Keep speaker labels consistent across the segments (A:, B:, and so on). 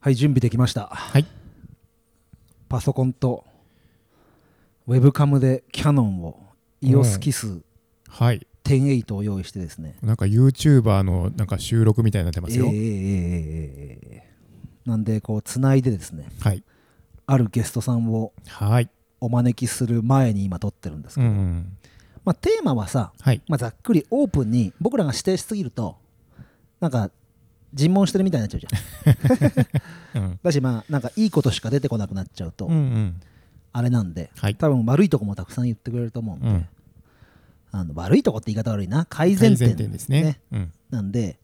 A: はい準備できました
B: はい
A: パソコンとウェブカムでキャノンをイオスキス
B: はい
A: 10.8を用意してですね
B: なんか YouTuber のなんか収録みたいになってますよ、
A: ええええええええなんでこうつないでですね
B: はい
A: あるゲストさんを
B: はい
A: お招きする前に今撮ってるんですけ
B: う
A: ど、
B: ん
A: まあ、テーマはさ、
B: はい
A: まあ、ざっくりオープンに僕らが指定しすぎるとなんか尋問してるみたいになっちゃうじゃ ん
B: うん
A: だしまあなんかいいことしか出てこなくなっちゃうと、
B: うんうん
A: あれなんで、
B: はい
A: 多分悪いとこもたくさん言ってくれると思うんで、
B: うん
A: あの悪いとこって言い方悪いな改善
B: 改
A: 点
B: 善点ですねうん
A: なんで、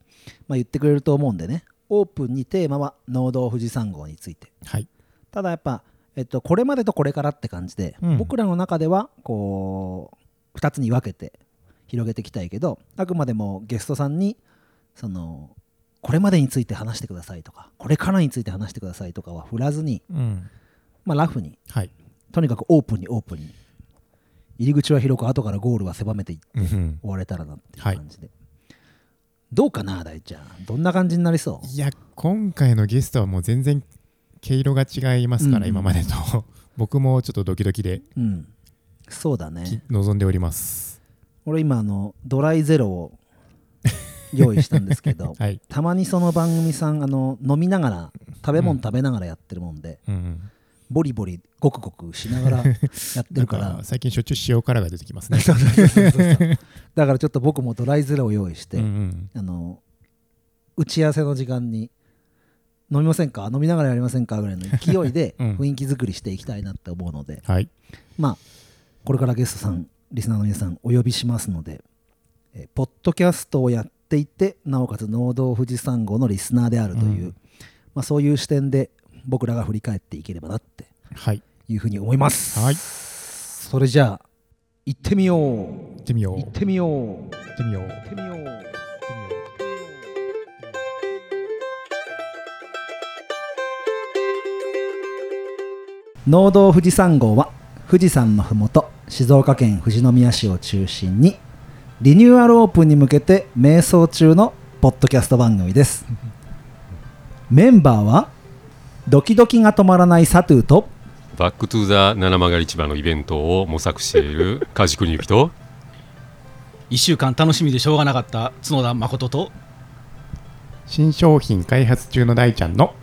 A: まあ、言ってくれると思うんでねオープンにテーマは農道富士山号について
B: はい
A: ただやっぱ、えっと、これまでとこれからって感じで、
B: うん
A: 僕らの中ではこう2つに分けて広げていきたいけどあくまでもゲストさんにそのこれまでについて話してくださいとかこれからについて話してくださいとかは振らずに、
B: うん
A: まあ、ラフに
B: はい
A: とにかくオープンにオープンに入り口は広く後からゴールは狭めてい
B: うんうん
A: 終われたらなっていう感じで、どうかな大ちゃんどんな感じになりそう
B: いや今回のゲストはもう全然毛色が違いますか
A: う
B: ら、
A: ん
B: 今までと 僕もちょっとドキドキで
A: うんそうだ
B: き
A: ね
B: 望んでおります
A: 俺今あのドライゼロを用意したんですけ ど、
B: はい、
A: たまにその番組さんあの飲みながら食べ物食べながらやってるもんで、
B: うんうん、
A: ボリボリゴクゴクしながらやって
B: な
A: る
B: ん
A: から
B: か最近しょっちゅう塩辛が出てきますね
A: そうそうそうそう だからちょっと僕もドライゼロを用意して、
B: うんうん、
A: あの打ち合わせの時間に飲みませんか飲みながらやりませんかぐらいの勢いで
B: うん
A: 雰囲気作りしていきたいなって思うので、
B: はい
A: まあこれからゲストさんリスナーの皆さんお呼びしますので、えーポッドキャストをやっていてなおかつ農道富士山号のリスナーであるという、
B: うん
A: まあ、そういう視点で僕らが振り返っていければなって
B: はい
A: いうふうに思います、
B: はい
A: それじゃあ行ってみよう
B: 行ってみよう
A: 行
B: 行
A: ってみよう行
B: ってみよう行っ
A: ってみよう
B: てみよう
A: 農道富士山号は富士山のふもと静岡県富士宮市を中心にリニューアルオープンに向けて迷走中のポッドキャスト番組ですメンバーはドキドキが止まらないサトゥーと
C: バックトゥーザ七曲り市場のイベントを模索している梶国幸と
D: 1週間楽しみでしょうがなかった角田誠と
B: 新商品開発中の大ちゃんの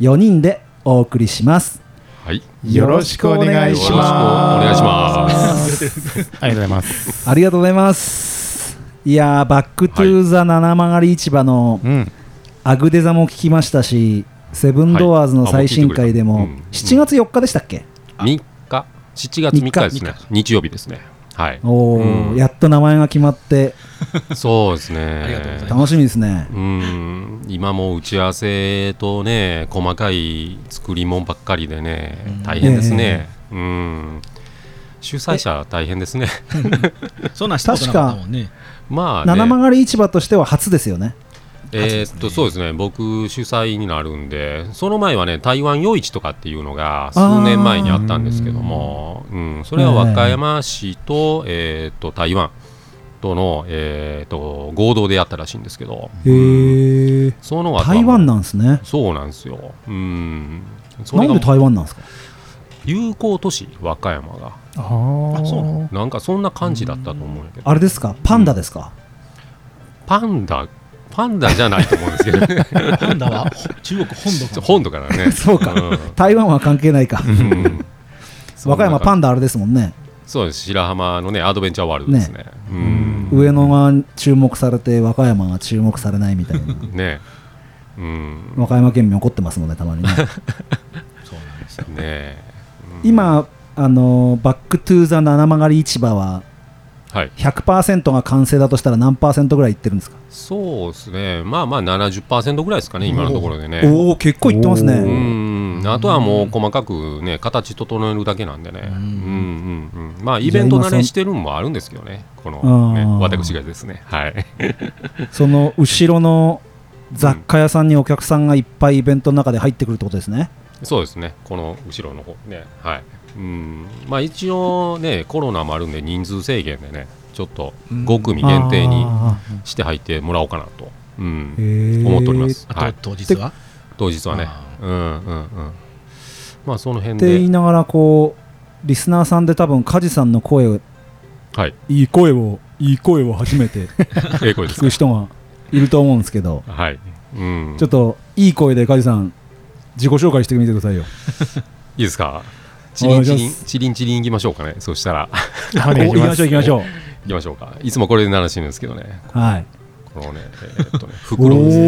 A: 4人でお送りします
C: はい
B: よろしくお願いします
C: よろしくお願いします
B: ありがとうございます
A: ありがとうございますいやーバックトゥーザ七曲り市場の
B: うん
A: アグデザも聞きましたしセブンドアーズの最新回で
C: はいあ
A: も
C: もう聞いてくれたうん
A: 7月4日でしたっけ
C: 3日7月3日ですね日曜日ですねはい
A: おー
C: うん
A: やっと名前が決まって
C: そうですね
D: ありがとうございま
A: 楽しみですね
C: うん今もう打ち合わせとね細かい作り物ばっかりでね大変ですねうん主催者大変ですね
D: そんなんしたことなかったもんね
C: まあね
A: 七曲り市場としては初ですよね
C: えーっとそうですね僕主催になるんでその前はね台湾夜市とかっていうのが数年前にあったんですけども、うん、それは和歌山市と,、えーっと台湾との、えーっと合同でやったらしいんですけど、
A: へえ
C: その後は
A: 台湾なんですね
C: そうなんですよ、うん、そ
A: な
C: れ
A: ん
C: が
A: で台湾なんですか
C: 友好都市和歌山が
B: あー
D: あそうな
C: なんかそんな感じだったと思うんやけど
A: あれですかパンダですか
C: パンダパンダじゃないと思うんですけど ちょ
D: パンダはほ中国本土
C: っ
D: か
C: と
D: ら
C: 本土からね
A: そうか
C: ん
A: 台湾は関係ないか
C: うん
A: 和歌山パ
C: ン
A: ンダあれですもんね
C: そうです白浜のねアドベンチャーワールドですねうん
A: 上野が注目されて和歌山が注目されないみたいな
C: ねうん
A: 和歌山県民怒ってますもんねたまにね
D: そうなんですよ
C: ねえうん
A: 今あのーバックトゥーザ七曲り市場は
C: はい
A: 100%が完成だとしたら何パーセントぐらいいってるんですか、
C: そうですねまあまあ70%ぐらいですかね今のところでね
A: おお結構いってます
B: お
C: う
B: ー
A: ね
C: んあとはもう細かくね形整えるだけなんでねうん
D: ん
C: うんうんまあイベント慣れしてるのもあるんですけどねこのね
A: あー
C: 私がですねはい
A: その後ろの雑貨屋さんにお客さんがいっぱいイベントの中で入ってくるってことですね。
C: そうですね、この後ろの方ね、はい。うん、まあ一応ね、コロナもあるんで、人数制限でね、ちょっと5組限定に
A: あ
C: して入ってもらおうかなと、うん、
A: ーへー
C: 思っております。
D: あと、
C: はい、
D: 当日は、
C: 当日はね、
D: あ
C: うんうんうんまあその辺
A: って言
C: で
A: いながらこうリスナーさんで多分梶さんの声を
C: はい
A: いい声をいい声を初めて
C: ええ声
A: 聞
C: で すか
A: く人がいると思うんですけ ど
C: はい、うん、
A: ちょっといい声で梶さん自己紹介してみてくださいよ
C: いいですかチリンチ
A: お願いし
C: リン
A: ます
C: チリンチリン行きましょうかねそしたら
A: お行きましょう行きまし
B: ょう。
A: ょう
C: 行きましょうかいつもこれで鳴らしてるんですけどね
A: はい
C: このねえーっと ねフクロウです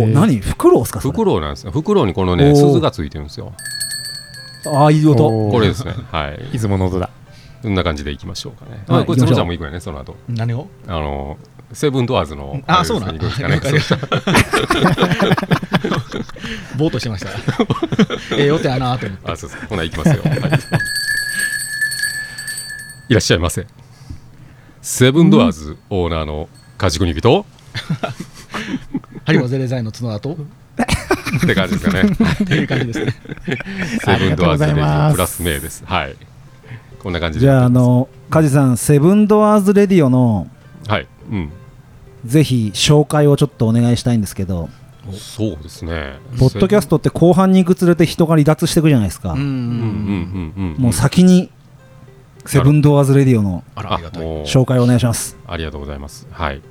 A: おお何フクロウっすかそ
C: フ
A: れ
C: クロウなんですよフクロウにこの
A: お
C: ね
A: ー
C: 鈴がついてるんですよ
A: ああいい音
B: おー
C: これですねはい
B: 出雲の音だ。
C: こんな感じでいきましょうかね。
A: はい
C: あこ
A: 行きま
C: れ、
A: しょう
C: 角ちゃんも行くよね、その後。
D: 何を
C: あの、セブンドアーズの。
D: あ
C: れです
D: そう
C: ね
D: なん
C: 行くんですかね。
D: 了解ぼーっとしてましたええ予定やなと思って
C: あ、そうそう。ほな、行きますよ。はい、いらっしゃいませ。セブンドアーズオーナーの梶国人
D: ハリボーゼレザイの角だと
C: って感じですかね。
D: っていう感じですね
C: セブンドアーズレ
B: ありがとうござい
C: デ
B: ま
C: ィ
B: す
C: オプラス名です。はい。こんな感じで。
A: じゃああ、の梶さんセブンドアーズレディオの
C: はい。うん。
A: ぜひ紹介をちょっとお願いしたいんですけど
C: そうですね。
A: ポッドキャストって後半に行くつれて人が離脱していくじゃないですか、
D: うんう
C: うんうん
D: ん
C: うんうん。
A: もう先にセブンドアーズレディオの
D: あら
C: あ
D: ありがたい
C: もう
A: 紹介をお願いします
C: ありがとうございます。はい。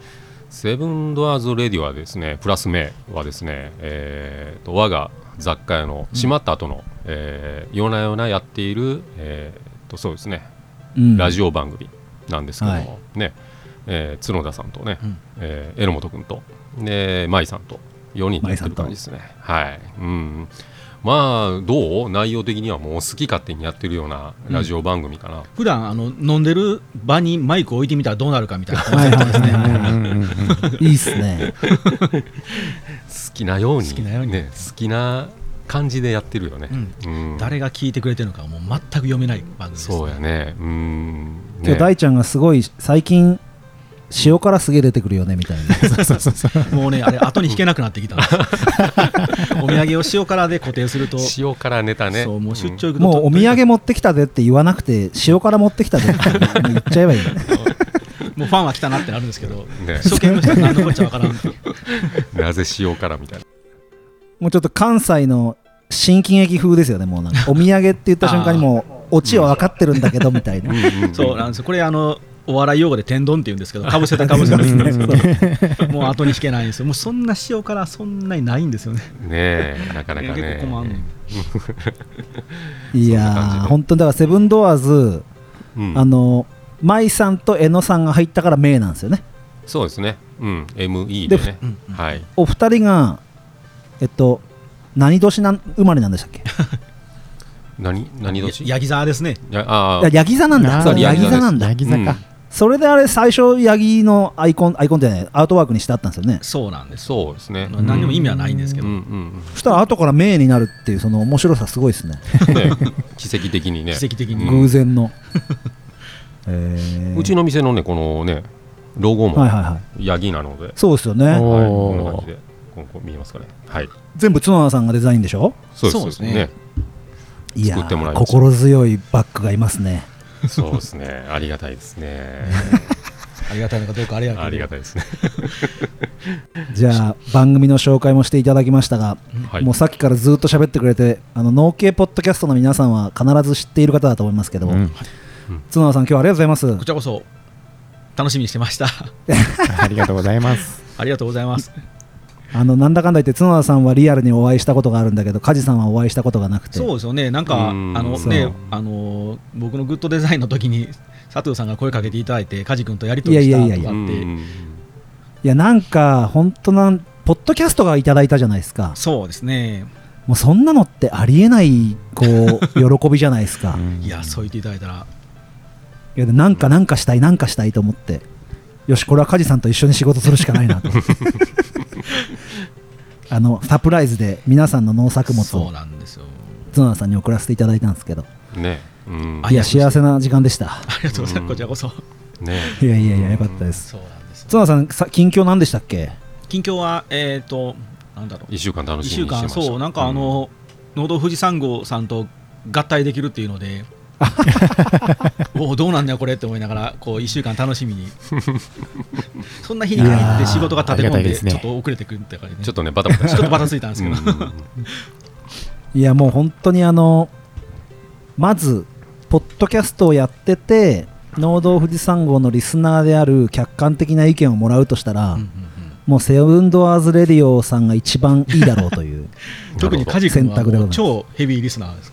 C: セブンドアーズ・レディはですね、プラス名はですね、えーと我が雑貨屋の閉まった後の、えー夜な夜なやっている、えーとそうですね、
A: うん
C: ラジオ番組なんですけども、
A: はい
C: ね、えー角田さんとね、
D: うん
C: えー榎本君と、で、舞さんと4人でやってる感じですね。はい。うん。まあ、どう内容的にはもう好き勝手にやってるようなラジオ番組かな。
D: 普段あの飲んでる場にマイク置いてみたらどうなるかみたいな
A: はいはいはい
B: うん
A: は
B: うんうんうん
A: いいいっすね
C: 好きなように
D: 好きなように
C: ね、好きな感じでやってるよね、うん
D: 誰が聞いてくれてるのかもう全く読めない番組です、
C: そうやねうん
A: 今日大ちゃんがすごい最近塩からすげえ出てくるよねみたいな
B: そ うそうそうそう。
D: もうねあれ後に引けなくなってきたんですよお土産を塩辛で固定すると、
C: 塩辛ネタね
D: そうもう出張行くと
A: もうお土産持ってきたでって言わなくて塩から持ってきたでって言っちゃえばいい ね
D: もうファンは来たなってなるんですけ ど
C: うんね
D: 初見の人は何のこっちゃわからんっていう
C: なぜ塩辛みたいな
A: もうちょっと関西の新喜劇風ですよねもうなんかお土産って言った瞬間にもうオチは分かってるんだけどみたいな、
C: うんうん
D: そうなんですよこれあのお笑い用語で天丼って言うんですけ どかぶせたかぶせたですねもう後に引けないんですよもうそんな塩辛そんなにないんですよね
C: ねえなかなかね
D: 結構困んねん
A: いや
C: そんな感じ
A: ー
C: で
A: 本当にだからセブンドアーズ
C: うん
A: あの舞さんと江野さんが入ったから名なんですよね
C: そうですねうん ME でね
D: でうんうん
C: はい
A: お二人がえっと何年なん生まれなんでしたっけ
C: 何何年
D: ヤギ座ですね
C: やあ
A: いや
C: ー
A: ヤギ座なんだ
B: あー
A: そうヤギ座なんだ
B: ヤギ座か。
A: それであれ最初ヤギのアイコンアイコンじゃないアートワークにしてあったんですよね
D: そうなんです
C: そうですね
D: まあ何にも意味はないんですけ
C: う
D: ど、
C: んうん
A: そしたら後から名になるっていうその面白さすごいですね
C: うんね 奇跡的にね
D: 奇跡的に、
C: うん
A: 偶然 のえー
C: うちの店のねこのねロゴ
A: はい
C: も
A: はいはい
C: ヤギなので
A: そうですよ
B: お
A: ね
B: ー
C: はい、こんな感じで、こうこう見えますかね。はい、
A: 全部角田さんがデザインでしょ
C: そうです
D: そうですね
C: ね。
A: いや
C: 作ってもら
A: ー
C: いました
A: 心強いバッグがいますね
C: そうですね。ありがたいです ね。
D: ありがたいのかどうかあれやけど
C: ありがたいですね。
A: じゃあ番組の紹介もしていただきましたが
C: はい
A: もう。さっきからずっと喋ってくれてあの農系ポッドキャストの皆さんは必ず知っている方だと思いますけど、
B: うん
A: 角田さん今日はありがとうございま
D: こ
A: す
D: ちらこそ楽しみにしてました
B: ありがとうございます。
D: ありがとうございます
A: あのなんだかんだ言って角田さんはリアルにお会いしたことがあるんだけど梶さんはお会いしたことがなくて
D: そうですよねなんかあ
C: うん
D: の
A: そう
D: ねあの僕のグッドデザインの時に佐藤さんが声かけていただいて梶君とやり取りした
A: い
D: と
A: やい
D: か
A: や
D: っ
A: い
D: て
A: やい
C: うん
A: いやなんか本当なんポッドキャストがいただいたじゃないですか
D: そうですね
A: もうそんなのってありえないこう喜びじゃないですか
B: うん
D: いやそう言っていただいたら
A: いやでなんかなんかしたいなんかしたいと思ってよしこれは梶さんと一緒に仕事するしかない なとあのサプライズで皆さんの農作物
D: そう
A: を
D: なんですよ
A: 角田さんに送らせていただいたんですけど
C: ね。うん。
D: あ
A: い
D: り
A: や
D: がとうご
A: 幸
D: ざいます
A: せな時間で した
D: ありがとうご
C: う
D: ざいます
C: ん
D: こちらこそ
C: ね。
A: いやいやいやよかったです
D: そうなんですよ
A: 角田さんさ近況何でしたっけ
D: 近況はえっとなんだろう
C: 一週間楽
D: 1
C: しみ
D: 週
C: にしてま
D: 間
C: した。
D: そうなんかあの農道富士山号さんと合体できるっていうのでおおどうなんだよこれって思いながらこう1週間楽しみにそんな日に限って仕事が立て
B: いやーありがたい
D: 込んで
B: ですね
D: ちょっと遅れてくるって感じね
C: うんちょっとねバタバタ
D: ちょっとバ
C: タ
D: タついたんですけど、
C: うん
A: いやもう本当にあのまずポッドキャストをやってて農道富士山号のリスナーである客観的な意見をもらうとしたら、
D: うんうんうん
A: もうセブンドアーズレディオさんが一番いいだろうという
D: 特にカジ君は
A: 選択で
D: も
A: ございうます
D: 超ヘビーリスナーです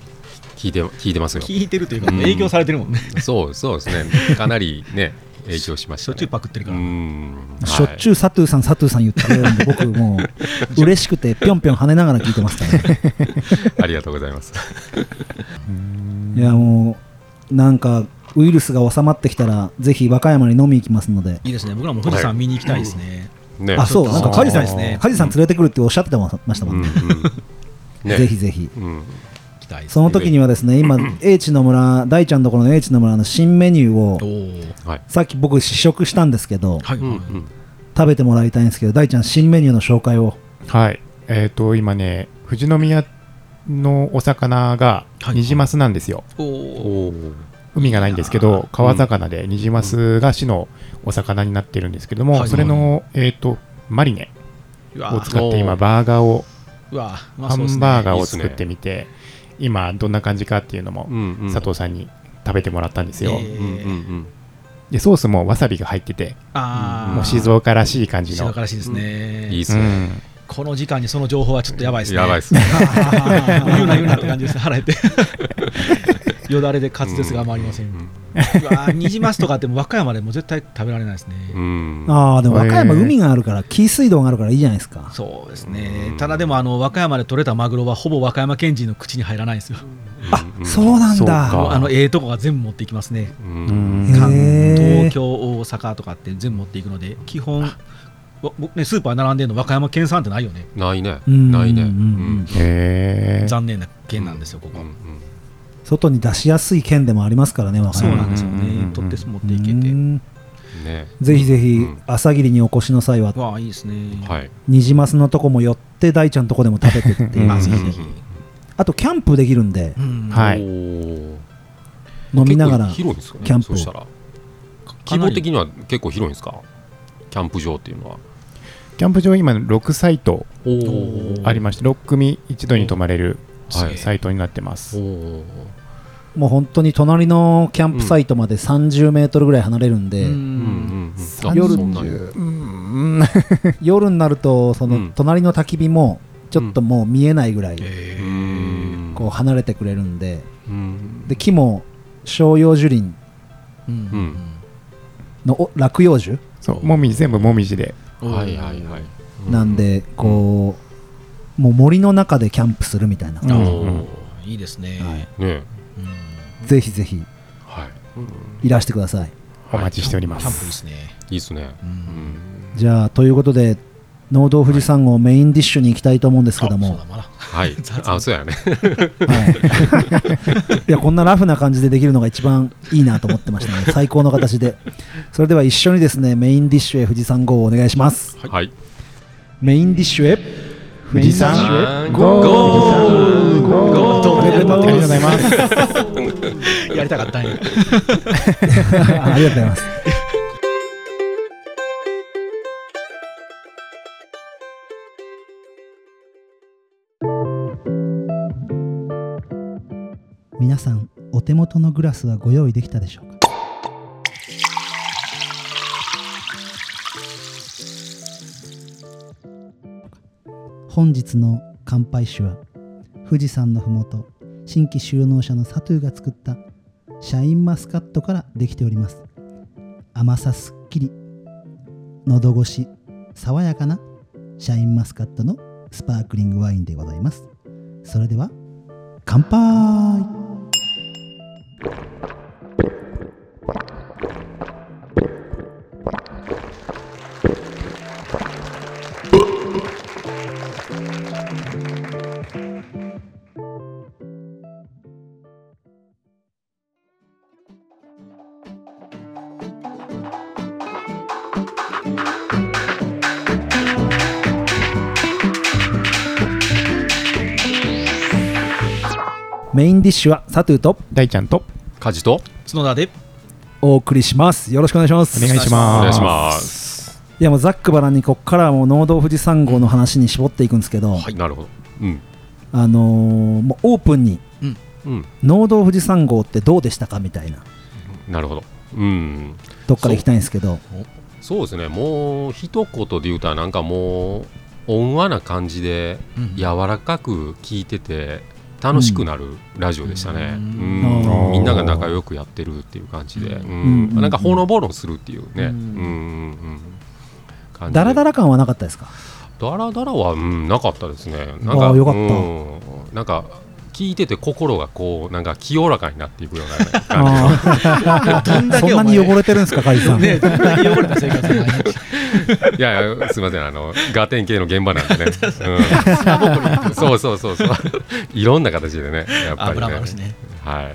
C: 聞いて聞いてますよ
D: 聞いてるというか
C: うん
D: 影響されてるもんね
C: そうそうですねかなりね影響しまし
D: したょっちゅう
C: ね
D: パクってる
C: う
D: から、
C: ん
A: しょっち
C: ゅ
A: ゅう佐藤さん佐藤さん言ってくれるんで僕もう嬉しくてぴょんぴょん跳ねながら聞いてますから、ね、
C: うありがとうございます
A: いやもうなんかウイルスが収まってきたらぜひ和歌山に飲み行きますので
D: いいですね僕らも富士山見に行きたいですね、
C: ね
A: あそう
D: ちょっ
A: な
D: と
A: んか梶さん
D: そうですね
A: 梶さん連れてくるっておっしゃってましたも
C: うんんう
A: ね、
C: んね
A: ぜひぜひ
C: うん
D: 行きたいです
A: その時にはですね今英知の村大ちゃんのところの英知の村の新メニュー
D: お
A: を
D: ー
C: はい
A: さっき僕試食したんですけど
D: はい、
C: うんう
D: はい
C: ん
A: 食べてもらいたいんですけど大ちゃん新メニューの紹介を
B: はい。えっ、と、今ね、富士宮のお魚が
D: はい
B: ニジマスなんですよ。
D: お
C: お
D: ー
C: お
B: 海がないんですけど、川魚でニジマスが市のお魚になってるんですけども、
D: はい
B: それの、えっ、と、マリネ
D: うわ
B: を使っ
C: お
B: て
C: ー
B: 今、バーガーを、
D: うわうま
B: ハ
D: そうです
B: ン
D: ね
B: バーガー
C: いい
B: を
C: っすね
B: 作ってみて、今、どんな感じかっていうのも、佐藤さんに食べてもらったんですよ。
D: え
C: うんうんうん
B: で、ソースもわさびが入ってて、
D: あー
B: もう静岡らしい感じ
D: 静
B: の。
D: 岡らしいですね、
C: いいっ
B: う
C: すね
B: ん、
D: この時間にその情報はちょっとやばいですね
C: やばいっすね
D: 言うな言うなって感じです腹減って よだれで滑舌が回りません、うわニジマスとかってもう和歌山でも絶対食べられないですね、
C: うんうん
A: ああでも和歌山
B: へー
A: 海があるから紀伊水道があるからいいじゃないですか
D: そうです
C: う
D: ね
C: ん
D: ただでもあの和歌山で取れたマグロはほぼ和歌山県人の口に入らないんですよ
A: あそうなん
B: そう
A: だ
B: か
D: もうあのええとこが全部持っていきますね
C: うん
B: う
A: へ
B: ん
D: 関
A: ー
D: 東京大阪とかって全部持っていくので基本わ僕ねスーパー並んでるの和歌山県産ってないよね
C: ないね
A: うん
C: ないね
A: う
C: うんん
B: へー
D: 残念な県なんですよここ、
C: うんうん
A: 外に出しやすい県でもありますからね和歌
D: そう
A: 山
D: なんですよ
B: うんうんうんう
D: ね
B: ん
D: 取って持っ
A: う
D: ていけて
A: ん
C: ね
A: ぜひぜひ
C: うん
A: 朝霧にお越しの際は
D: わあいいですね
C: はい
A: ニジマスのとこも寄って大ちゃんのとこでも食べてっていううん
D: あぜひぜひ
A: あとキャンプできるんで
D: うん
B: はい
C: おー
A: 飲みながら
C: 結構広いんですかね
A: キャンプを
C: そうしたら規模的には結構広いんですかキャンプ場っていうのは
B: キャンプ場、今、6サイト
C: お
D: ー
B: ありまして、6組一度に泊まれる
C: はい
B: サイトになってます。
C: お
A: もう本当に隣のキャンプサイトまで30メートルぐらい離れるんで、
C: うん
A: あ
B: 夜
A: そん
C: なに
B: うん、
A: 夜になるとそうの
C: ん
A: 隣の焚き火もちょっともう見えないぐらい
D: え
C: うん
A: こう離れてくれるんで
C: うん
A: で木も照葉樹林
D: ーうん
C: うん
A: のお落葉樹
B: そう、もみじ、全部もみじで。
D: うん
C: はいはいはい
A: なんでこうもう森の中でキャンプするみたいな
D: うん
C: おー
D: いいですね、
A: はい
C: ね
D: うん
A: ぜひぜひ
C: はい
A: いらしてください
B: お待ちしておりま。
D: キャンプいいですすね
C: いいっすね
D: うん
C: うん
A: じゃあということで農道富士山号メインディッシュに行きたいと思うんですけど
D: あそ
A: も
D: うだまだ
C: はい
D: 雑
C: あそうやね
A: はい、いやこんなラフな感じでできるのが一番いいなと思ってました ね最高の形でそれでは一緒にですねメインディッシュへ富士山号をお願いします
C: はい
A: メインディッシュへ富士山
D: ゴー
A: おめでとうございます
D: やりたかったんや
A: ありがとうございます皆さんお手元のグラスはご用意できたでしょうか本日の乾杯酒は富士山のふもと新規収納者のサトゥーが作ったシャインマスカットからできております甘さすっきり喉越し爽やかなシャインマスカットのスパークリングワインでございますそれでは乾杯メインディッシュはサトゥーと
B: 大ちゃんと
C: 家事と
D: 角田で
A: お送りしますよろしくお願いします
B: お願いし
C: お
B: ます。
C: 願いします
A: いやもうざっくばらんにこっからはもう農道富士山号の話に絞っていくんですけど、
C: はいなるほどうん
A: あのーもうオープンに
C: うん、
A: 農道富士山号ってどうでしたかみたいな
C: なるほど。うん、
A: とこから行きたいんですけど
C: そうですね、もう一言で言うたら、なんかもう、温和な感じで、
D: うん
C: 柔らかく聞いてて、楽しくなるラジオでしたね、
D: う
C: うんん
A: あー
C: みんなが仲良くやってるっていう感じで、
D: う
C: うん
A: うん
C: なんか、ほのぼのするっていうね、うんん
D: う
C: うんうん
A: ダラダ
C: ラ
A: ラ感はなかったですか
C: ダラダラは、うん、なかったですね、
A: あー
C: なんか、
A: よかった
C: うんなんか聞いてて、心がこう、なんか清らかになっていくような感じが
A: あ
D: どん
A: ー
D: だ
A: そ
D: け
A: ん
D: お
A: な
D: 前
A: に汚れてるんですかカイジさん、
D: ねどんだけ汚れた生活を毎日
C: いやいや、すみません、あの、ガテン系の現場なんでね。 うん、そうそうそうそう、いろんな形でね、やっぱり
D: 油
C: ね。
D: もあるしね。
C: は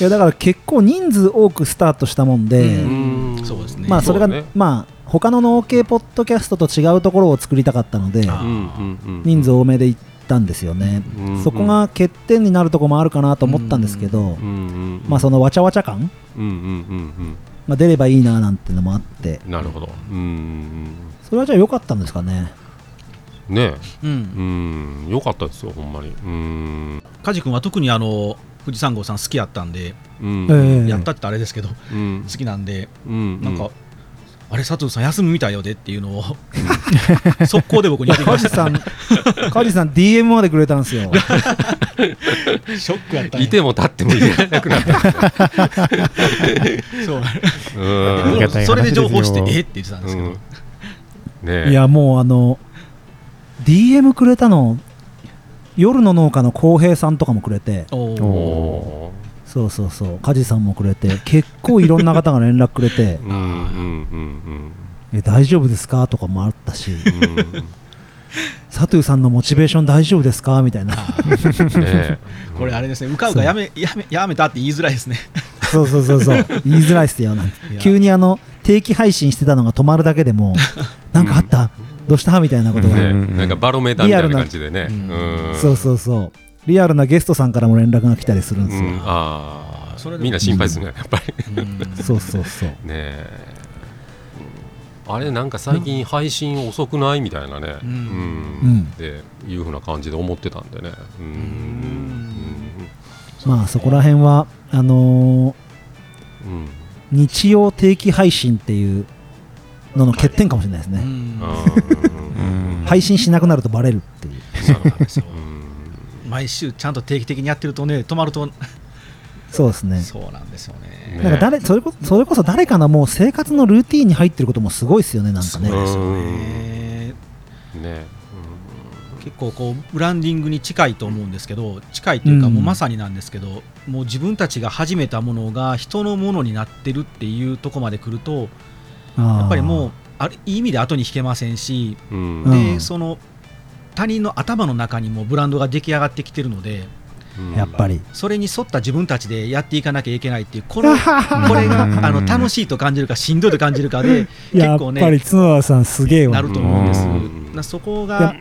C: い
A: やだから結構人数多くスタートしたもんで、
C: い。
D: うん
C: ん
D: そうですね
A: まあそれが、
C: うね
A: まあ他の農系ポッドキャストと違うところを作りたかったので
D: あ
C: うんうんうん
A: 人数多めで行ったんですよね、
C: うん
A: そこが欠点になるとこもあるかなと思ったんですけど、
C: うんうんうん
A: まあそのわちゃわちゃ感
C: うんうんうん
A: が出ればいいななんてのもあって
C: うんなるほどうんうん
A: それはじゃあ良かったんですかね
C: うんね
D: う。
C: うんんよかったですよほんまにうん
D: 梶君は特にあの富士山号さん好きやったんで、
C: うん
A: ええ
D: やったってあれですけど、好
C: うん
D: きなんで、
C: うん
D: なんか、あれ、佐藤さん休むみたいよでっていうのを、 速攻で僕に言ってきま
A: 梶
D: し
A: さん梶さん DM までくれたんですよ
D: た。 ショックやったんや
C: いても立ってもいら れなくなった
D: そう
B: ありがたい話ですよ
D: それで情報して、えって言ってたんですけど、
C: うんね
A: いやもうあの DM くれたの夜の農家の浩平さんとかもくれて
D: お
C: お
D: ー
C: お
A: そうそうそう梶さんもくれて結構いろんな方が連絡くれ て
C: うんうんうんうん
A: え大丈夫ですかとかもあったし
C: うん
A: 佐藤さんのモチベーション大丈夫ですかみたいな
C: ね
D: これ、あれですね、うかうかやめやめやめたって言いづらいですね。
A: そうそうそうそう言いづらいっすよなんて
D: いや
A: 急にあの定期配信してたのが止まるだけでもなんかあったどうしたみたいなことが、
C: ね
B: うん
C: なんかバロメーターみたいな感じでね
D: リアルな
C: うん
A: そうそうそうリアルなゲストさんからも連絡が来たりするんです
C: う
A: よ、
C: んあ
D: それ
C: あ
D: でも
C: みんな心配ですねやっぱりね
D: うん
A: そうそうそう
C: えあれなんか最近配信遅くないみたいなね
D: う
C: うん
A: うん
C: んっていうふうな感じで思ってたんでねうん
A: まあそこら辺はあのー
C: うん
A: 日曜定期配信っていうのの欠点かもしれないです
D: う
A: ね、
D: ん
B: う
C: あー
B: ん
A: 配信しなくなるとバレるっていう
D: そうなんですよ
C: うん
D: 毎週ちゃんと定期的にやってるとね、止まると、
A: そうですね
D: そうなんですよね。
A: なんか誰それこそれこそ誰かのもう生活のルーティンに入ってることもすごいですよねなんか
D: そう
A: ね
D: ですよね。
C: ね
D: 結構こうブランディングに近いと思うんですけど近いというか
A: うん
D: もうまさになんですけど、もう自分たちが始めたものが人のものになってるっていうとこまで来ると
A: や
D: やっぱりも
A: う
D: うあるいい意味で後に引けませんし、
C: うん
A: う
C: うん
A: ん
D: でその他人の頭の中にもブランドが出来上がってきてるので
C: うん
A: やっぱり
D: それに沿った自分たちでやっていかなきゃいけないっていう このこれが
B: うん
D: あの楽しいと感じるかしんどいと感じるかで結構ね
A: 角田さんすげえ
D: なると思うんです
C: うん
D: なそこが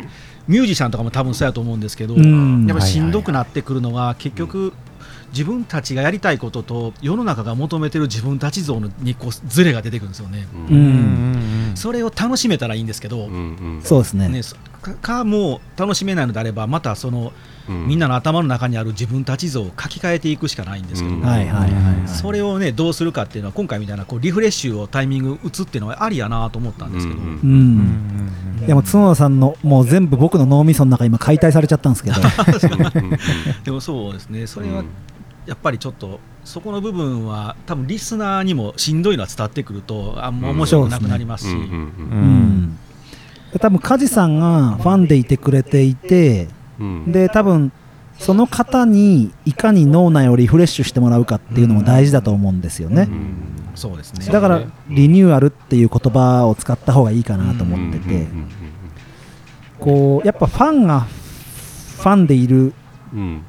D: ミュージシャンとかも多分そうやと思うんですけど、
A: うん
D: やっぱりしんどくなってくるのは結局自分たちがやりたいことと世の中が求めてる自分たち像のにこうズレが出てくるんですよね。
A: う
B: うんん
D: それを楽しめたらいいんですけど、
C: うん
A: そうですね
D: ね、そかかもう楽しめないのであればまたその
C: うん
D: みんなの頭の中にある自分たち像を書き換えていくしかないんですけど、
C: うん
A: はいはいはい、はい、
D: それをねどうするかっていうのは今回みたいなこうリフレッシュをタイミング打つっていうのはありやなと思ったんですけど、
C: うん
A: う
B: うんん
A: でも角田さんのもう全部僕の脳みその中今解体されちゃったんですけ ど
D: でもそうですねそれ
C: う
D: は
C: ん
D: やっぱりちょっとそこの部分は多分リスナーにもしんどいのは伝わってくるとあんま面白くなくなります
C: う
D: し、
C: んうん
A: う
B: うんん
A: 多分梶さんがファンでいてくれていて
C: うん
A: で多分その方にいかに脳内をリフレッシュしてもらうかっていうのも大事だと思うんですよね
C: う、ん
D: そうですね
A: だか
C: そう
A: ら
C: ね
A: リニューアルっていう言葉を使った方がいいかなと思ってて、
C: うん
A: こうやっぱファンがファンでいる
C: うんうん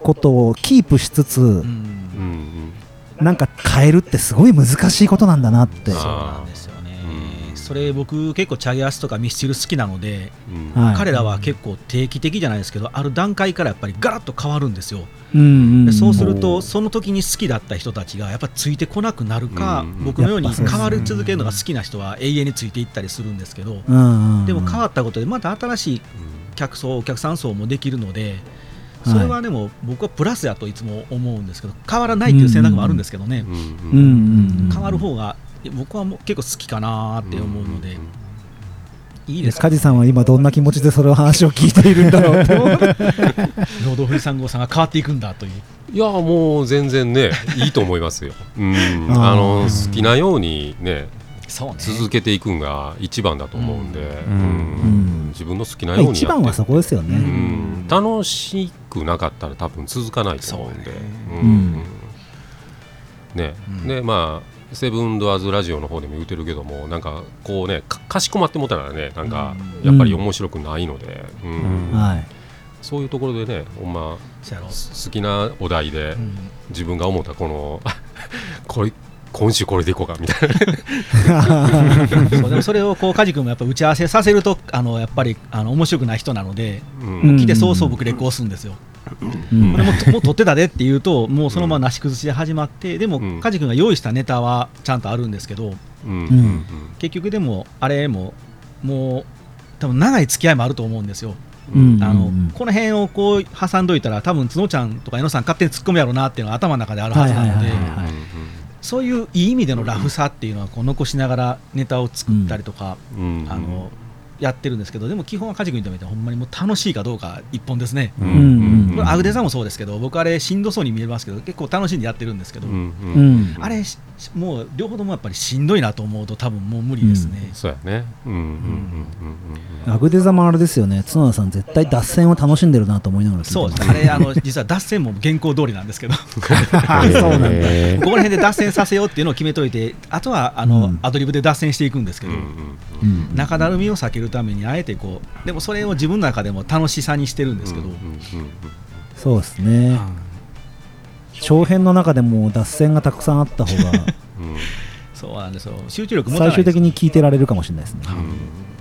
A: ことをキープしつつ、
D: うん
C: うんうん
A: なんか変えるってすごい難しいことなんだなって
D: そう
C: あ
D: なんですよね
C: うん
D: それ僕結構チャゲアスとかミスチル好きなので、
C: うん
A: はい
D: 彼らは結構定期的じゃないですけどある段階からやっぱりガラッと変わるんですよ
A: うんうん
D: でそうす
B: う
D: ると
B: ん
D: その時に好きだった人たちがやっぱついてこなくなるか
C: うん
D: 僕のよう
A: や
D: に
A: っぱそうです
D: 変わり続けるのが好きな人は永遠についていったりするんですけど
A: うんうんうん
D: でも変わったことでまた新しい客層お客さん層もできるのでそれはでも僕はプラスやといつも思うんですけど変わらないっていう選択もあるんですけどね、
C: うん
A: う
C: うん
A: う
C: ん
A: んうん
D: 変わる方が僕はもう結構好きかなって思うので、いいですか
A: 梶さんは今どんな気持ちでその話を聞いているんだ ろうって思う
D: 労働富士山号さんが変わっていくんだという
C: いやもう全然 ねいいと思いますよ、うん、
A: あー
C: あの好きなようにね
D: そうね
C: 続けていくんが一番だと思うんで、
B: う
C: うんん
A: うん
C: 自分の好きなようにやって
A: 一番はそこですよ
C: う
A: ね、
C: ん楽しくなかったら多分続かないと思うんで
D: そうね
A: うん
C: ね
D: うん
C: でまあセブンドアーズラジオの方でも言うてるけどもなんかこうねかかしこまってもうたらねなんか
A: うん
C: やっぱり面白くないので、うん
B: うん
A: はい
C: そういうところでねほんま
D: そうやろ
C: す好きなお題で
D: うん
C: 自分が思ったこの これ今週これでいこうかみたいな
D: そうでもそれをこう梶君もやっぱ打ち合わせさせるとあのやっぱりあの面白くない人なので、
C: うん
D: 来て早々僕レコーするんですよ、
A: うん
D: これもうもう撮ってたでって言うともうそのままなし崩しで始まってでも
C: うん
D: 梶君が用意したネタはちゃんとあるんですけど
C: うん
A: うん
D: 結局でもあれももう多分長い付き合いもあると思うんですよ
A: うん
D: あの
A: うんうん
D: この辺をこう挟んどいたら多分角ちゃんとか江野さん勝手に突っ込むやろうなっていうのが頭の中であるはずなので、
A: はいはいはい
D: そういういい意味でのラフさっていうのはこう残しながらネタを作ったりとか、
C: うんうん
D: あのやってるんですけどでも基本は梶君にとってはほんまにもう楽しいかどうか一本ですね。
B: う
C: うんん
A: うん
C: う
D: これアグデさんもそうですけど僕あれしんどそうに見えますけど結構楽しんでやってるんですけど、
C: うんうん
A: うん
D: あれしもう両方ともやっぱりしんどいなと思うと多分もう無理ですね。
C: そうやねうんうんうんうんうん
A: アグデザもあれですよね角田さん絶対脱線を楽しんでるなと思いながら聞いて
D: そう
A: ま
D: ですねあれあの 実は脱線も原稿通りなんで すけどこ
A: そうなんだ
B: へー
D: こら辺で脱線させようっていうのを決めといてあとはあの、
A: うん
D: アドリブで脱線していくんですけ
C: う
D: ど、
C: んうん
A: うん
D: 中だるみを避けるためにあえてこうでもそれを自分の中でも楽しさにしてるんですけど、
C: うんうんうん
A: そうですね
D: はい
A: 長編の中でも脱線がたくさんあった方が
C: うん
D: そうなんですよ集中力持たない
A: 最
D: んです
A: 終的に聞いてられるかもしれないですね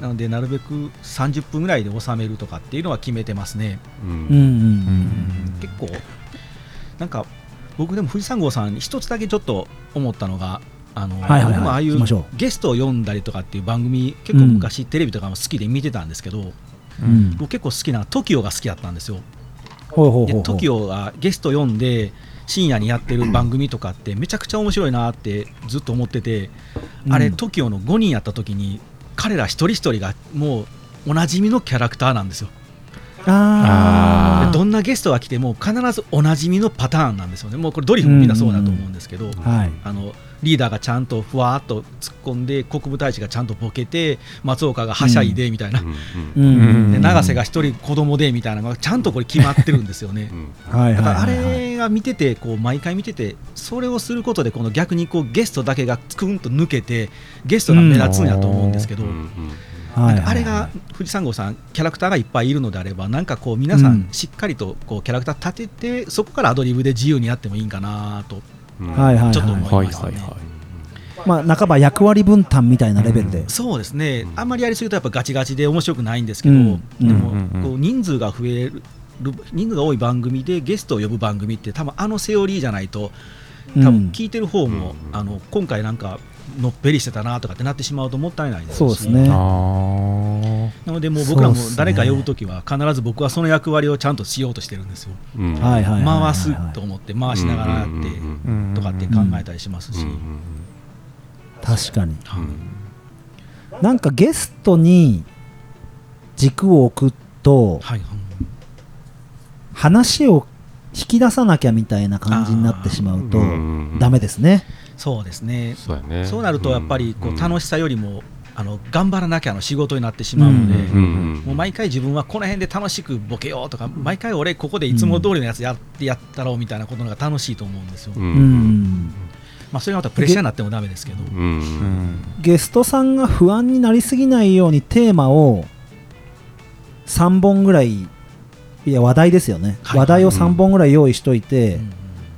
D: なのでなるべく30分ぐらいで収めるとかっていうのは決めてますね、
C: うん
A: うん
C: うん
B: う
A: うん
B: ん
D: 結構なんか僕でも富士山号さんに一つだけちょっと思ったのがあの、
A: はいはいはい
D: 僕もああい
A: 行き
D: う
A: ましょ
D: ゲストを読んだりとかっていう番組結構昔、テレビとかも好きで見てたんですけど
A: うん
D: 僕結構好きな TOKIO が好きだったんですよ
A: ほうほう
D: で
A: ほうほう
D: TOKIO がゲスト読んで深夜にやってる番組とかってめちゃくちゃ面白いなってずっと思ってて、あれ
A: うん
D: TOKIO の5人やった時に彼ら一人一人がもうおなじみのキャラクターなんですよ
A: あ
B: あ
A: ー
D: どんなゲストが来ても必ずおなじみのパターンなんですよねもうこれドリフもみんなそうだと思うんですけど、
A: はい
D: あのリーダーがちゃんとふわーっと突っ込んで国務大使がちゃんとボケて松岡がはしゃいでみたいな、
C: うん
A: うん
B: うん
D: で永瀬が一人子供でみたいなのがちゃんとこれ決まってるんですよね
C: うん
A: はいはい
D: だからあ
A: はいはい
D: れが見ててこう毎回見ててそれをすることでこの逆にこうゲストだけがつくんと抜けてゲストが目立つんやと思うんですけど、
C: うんうん
A: はい
D: なんかあれが富士山号さんキャラクターがいっぱいいるのであればなんかこう皆さ
A: うん
D: んしっかりとこうキャラクター立ててそこからアドリブで自由にやってもいいんかなと
C: うん
A: はいはい
D: ちょっと思
A: はいい
B: はいはいはい
A: まあ半ば役割分担みたいなレベルで
D: そうですね
C: うん
D: あんまりやりすぎるとやっぱガチガチで面白くないんですけど、
A: うん
D: でも
B: うんうんうん
D: こう人数が増える人数が多い番組でゲストを呼ぶ番組って多分あのセオリーじゃないと多分聞いてる方も、
C: うん
D: あの今回なんかのっぺりしてたなとかってなってしまうともったいないですし
A: そうですね
B: あ
D: なのでもう僕らも
A: そうっすね
D: 誰か呼ぶときは必ず僕はその役割をちゃんとしようとしてるんですよ。
C: うん
A: はいはいはいはい
D: 回すと思って回しながらやって
C: うんうん
B: ーうん
D: とかって考えたりしますし、
C: うん
A: 確かに
C: うんうん
A: なんかゲストに軸を置くと
D: はい、
A: 話を引き出さなきゃみたいな感じになってしまうと
C: うんうん
A: ダメですね
D: そうですね
C: そうやね
D: そうなるとやっぱりこう楽
C: し
D: しさよりもあの頑張らなきゃの仕事になってしまうので、
A: うん
C: うんうん
D: もう毎回自分はこの辺で楽しくボケようとか毎回俺ここでいつも通りのやつやってやったろうみたいなことのが楽しいと思うんですよ、
A: う
C: うん
A: ん
D: まあ、それがまたプレッシャーになってもダメですけど、
C: うんうん
B: うん
A: ゲストさんが不安になりすぎないようにテーマを3本ぐらいいや話題ですよね、
D: はい
A: 話題を3本ぐらい用意しといて、
D: うん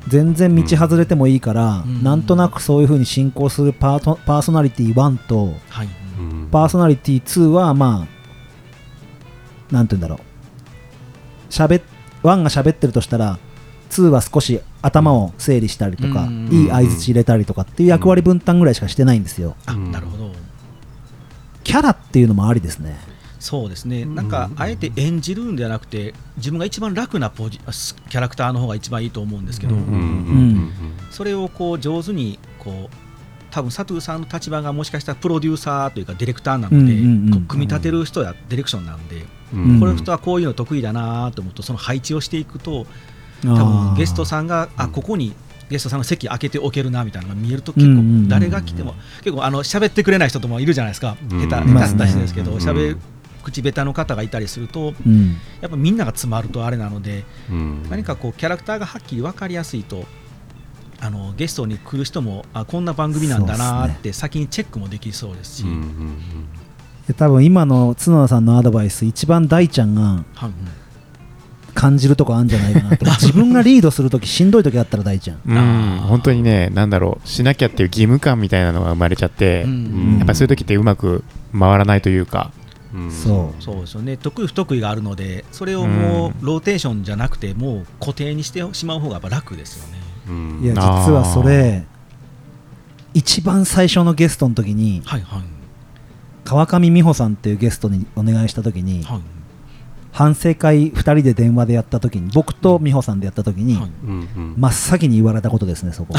A: 全然道外れてもいいから、
D: うん
A: なんとなくそういう風に進行するパートパーソナリティ1と
D: はい
C: うん
A: パーソナリティ2はまあなんて言うんだろうしゃべ1が喋ってるとしたら2は少し頭を整理したりとか、
D: うん
A: いい相槌入れたりとかっていう役割分担ぐらいしかしてないんですよ
D: あなるほど
A: キャラっていうのもありですね
D: そうですね、なんかあえて演じるんではなくて、自分が一番楽なポジキャラクターの方が一番いいと思うんですけど、
B: うん
C: うんうん
D: それをこう上手にこう多分佐藤さんの立場がもしかしたらプロデューサーというかディレクターなので、
A: うんうんうん
D: こう組み立てる人やディレクションなんで、
C: うん
A: うん
D: この人はこういうの得意だなと思うとその配置をしていくと
A: 多
D: 多分ゲストさんがあ
C: うん
D: ここにゲストさんの席開けておけるなみたいなのが見えると
A: うん
D: 結
A: うんうんう
D: 構
A: ん
D: 誰が来ても結構あの喋ってくれない人ともいるじゃないですか
C: うん
D: 下手下
A: いま
D: 手
A: す
D: し
A: ね
D: た人ですけど
C: うん
D: 喋口下手の方がいたりすると
A: うん
D: やっぱみんなが詰まるとあれなので
C: うん
D: 何かこうキャラクターがはっきり分かりやすいとあのゲストに来る人もあこんな番組なんだなーって先にチェックもできそうですし、
C: うんうん
A: で多分今の角田さんのアドバイス一番大ちゃんが
D: はい
A: 感じるとこあるんじゃないかな と自分がリードするときしんどいときあったら大ちゃん
B: うん、本当にね、なんだろう、しなきゃっていう義務感みたいなのが生まれちゃって、
D: うん
B: やっぱりそういう時ってうまく回らないというか、
C: うんうん
A: そ
D: そうですよね得意不得意があるのでそれをもうローテーションじゃなくてもう固定にしてしまう方がやっぱ楽ですよね。
C: うん
A: いや実
B: あー
A: はそれ一番最初のゲストの時に
D: はいはい
A: 川上美穂さんっていうゲストにお願いした時に
D: はい
A: 反省会2人で電話でやった時に僕と美穂さんでやった時に
D: はい
C: うんうん
A: 真っ先に言われたことですねそこ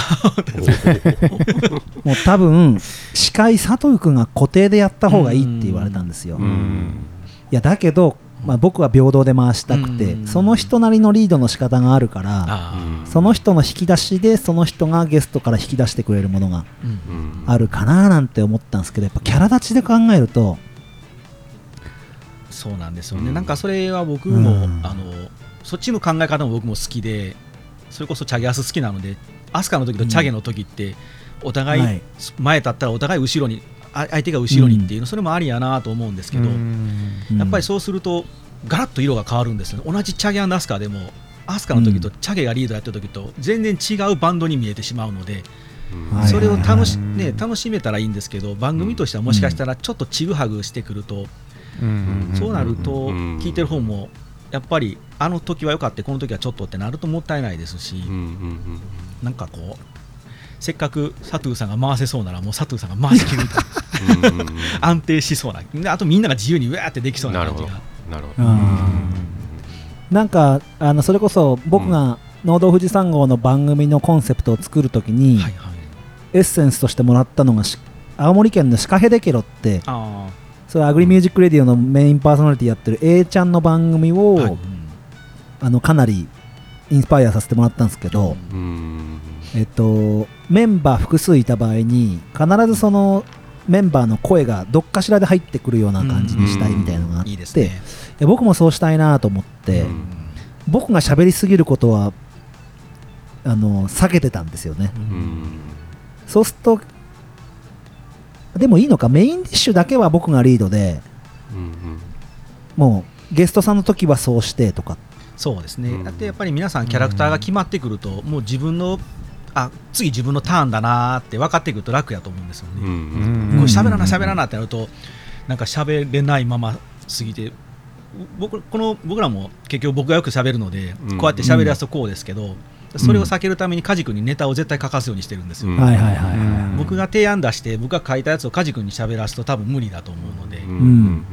A: もう多分司会佐藤君が固定でやった方がいいって言われたんですよ
C: う
A: い
C: ん
A: やだけど、まあ、僕は平等で回したく
D: う
A: て
D: ん
A: その人なりのリードの仕方があるから
D: あ
A: その人の引き出しでその人がゲストから引き出してくれるものが
D: ーうん
C: うん
A: あるかななんて思ったんですけどやっぱキャラ立ちで考えると
D: そうなんですよ
C: う
D: ね
C: ん
D: なんかそれは僕も
A: うん
D: あのそっちの考え方も僕も好きでそれこそチャゲアス好きなのでアスカの時とチャゲの時ってお
A: は
D: 互い
A: い
D: 前立ったらお互い後ろにあ相手が後ろにっていうのそれもありやなと思うんですけど
A: うん
D: やっぱりそうするとガラッと色が変わるんですよね同じチャゲアスカでもアスカの時とチャゲがリードやった時と全然違うバンドに見えてしまうので
C: うん
A: はい
D: それを楽し,、
B: はい
D: ね、楽しめたらいいんですけど番組としてはもしかしたらちょっとちぐはぐしてくると、
B: うん
D: そうなると
C: うん
D: 聞いてる方もやっぱりあの時は良かったこの時はちょっとってなるともったいないですし、
C: うんうん
D: なんかこうせっかく佐藤さんが回せそうならもう佐藤さんが回しきる
C: うんうんうん
D: 安定しそうなであとみんなが自由にうわーってできそうな
C: なる
D: 感
C: ほ
D: じ
C: ど
D: が。
C: なるほ
A: う
C: ど
A: んなんかあのそれこそ僕が農道富士山号の番組のコンセプトを作るときに
D: はいはい、
A: エッセンスとしてもらったのがし青森県のシカヘデケロって
D: あ
A: それアグリミュージックレディオのメインパーソナリティやってる A ちゃんの番組を、
D: ーはいうん
A: あのかなりインスパイアさせてもらったんですけど、
C: うん
A: えっと、メンバー複数いた場合に必ずそのメンバーの声がどっかしらで入ってくるような感じにしたいみたいなのがあって、
D: いいですね。
A: いや僕もそうしたいなと思って、
C: うん
A: 僕が喋りすぎることはあの避けてたんですよね
D: う
C: うんん
A: そうするとでもいいのかメインディッシュだけは僕がリードで
C: うん
A: もうゲストさんの時はそうしてとか
D: そうです
C: う
D: ね。
C: ん
D: だってやっぱり皆さんキャラクターが決まってくると、もう自分のあ次自分のターンだなーって分かってくると楽やと思うんですよ
C: うんう
D: ね。
C: ん
D: こう喋ら
A: うんうんうん
D: な喋らなってなるとなんか喋れないまま過ぎてう僕この僕らも結局僕がよく喋るので、
C: うん
D: こうやって喋り出すとこうですけど、それを避けるためにカジ君にネタを絶対書かすようにしてるんですよ。
C: うん
A: はいはいはい
B: うん
D: 僕が提案出して僕が書いたやつをカジ君に喋らすと多分無理だと思うので。
C: うん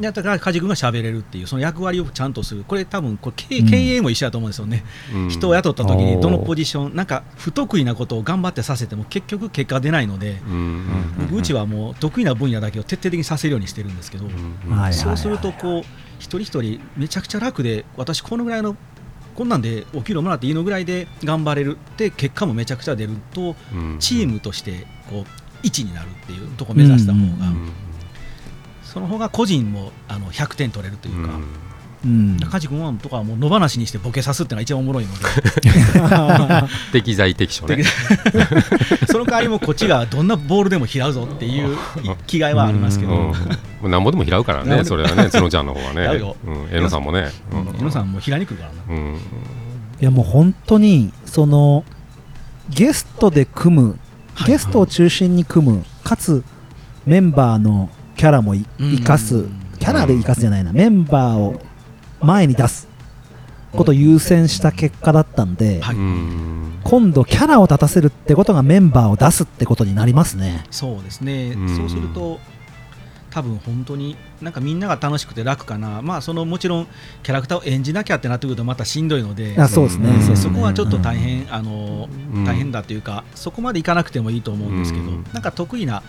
D: でだから梶君が喋れるっていうその役割をちゃんとするこれ多分これ経,、
A: うん
D: 経営も一緒だと思うんですよね、
C: うん
D: 人を雇った時
B: お
D: に
B: ー
D: どのポジションなんか不得意なことを頑張ってさせても結局結果出ないので、
C: うんうん
B: うん
D: 僕うちはもう得意な分野だけを徹底的にさせるようにしてるんですけど、
C: うん
A: はい
D: そうするとこう一人一人めちゃくちゃ楽で私このぐらいのこんなんでお給料もらっていいのぐらいで頑張れるで結果もめちゃくちゃ出ると
C: うん
D: チームとしてこう1になるっていうとこ目指した方が、
A: うん
C: うん
D: その方が個人もあの100点取れるというか。
C: うん
A: うん
D: カジ君はとかはもう野放しにしてボケさすってのが一番おもろいので
C: 適材適所ね
D: その代わりもこっちがどんなボールでも拾うぞっていう気概はありますけ
C: うん
D: ど
C: もうなんぼでも拾うから
D: なんぼ
C: ね
D: でも
C: それはね角ちゃんの方は
D: 拾う
C: ね
D: よ
C: うんえのさんもねうん
D: 江野さんも拾いに来るからな
C: うん
A: いやもう本当にそのゲストで組む、ゲストを中心に組むかつメンバーのキャラもい
D: うん
A: 生かすキャラで生かすじゃないなメンバーを前に出すことを優先した結果だったんで、
D: はい
C: うん
A: 今度キャラを立たせるってことがメンバーを出すってことになりますね。
D: そうですね
C: うん
D: そうすると多分本当になんかみんなが楽しくて楽かな、まあ、そのもちろんキャラクターを演じなきゃってなってくるとまたしんどいので、
A: あそうですね、
C: う
A: う
C: ん
A: ですね
D: そこはちょっと大変、あの
C: ん
D: 大変だというか、そこまでいかなくてもいいと思うんですけど、
C: うん
D: なんか得意な、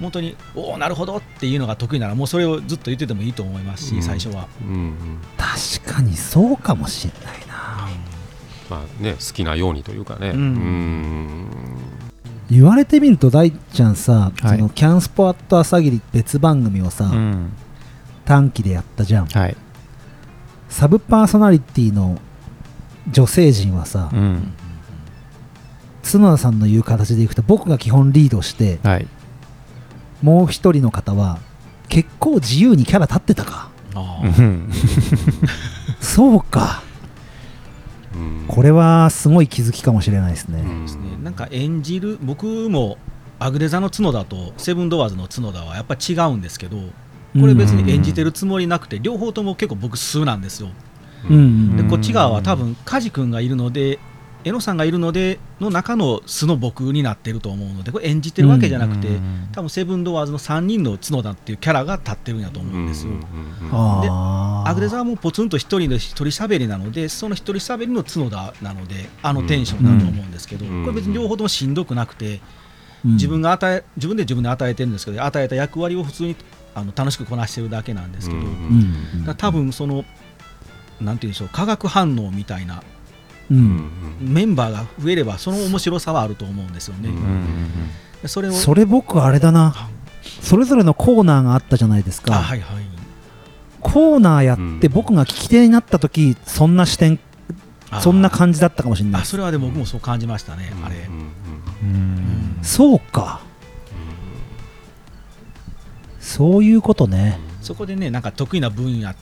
D: 本当に、おお、なるほどっていうのが得意なら、もうそれをずっと言っててもいいと思いますし、
C: うん
D: 最初は。
C: うんうん
A: 確かにそうかもしれないな
C: まあね、好きなようにというかね、
D: うん
A: 言われてみると大ちゃんさ、
B: はい
A: そのキャンスポアット朝霧別番組をさ、
B: うん
A: 短期でやったじゃん
B: はい
A: サブパーソナリティの女性陣はさ、
B: うん
A: 角田さんの言う形でいくと僕が基本リードして
B: はい
A: もう一人の方は結構自由にキャラ立ってたか
D: あ
B: う
D: ー
B: ん
A: そうか
C: うん
A: これはすごい気づきかもしれないですね、
C: うん
D: ですねなんか演じる、僕もアグレザの角田とセブンドアーズの角田はやっぱ違うんですけど、これ別に演じてるつもりなくて、両方とも結構僕、素なんですよ。
A: うんうん
D: で
B: うん
D: こっち側は多分梶君がいるのでえのさんがいるのでの中の素の僕になってると思うのでこれ演じてるわけじゃなくて、
B: うん
D: 多分セブンドアーズの3人の角田っていうキャラが立ってるんやと思うんですよ。
C: うんうんうん
A: あー
D: アグレザーもポツンと一人の一人喋りなのでその一人喋りの角田なのであのテンションだと思うんですけど、
C: うん
D: これ別に両方ともしんどくなくて
A: うん
D: 自分が与え自分で自分で与えてるんですけど与えた役割を普通にあの楽しくこなしてるだけなんですけど、
C: うん
A: うんうん
D: だから多分そのなんて言うんでしょう化学反応みたいな
A: う
C: うんん
D: メンバーが増えればその面白さはあると思うんですよね。
C: うん
B: うん
D: でそれを
A: それ僕あれだな
D: あ
A: それぞれのコーナーがあったじゃないです
D: あ
A: か、
D: はいはい
A: コーナーやって
C: うん
A: 僕が聞き手になった時そんな視点
D: あ
A: そんな感じだったかもしれない
D: あそれはでも僕もそう感じましたね、あれ
C: うんう、ん
B: うん
A: そうかそういうことね
D: そこでねなんか得意な分野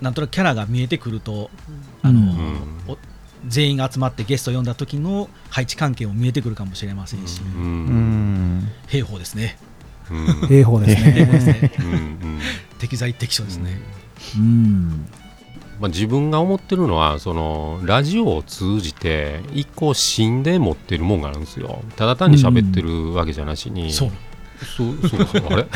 D: なんとなくキャラが見えてくるとあ
A: う
D: の、
A: ん
D: お全員が集まってゲストを呼んだ時の配置関係も見えてくるかもしれませんし、
C: うんう
B: うんん
D: 兵法で すね
C: うん
A: 兵法です
D: 兵法です
A: ね、
D: ね
C: うんうん
D: 適材適所ですね、
A: うん、
C: まあ、自分が思ってるのはそのラジオを通じて一個死んで持ってるもんがあるんですよただ単に喋ってるわけじゃなしに、
D: そう
C: そうそうそうあれ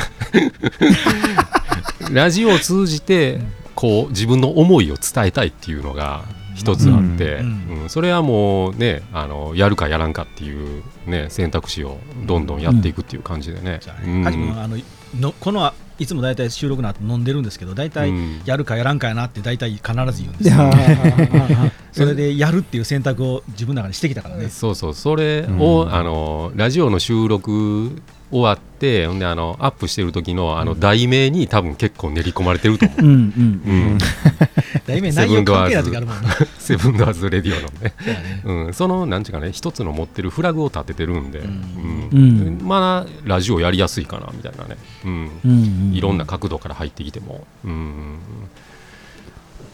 C: ラジオを通じてこう自分の思いを伝えたいっていうのが一つあって、う
D: うん
C: んそれはもうねあのやるかやらんかっていう、ね、選択肢をどんどんやっていくっていう感じでね
D: じゃあ。ね梶君はあののこのいつも大体収録の後飲んでるんですけど大体
C: うん
D: やるかやらんかやなって大体必ず言うんで
A: い
D: すよ
A: やー
D: それでやるっていう選択を自分の中にしてきたからね。
C: そうそうそれを、
B: うん
C: あのラジオの収録終わってほんであのアップしてる時のあの題名に多分結構練り込まれてると思う
A: うんうん
C: うん
D: 題名内容関係ない時あるもんな。
C: 「セブンドアーズ・レディオ」のね、
D: そうやね
C: うん、そのなんちゅうかね一つの持ってるフラグを立ててるんで、
D: うん
A: うん
C: まあラジオやりやすいかなみたいなね、うん
A: うんうん
C: いろんな角度から入ってきても、うん、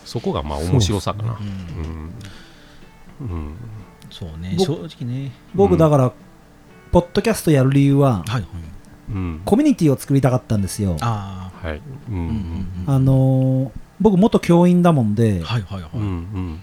C: そこがまあ面白さかな。
D: う
C: うんんうん
D: そうね、
A: 僕
D: 正直ね。
A: 僕だから、ポッドキャストやる理由は
D: はいはい。
C: うん
A: コミュニティを作りたかったんですよあ
D: あ
C: はいうん
D: あ。うんうんうん
A: のー僕元教員だもんで、
D: はいはいは
C: うんう
D: い。
C: ん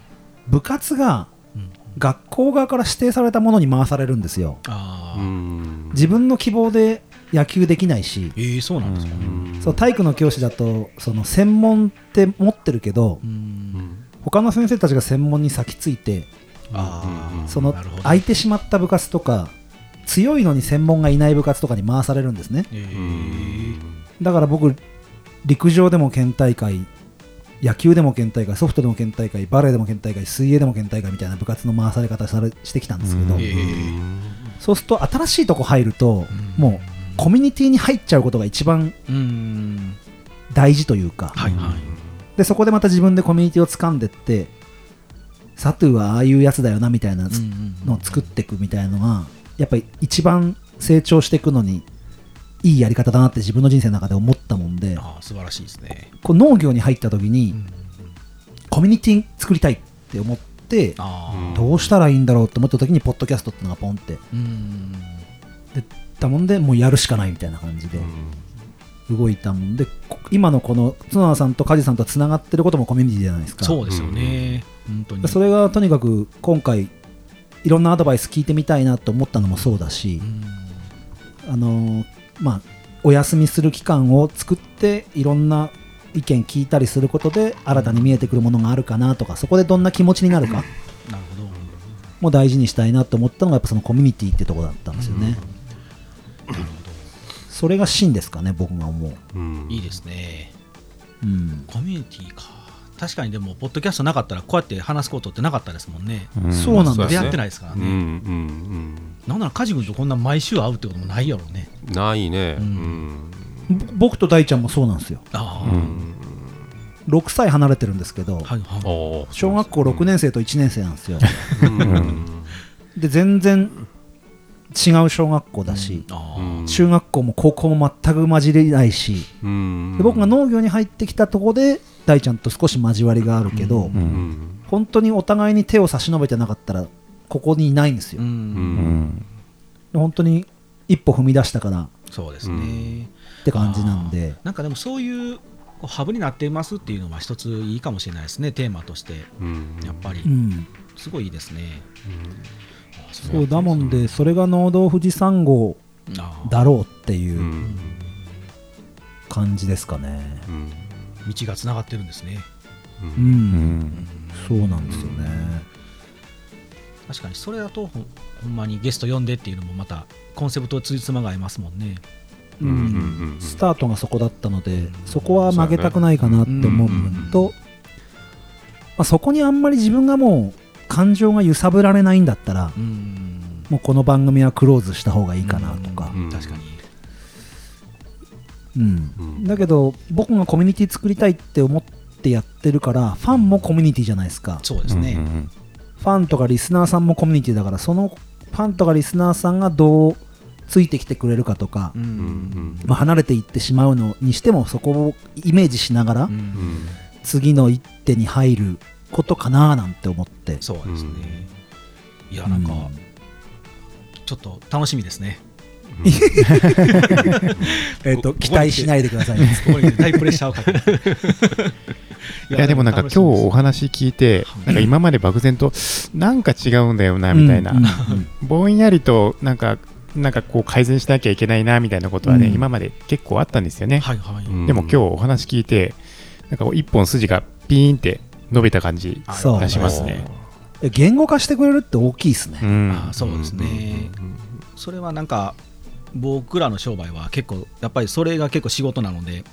A: 部活が
D: うん
A: 学校側から指定されたものに回されるんですよ
D: あ
C: う
D: あ。
C: ん
A: 自分の希望で野球できないし
D: ええ、そうなんですか。
C: うん
A: そう体育の教師だとその専門って持ってるけど
D: うん
A: 他の先生たちが専門に先ついて
D: ああ。
A: その
D: なるほど
A: 空いてしまった部活とか強いのに専門がいない部活とかに回されるんですね
D: ええ
A: だから僕陸上でも県大会野球でも県大会ソフトでも県大会バレーでも県大会水泳でも県大会みたいな部活の回され方されしてきたんですけど、
B: うん
D: え
A: そうすると新しいとこ入ると、
D: うん
A: もうコミュニティに入っちゃうことが一番
D: うん。
A: 大事というか、
D: はいはい。
A: でそこでまた自分でコミュニティを掴んでってサトゥはああいうやつだよなみたいな
D: うんうんうん
A: のを作っていくみたいのがやっぱり一番成長していくのにいいやり方だなって自分の人生の中で思ったもんで
D: ああ、素晴らしいですね。
A: こう農業に入った時
D: う
A: に
D: ん
A: コミュニティ作りたいって思って
D: あ
A: どうしたらいいんだろうって思った時にポッドキャストってのがポンって
D: あ。うん。
A: たもんでもうやるしかないみたいな感じで動いたもんでこ今のこの角田さんと梶さんとつながってることもコミュニティじゃないですか
D: そうですよね。本当に。
A: それがとにかく今回いろんなアドバイス聞いてみたいなと思ったのもそうだし、
D: うん
A: あのーまあお休みする期間を作っていろんな意見聞いたりすることで新たに見えてくるものがあるかなとかそこでどんな気持ちになるか
D: なるほど、
A: も大事にしたいなと思ったのがやっぱそのコミュニティってとこだったんですよね、それが真ですかね僕が思う、
C: うん
D: いいですね
A: うん
D: コミュニティか確かにでもポッドキャストなかったらこうやって話すことってなかったですもんね、
B: ん
A: そうなんだ
C: そうで
D: 出
C: すね
D: 会ってないですから
C: うんう
D: ね、
C: ん
D: なんなら梶君とこんな毎週会うってこともないやろうね
C: うんないね
D: う
C: うんん
A: ぼ僕と大ちゃんもそうなんですよ
D: あ
B: う
D: あ、
B: ん
A: 6歳離れてるんですけど
D: はいはい
C: おー
A: 小学校6年生と1年生なんですよ
C: うんうん
A: で全然違う小学校だし、
D: あ
C: う
D: あ、
C: ん
A: 中学校も高校も全く混じりないし、
C: うん
A: で僕が農業に入ってきたとこで大ちゃんと少し交わりがあるけど、
B: う
C: うんん
A: 本当にお互いに手を差し伸べてなかったらここにいないんですよ、
D: うん、
C: うん
B: うん
A: 本当に一歩踏み出したから
D: そうですね、
C: うん
A: って感じなんで
D: なんかでもそういうこうハブになっていますっていうのは一ついいかもしれないですねテーマとして
C: うん
D: やっぱり
A: うん
D: すごいいいですね、あ
A: そうだもんでそれが農道富士山号
D: ああ
A: だろうっていううん感じですかね
C: うん
D: 道がつながってるんですね
A: う、
B: うんん
A: そうなんですよね、
D: 確かにそれだとほんほんまにゲスト呼んでっていうのもまたコンセプトつじつまが合いますもんね
C: うんうんうん
A: スタートがそこだったのでそこは曲げたくないかなって思うのと、まあ、そこにあんまり自分がもう感情が揺さぶられないんだったら
D: うん
A: もうこの番組はクローズした方がいいかなとか
D: う、ん確かに
A: うん
C: うん
A: だけど僕がコミュニティ作りたいって思ってやってるからファンもコミュニティじゃないですか
D: そうですね、
B: うん
A: ファンとかリスナーさんもコミュニティだからそのファンとかリスナーさんがどうついてきてくれるかとか、
D: うん
C: うんうん
A: まあ、離れていってしまうのにしてもそこをイメージしながら、
D: うん
C: うん
A: 次の一手に入ることかななんて思って
D: そうですね、いや
A: うん
D: なんかちょっと楽しみですね
A: えーと
D: ここに来て
A: 期待しないでください
D: ここに大プレッシャーをかけて
B: いやでもなんか今日お話聞いて
D: はい
B: なんか今まで漠然となんか違うんだよなみたいな
A: うんうん
B: ぼんやりとなんかなんかこう改善しなきゃいけないなみたいなことはね
A: うん
B: 今まで結構あったんですよね
D: はいはい、
C: うん
B: でも今日お話聞いてなんかこう一本筋がピーンって伸びた感じ
D: あ
A: そう
B: がしますね
A: え言語化してくれるって大きいですね、
B: うん
D: あそうですね、それはなんか僕らの商売は結構やっぱりそれが結構仕事なので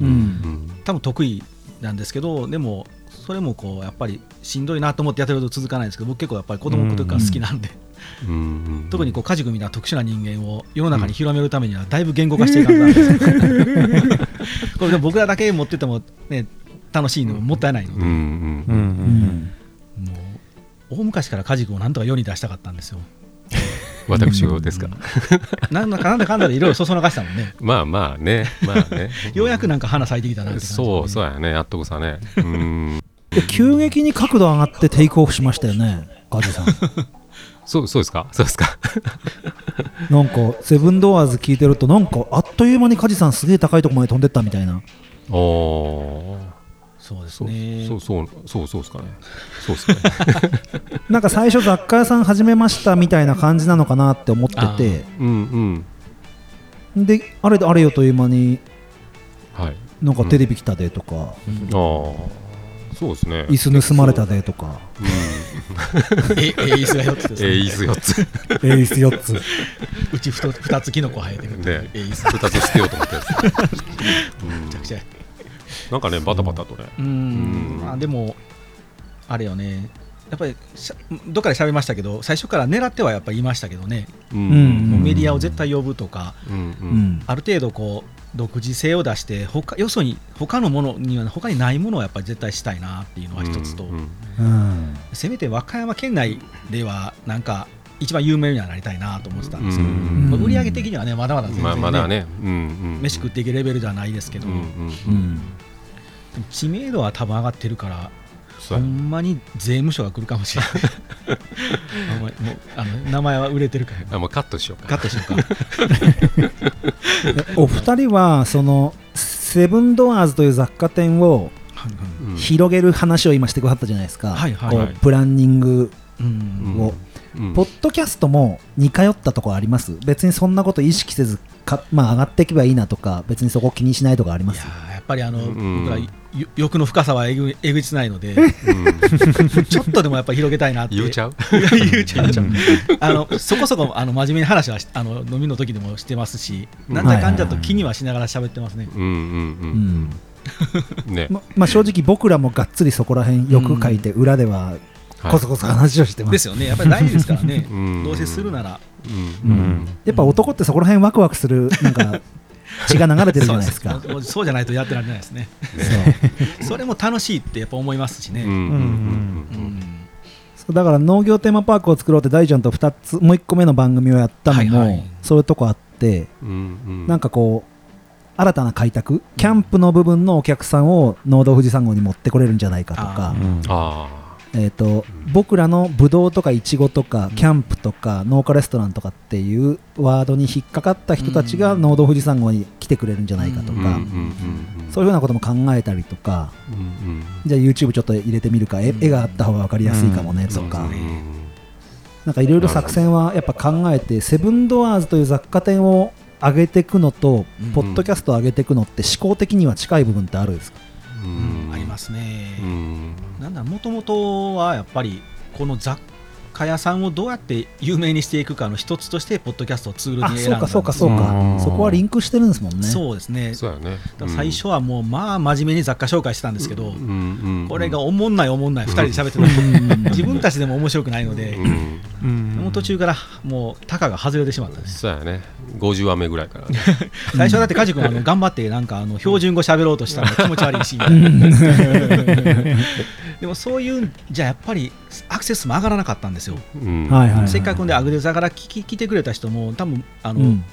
A: う
C: うんん
D: 多分得意なんですけどでもそれもこうやっぱりしんどいなと思ってやってると続かないんですけど僕結構やっぱり子供の時から好きなんで、
C: うんうん
D: 特にこう家族みたいな特殊な人間を世の中に広めるためにはだいぶ言語化していかないとこれでも僕らだけ持っててもね楽しいのももったいないの
C: う
D: で、
B: う
C: んう
B: う
C: ん
B: ん
A: うんん
D: もう大昔から家族をなんとか世に出したかったんですよ
C: 私をですか
D: なんだかなんだかんだでいろいろそそのかしたもんね
C: まあまあねまあね
D: ようやくなんか花咲いてきたなって感じで
C: そうそうやねやっとこさねうん
A: で急激に角度上がってテイクオフしましたよねガジさん
C: そうそうですかそうですか
A: なんかセブンドアーズ聞いてるとなんかあっという間にガジさんすげえ高いとこまで飛んでったみたいな
C: おお
D: そうです
C: そう
D: ね
C: そうそうそうそうですかねそうですかね
A: なんか最初雑貨屋さん始めましたみたいな感じなのかなって思ってて
C: うんうん
A: であれであれよという間に
C: はい
A: なんかテレビ来たでとか、
C: ああそうですね
A: 椅子盗まれたでとか
C: うん
D: ええ椅子が4つです、
C: えー、いいっすよっつ
A: えー椅子4つ
D: うち 2, 二つキノコ生えてる
C: ね
D: え椅子
C: 2つ捨てようと思って
D: めちゃくちゃ
C: なんかねバタバタとね
D: うーん
C: うん
D: まあでもあれよねやっぱりしゃどっかで喋りましたけど最初から狙ってはやっぱりいましたけどね、
C: う
A: うん
D: もうメディアを絶対呼ぶとか
C: うんう
A: うんん
D: ある程度こう独自性を出して他よそに他のものには他にないものをやっぱり絶対したいなっていうのは一つと、
C: うんうん
A: うん
D: せめて和歌山県内ではなんか一番有名にはなりたいなと思ってたんですけど、
C: うん
D: まあ売り上げ的にはねまだまだ全然、
C: まあ
D: ね
C: まだねうんうん
D: 飯食っていけるレベルではないですけど、
C: うんう
D: でも
C: ん
A: うん
D: 知名度は多分上がってるから
C: そ
D: ほ
C: うやね
D: んまに税務署が来るかも しれないあんまりもうあの名前は売れてるから
C: あもう カットしよう
D: カ
C: か
D: ットしようか
A: お二人はそのセブンドアーズという雑貨店を
D: はいはい
C: うん
A: 広げる話を今してくださったじゃないですか、
D: はいはいはい
A: こうプランニング
D: うん
C: うん
A: を、
C: うん
A: ポッドキャストも似通ったところあります別にそんなこと意識せずか、まあ、上がっていけばいいなとか別にそこ気にしないとかありま
D: いや
A: す
D: ーやっぱりあの、
C: うん
D: 僕らゆ欲の深さはえ ぐえぐちないので
C: うん
D: ちょっとでもやっぱり広げたいなって
C: 言うちゃう
D: 言うちゃう言うちゃう
B: うん
D: あのそこそこあの真面目に話はしあの飲みの時でもしてますし
C: うん
D: なんだかんだと気にはしながら喋ってますね、
C: うん
A: う
C: うん
A: ん
C: うんね
A: ままあ、正直僕らもがっつりそこら辺よく書いて裏では
C: はい
A: こそこそ話をしてます、
D: ですよねやっぱり大事ですからね
C: うん
D: どうせするなら
C: うん
B: うん
A: やっぱ男ってそこら辺ワクワクするなんか血が流れてるじゃないですか
D: もう そうじゃないとやってられないですねそれも楽しいってやっぱ思いますし
C: うんう
D: ね、
C: んうん
D: うん
A: そうだから農業テーマパークを作ろうって大ちゃんと2つもう1個目の番組をやったのも、
D: はいはい
A: そういうとこあって
C: うんうん
A: なんかこう新たな開拓キャンプの部分のお客さんを農道富士山号に持ってこれるんじゃないかとか
D: あ
B: うん
C: あ
A: えー、と僕らのブドウとかイチゴとかキャンプとか農家レストランとかっていうワードに引っかかった人たちが
D: うん
A: 農道富士山号に来てくれるんじゃないかと
C: あ
D: う
C: うんんうん
A: か
C: うん
A: そういうふうなことも考えたりとか
C: うんうん
A: じゃあ YouTube ちょっと入れてみるか絵
D: うん
A: 絵があった方が分かりやすいかもねとか
D: そうですね
A: なんかいろいろ作戦はやっぱ考えてセブンドアーズという雑貨店を上げていくのと
D: うん
A: ポッドキャストを上げていくのって思考的には近い部分ってあるんですか
C: うんうん
D: ありますね、
C: うん
D: なんだもともとはやっぱりこの雑貨屋さんをどうやって有名にしていくかの一つとしてポッドキャストをツール
A: あ
D: に
A: そ
D: 選んだ
A: うんか
D: です
A: そうかそう
B: う
A: か
B: ん
A: そこはリンクしてるんですもんね
D: そうですね
C: そうやね
D: だから最初はもうまあ真面目に雑貨紹介してたんですけど、これがおもんないおもんない2人で喋ってた
A: う
D: ら
A: ん
D: 自分たちでも面白くないので、
C: うん
B: うん
D: もう途中からもうタカが外れてしまったんです
C: そうやね50話目ぐらいからね
D: 最初はだってカジ君あの頑張ってなんかあの標準語喋ろうとしたら気持ち悪いしでもそういうんじゃやっぱりアクセスも上がらなかったんですよ
C: うん
A: はいはいはい
D: せっかくでアグデザから聞き来てくれた人も多分あの、
A: うん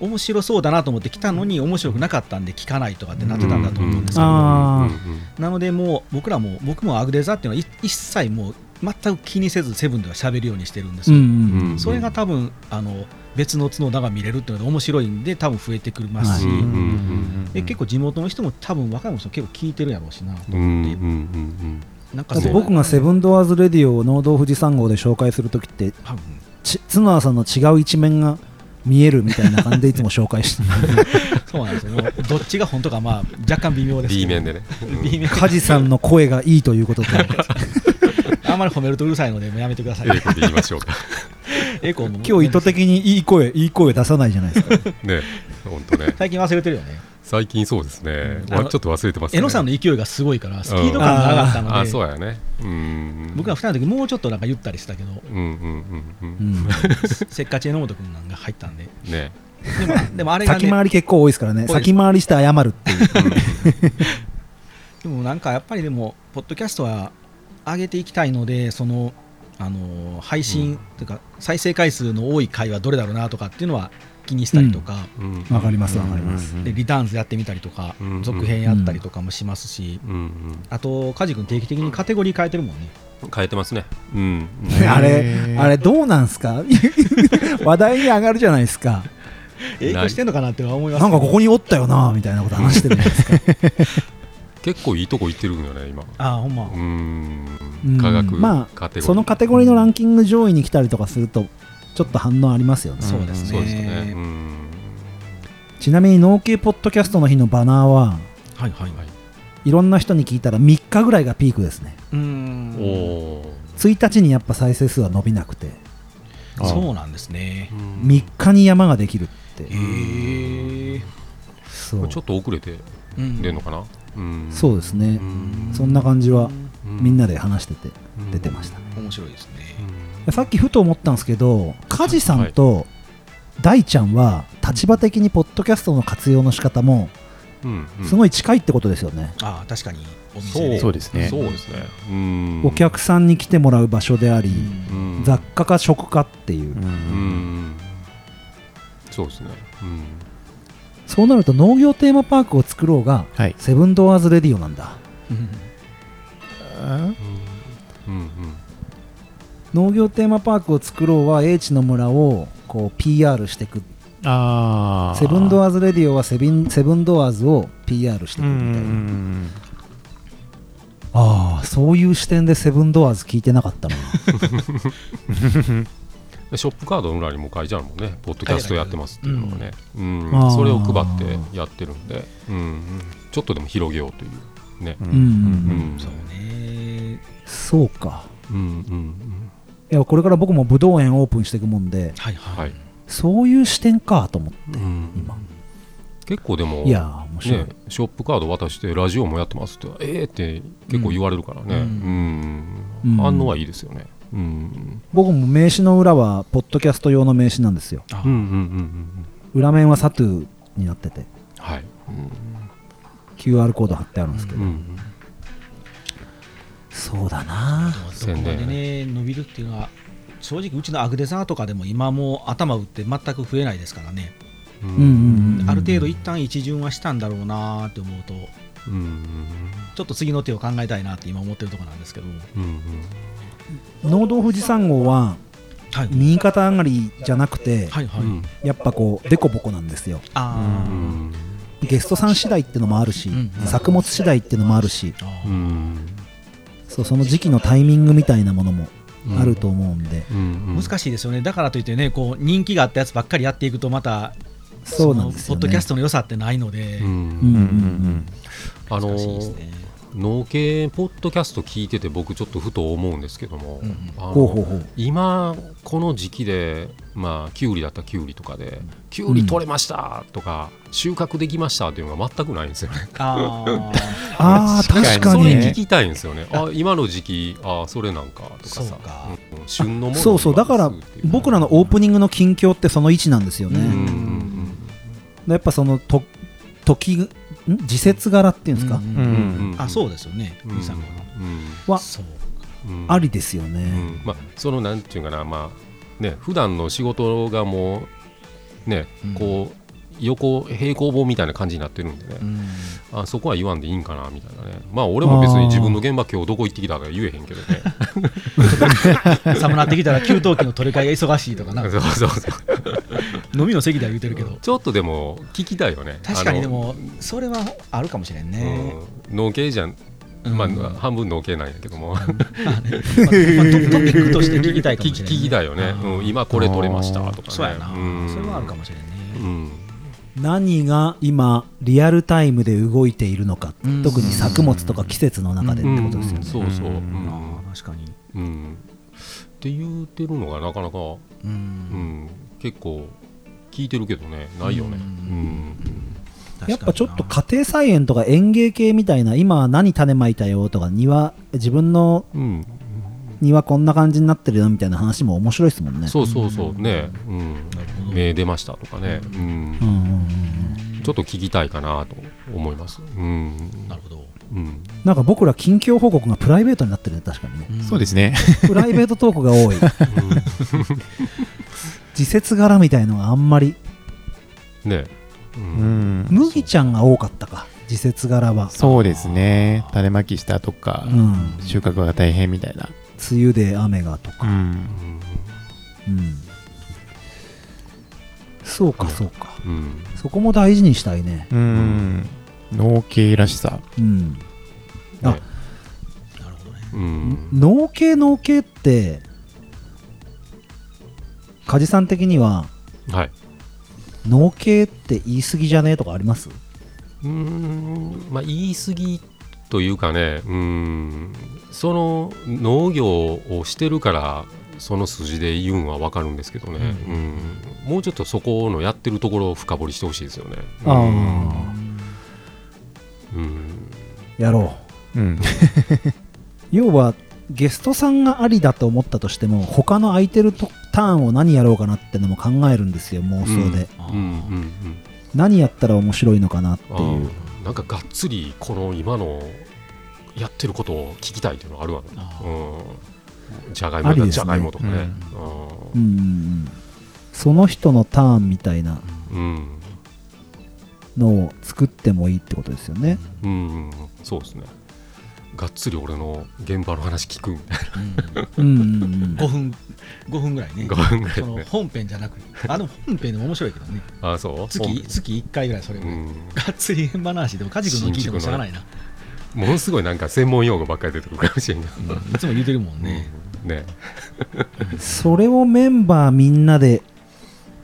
D: 面白そうだなと思って来たのに面白くなかったんで聞かないとかってなってたんだと思うんですけど、
A: うんあ
D: なのでもう僕らも僕もアグデザっていうのは一一切もう全く気にせずセブンでは喋るようにしてるんです
A: う
D: よ、
A: んうん
D: それが多分あの別の角田が見れるっていうので面白いんで多分増えてくるますし、
A: はい
C: うん
D: で結構地元の人も多分若い人も結構聞いてるやろうしな
C: うんうんうん
D: なんか
A: だって
D: そう
A: 僕がセブンドアーズレディオを農道富士山号で紹介するときって
D: 多分
A: ち角田さんの違う一面が見えるみたいな感じでいつも紹介して る
D: そうなんですよもうどっちが本当かまあ若干微妙
C: う
D: で
C: ん
D: す
C: B
D: けど
C: 面でね
D: B 面
A: 梶さんの声がいいという ことで
D: あんまり褒めるとうるさいのでもうやめてください
C: 英語で言いましょうか
D: エコーも
A: 今日意図的にいい声いい声出さないじゃないですか
C: ね本当ね
D: 最近忘れてるよね
C: 最近そうですね
D: うんあ
C: わ
D: の
C: ちょっと忘れてますね
D: 江野さんの勢いがすごいからスピード感が上がったの
C: あ
D: で、
C: そうやねうん
D: 僕ら2人の時もうちょっとなんか言ったりしたけど
C: うんうんうんう
A: うんん
D: せっかち榎本君なんか入った んで
C: ね
D: でもでもあれが、
A: 先
D: ね、
A: 回り結構多いですからね
D: 多いです
A: 先回りして謝るっていう
D: でもなんかやっぱりでもポッドキャストは上げていきたいのでそのあのー配信、
C: うん
D: というか再生回数の多い回はどれだろうなとかっていうのは気にしたりとか、
A: わかりますすわかります
D: でリターンズやってみたりとか、
C: うん
D: 続編やったりとかもしますし、
C: うん
D: あと梶君定期的にカテゴリー変えてるもんね
C: うん変えてますねうん
B: ん
A: あ
B: へ
A: れ
B: ー
A: あれどうなんすか 話題に上がるじゃないですか
D: 影響してんのかなって思います
A: なんかここにおったよなみたいなこと話してるじゃないですか
C: 結構いいとこ行ってるんだね今
D: ああほんま、
C: うん科学
A: ま
C: カテゴリ
A: あ
C: ー
A: そのカテゴリーのランキング上位に来たりとかするとちょっと反応ありますよね、
D: そうですね
C: そうですねうん
A: ちなみに農系ポッドキャストの日のバナーは
D: はいはいはい
A: いろんな人に聞いたら3日ぐらいがピークですね
D: うーん
C: おー
A: 1日にやっぱ再生数は伸びなくて
B: あ
D: そうなんですね
C: うん
A: 3日に山ができるって
D: へえ
A: そう
C: ちょっと遅れて出んのかなうん
A: そうですね
C: うん
A: そんな感じは
C: うん
A: みんなで話してて
C: うん
A: 出てましたね
D: 面白いですね
C: うん
A: さっきふと思ったんですけど梶さんと大ちゃんは立場的にポッドキャストの活用の仕方も
C: うんうん
A: すごい近いってことですよね、
D: ああ確かにお店
C: そう
D: で
B: そうですね
C: そうですねうん
A: お客さんに来てもらう場所であり、
D: うん
C: うん
A: 雑貨か食かっていう、
B: う
C: うんんそうですねうん
A: そうなると農業テーマパークを作ろうが
B: はい
A: セブンドアーズレディオなんだ
D: うん
C: うんうん
A: 農業テーマパークを作ろうは英知の村をこう PR していく
B: ああ
A: セブンド
B: ア
A: アーズレディオはセビンセブンドアーズを PR していくみたいな、ああそういう視点でセブンドアーズ聞いてなかったな
C: でショップカードの裏にも書いてあるもんね、ポッドキャストやってますっていうのがね、うん
A: あー
C: それを配ってやってるんで、うん、ちょっとでも広げようというね。
B: うん
A: うんうん
C: う
D: そうね
A: そうか
C: うんうん
A: いやこれから僕も武道園オープンしていくもんで
D: はい
C: うん
D: は
C: はいい、
A: そういう視点かと思って
C: うん
A: 今
C: 結構でも
A: いやー面白い、
C: ね、ショップカード渡してラジオもやってますってええって結構言われるからね、
D: う
C: うん
A: うん
C: 反応はいいですよね。うん
A: 僕も名刺の裏はポッドキャスト用の名刺なんですよ
D: あ
C: うんうんうんうん
A: 裏面はサトゥーになってて
C: はい、
A: QR コード貼ってあるんですけ
C: う
A: ど、
C: んうん、
A: そうだな
D: どこまでね伸びるっていうのは正直うちのアグデザーとかでも今もう頭打って全く増えないですからね、
C: う
A: うんうん、うん、
D: ある程度一旦一巡はしたんだろうなーって思うと
C: うんうん
D: ちょっと次の手を考えたいなって今思ってるところなんですけど、
C: うんうん
A: 農道富士山号は
D: はい、
A: 右肩上がりじゃなくて、
D: はいはい、
C: うん
A: やっぱこうデコボコなんですよ
D: あ
C: う
D: ー、
C: ん
A: ゲストさん次第ってのもあるし、
D: うんうん
A: 作物次第ってのもあるし
D: あ
C: う
D: ー
C: ん
A: そうその時期のタイミングみたいなものもあると思うんで、
C: うん
D: 難しいですよねだからといってねこう人気があったやつばっかりやっていくとまた
A: そうなんですよ、ね、
D: そのポッドキャストの良さってないので、
C: う
A: うんんう
B: う
A: んんう
B: う
A: んん
C: あの
D: 難しいですね
C: 農系ポッドキャスト聞いてて僕ちょっとふと思うんですけども、
D: うんうん
C: あの
A: ほうほうほう
C: 今この時期でまあきゅうりだったらきゅうりとかできゅうり取れましたとか、収穫できましたっていうのが全くないんですよね。
D: あー
A: ああ確か
C: そ
A: に
C: れ聞きたいんですよね。あ今の時期あそれなんかとかさ
D: そうか
C: うんうん旬のもの
A: そうそうだから僕らのオープニングの近況ってその位置なんですよね、
D: う
C: うんん
A: で
C: うんうん
A: やっぱそのと時ん時節柄っていうんですか、
D: うん
B: う
D: うん
B: ん
C: うんうん
D: あそうですよね、
C: うん
D: 兄さんも
A: は
D: そう
C: うん
A: ありですよ
C: う
A: ね、
C: んまあ、そのなんていうかな、まあね普段の仕事がもう、ね
D: うん
C: こう横平行棒みたいな感じになってるんでね、
D: うん
C: あそこは言わんでいいんかなみたいなね、まあ、俺も別に自分の現場、今日どこ行ってきたか言えへんけどね、
D: 寒なってきたら給湯器の取り替えが忙しいとか な
C: そう そうそう
D: 飲みの席では言うてるけど
C: ちょっとでも聞きたいよね、
D: 確かに
C: あの
D: で、もそれはあるかもしれんね、
C: うん、農系じゃん、
D: うん
C: まあ、半分農系なんやけども、
D: まあねまあトトピックとして聞きたい
C: 聞
D: か
C: き
D: もしれん ね
C: 聞きたいよね、
D: うん
C: うん今これ取れましたとかね、
D: そうやな、
C: ん
D: それはあるかもしれんね、
C: うん
A: 何が今リアルタイムで動いているのか、
D: うん
A: 特に作物とか季節の中でってことですよね、
C: うんそうそう、うん
D: ああ確かに
C: うん、って言うてるのがなかなか、う
D: うん、
C: ん、結構聞いてるけどねないよね、うん
D: 確かにな
A: やっぱちょっと家庭菜園とか園芸系みたいな今何種まいたよとか庭自分の
C: うん
A: 庭こんな感じになってるよみたいな話も面白いですもんね
C: そうそうそうね、うん
D: るほど、
C: 目出ましたとかね、うん
A: うんうんうんうん
C: ちょっと聞きたいかなと思います、うん
D: なるほど、
C: うん、
A: なんか僕ら近況報告がプライベートになってるね確かに ね
B: そうです
D: ね
B: ね。
A: プライベートトークが多い時節柄みたいのがあんまり
C: ね、
B: う
C: う
B: んん。
A: 麦ちゃんが多かったか時節柄は
B: そうですね。種まきしたとか
A: う、ん
B: 収穫が大変みたいな。
A: 梅雨で雨がとか
B: うん。
C: うん
A: うんそうかそうか
C: うん
A: そこも大事にしたいね
B: うん。農系らしさ。
A: うんあ
C: ね
D: なるほどね
C: うん
A: 農系農系って梶さん的には
C: はい
A: 農系って言い過ぎじゃねえとかあります
C: うーんまあ言い過ぎというかねうーんその農業をしてるからその筋で言うんは分かるんですけどね、
D: う
C: うんもうちょっとそこのやってるところを深掘りしてほしいですよね。
A: あ
C: うんうん
A: やろう
B: うん。
A: 要はゲストさんがありだと思ったとしても他の空いてるとターンを何やろうかなってのも考えるんですよ妄想で、
D: あー
C: うんうんうん
A: 何やったら面白いのかなってい
C: あ
A: う
C: ーなんかがっつりこの今のやってることを聞きたいというのはあるわね。
D: あ
C: うんじゃがいも
A: あ
C: やっ
A: り
C: た
A: ですね
C: らじゃがいもとかね。
A: うんうんうんその人のターンみたいな
C: うんうん
A: のを作ってもいいってことですよね
C: うんうん、そうですね。がっつり俺の現場の話聞く みたい
D: うん
A: うんうんうん
D: 5分5分ぐらいね
C: な5分ぐらい
D: その
C: ね。
D: 本編じゃなくあの本編でも面白いけどね
C: あ、そう
D: 月月1回ぐらいそれ
C: う
D: も
C: ん。
D: がっつり円話でも梶君の聞いてもしゃあないな
C: ものすごいなんか専門用語ばっかり出てくるかもしれんけど
D: うんいつも言うてるもんね。
C: ね
A: それをメンバーみんなで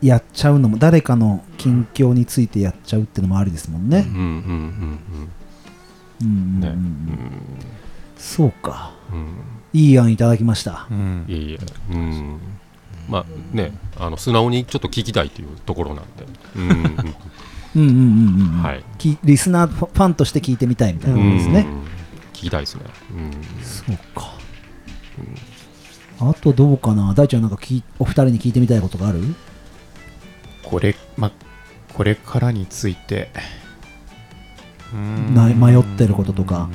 A: やっちゃうのも誰かの近況についてやっちゃうってのもありですもんね
C: うん、うんうん
A: うんうんうん
C: ね
A: そうか
C: うんうん
A: いい案いただきました
B: うん
C: いえいえうんまあねあの素直にちょっと聞きたいというところなんでうんうんう
A: う
C: ん
A: んうんうんうん、
C: はい
A: きリスナーファファンとして聞いてみたいみたいなことですね、
C: うん聞きたいですねうん
A: そうか、あとどうかな大ちゃんなんか聞いお二人に聞いてみたいことがある
B: これ、ま、これからについて、うーん
A: な迷ってることとか。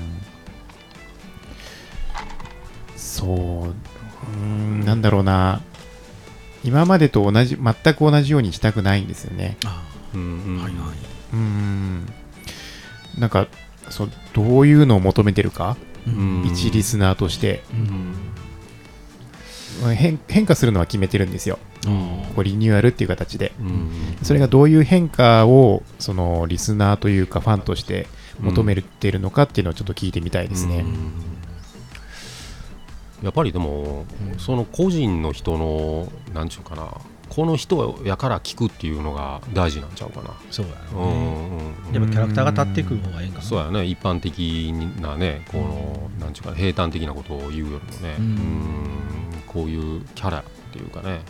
B: そう、うーん、なんだろうな。今までと同じ、全く同じようにしたくないんですよね。
D: あ
C: うんう
D: あ
C: ん
D: はいは
B: うーん。なんか、そうどういうのを求めてるか、
D: い。うん
C: うん
B: 一リスナーとして、
C: うん
B: 変変化するのは決めてるんですよ。
C: うん
B: こうリニューアルっていう形で。
C: うん
B: それがどういう変化をそのリスナーというかファンとして求めているのかっていうのをちょっと聞いてみたいですね。
C: やっぱりでも、その個人の人のなんちゅうかなこの人やから聞くっていうのが大事なんちゃうかな、
D: そうや
C: う
D: ろね。
C: んうん
D: やっぱキャラクターが立ってくる方がええんかな。
C: そうやね一般的なねこの、なんちゅうかな平坦的なことを言うよりもね、う
D: うんん、
C: こういうキャラっていうかね、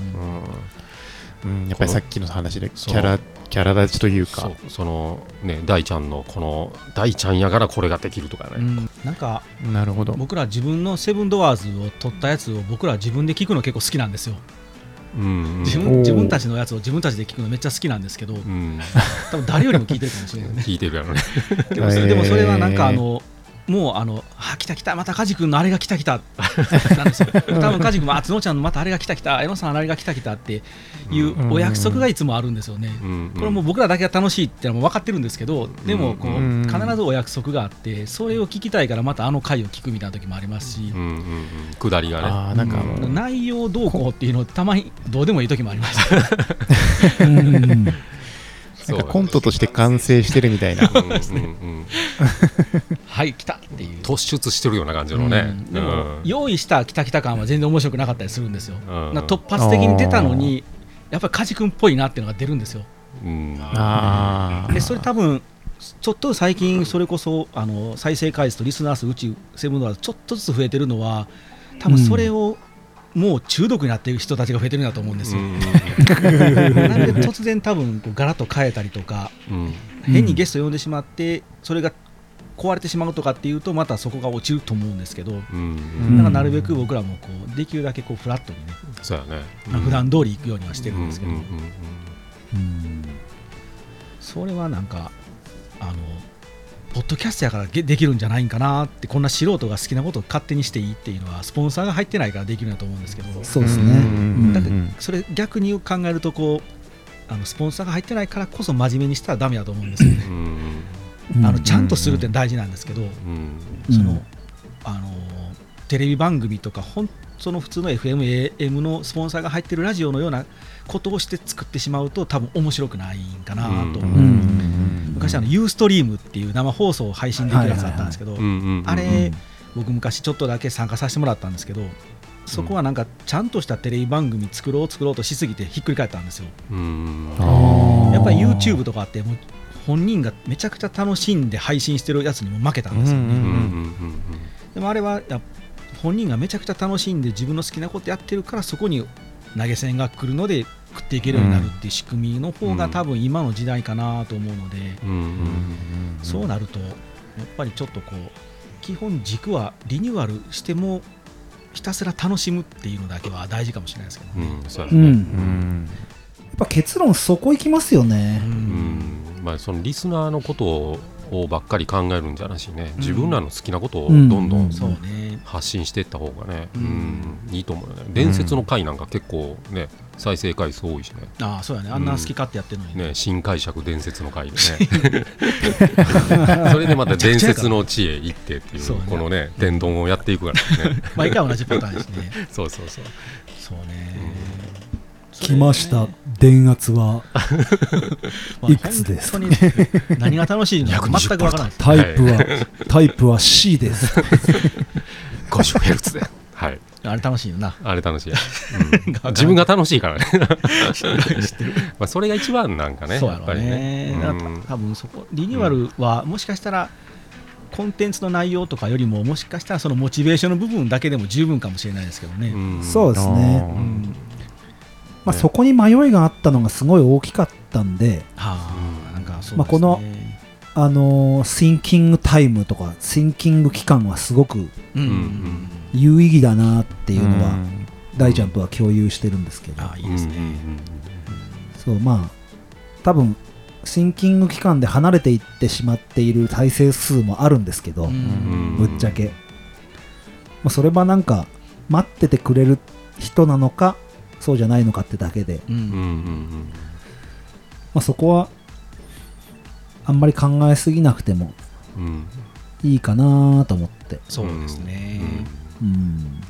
D: う
C: うん
B: うん、やっぱりさっきの話で
C: そう
B: キャラキャラ立ちというか
C: そ、うそのね大ちゃんのこの大ちゃんやからこれができるとかね、
D: うんなんか
B: なるほど。
D: 僕ら自分のセブンドアーズを撮ったやつを僕ら自分で聞くの結構好きなんですよ
C: うん
D: 自
B: おー
D: 分自分たちのやつを自分たちで聞くのめっちゃ好きなんですけど
C: うん、
D: 多分誰よりも聞いてるかもしれないね
C: 聞いてるやろね
D: でもそれでもそれはなんかあ
B: えー
D: の、もうあの、あ、来た来た、また梶君のあれが来た来た、 なんですよ。多分梶君も、あ、角ちゃんのまたあれが来た来た、江野さんのあれが来た来たっていうお約束がいつもあるんですよね。
C: うん
D: これもう僕らだけが楽しいってのはもう分かってるんですけど、でもこ
C: う
D: う、
B: ん
D: 必ずお約束があって、それを聞きたいからまたあの回を聞くみたいな時もありますし
C: う、んうんうん、下りがね
B: ああなんかもう
D: 内容どうこうっていうの、たまにどうでもいい時もありました。
A: うんうん
B: なんかコントとして完成してるみたいな。
C: うんうんうん
D: はい、来たっていう。
C: 突出してるような感じのね
D: う。んでも、
C: うん
D: 用意したきたきた感は全然面白くなかったりするんですよ、
C: うん
D: な突発的に出たのにやっぱり梶君っぽいなっていうのが出るんですよ
C: うん
B: ああ
D: でそれ多分ちょっと最近それこそあの再生回数とリスナー数うちセブンドアーズちょっとずつ増えてるのは多分それをもう中毒になっている人たちが増えてるんだと思うんですよ、なので突然多分こうガラッと変えたりとか
C: うん
D: 変にゲスト呼んでしまってそれが壊れてしまうとかっていうとまたそこが落ちると思うんですけど、
C: うん
B: うん
D: だからなるべく僕らもこうできるだけこうフラットにね、
C: そうやね。
D: まあ普段通り行くようにはしてる
C: うんん
D: ですけど、
C: うんうんうん
A: うん
D: それはなんかあのポッドキャストやからでできるんじゃないんかなってこんな素人が好きなことを勝手にしていいっていうのはスポンサーが入ってないからできるんだと思うんですけど
A: そうですね、
B: うん
A: うん
D: だってそれ逆に考えるとこうあのスポンサーが入ってないからこそ真面目にしたらダメだと思うんですよね
C: うん
A: うん
D: あのちゃんとするって大事なんですけど、
C: うん
D: その、
A: うん
D: あのテレビ番組とかほんその普通の FMAM のスポンサーが入ってるラジオのようなことをして作ってしまうと多分面白くないんかなと思う、
C: うん
A: うん
D: 昔あの Ustream っていう生放送を配信できるやつだったんですけど、
C: うんうんうん
D: あ
A: うん
D: れ僕昔ちょっとだけ参加させてもらったんですけどそこはなんかちゃんとしたテレビ番組作ろう作ろうとしすぎてひっくり返ったんですよ
C: うん
B: あー
D: やっぱり YouTube とかってもう本人がめちゃくちゃ楽しんで配信してるやつにも負けたんですよね、
B: うん
C: うんうんうん
D: でもあれはやっ本人がめちゃくちゃ楽しんで自分の好きなことやってるからそこに投げ銭が来るので食っていけるようになるっていう仕組みの方
C: う
D: が
C: ん
D: 多分今の時代かなと思うので、
C: うんうん
D: そうなるとやっぱりちょっとこう基本軸はリニューアルしてもひたすら楽しむっていうのだけは大事かもしれないですけど
C: う
D: ね、
C: んうんそうや
A: う
C: ね。
A: んやっぱ結論そこ行きますよね、
C: うんまあそのリスナーのことをばっかり考えるんじゃなしね。自分らの好きなことをどんど
A: うんん
D: そうね
C: 発信していった方がね、う
D: うんん、
C: いいと思うよね。伝説の回なんか結構ね、再生回数多いしね。
D: ああそうやねあんな好き勝手やってるのに、
C: ね、新解釈伝説の回でね。 それでまた伝説の地へ行ってってい
D: そう
C: う、
D: ね
C: このね、天丼をや っていくからね。
D: 毎回同じパターンやしね
C: そうそうそう。
D: そうね、そ
A: 来ました電圧は
D: まあ
A: いくつですか
D: 本当に何が楽しいのか全くわからないです。
A: タイプは、タイプは C です
C: 50ヘルツで。はい。
D: あれ楽しいよな。
C: あれ楽しい。う ん自分が楽しいからね。まあそれが一番なんかね、
D: そう
C: や
D: や
C: っ
D: ろ
C: ぱ
D: う
C: り
D: ね。
C: ね。
D: だ
C: う
D: か
C: ん
D: ら多分そこリニューアルはもしかしたらコンテンツの内容とかよりももしかしたらそのモチベーションの部分だけでも十分かもしれないですけどね。
C: ん
A: そうですね、
D: う
B: うんん
A: まあ、そこに迷いがあったのがすごい大きかったんで
D: はあ、なんかそうですね。
A: まあこのあのー、Thinking Time とか Thinking 期間はすごく
D: うんうんう
C: うんん。
A: 有意義だなっていうの
B: う
A: は
B: ん
A: 大ジャンプは共有してるんですけど
D: ああいいで
C: う
D: す
C: んうん
D: ね。
A: そうまあ多分シンキング期間で離れていってしまっている体制数もあるんですけど、
C: ん
A: ぶっちゃけ、まあ、それはなんか待っててくれる人なのかそうじゃないのかってだけで、
D: うんう
C: うんうん
D: ん
C: うん
A: まあ、そこはあんまり考えすぎなくても
C: うんうん
A: いいかなと思って
D: そうですね。
A: うん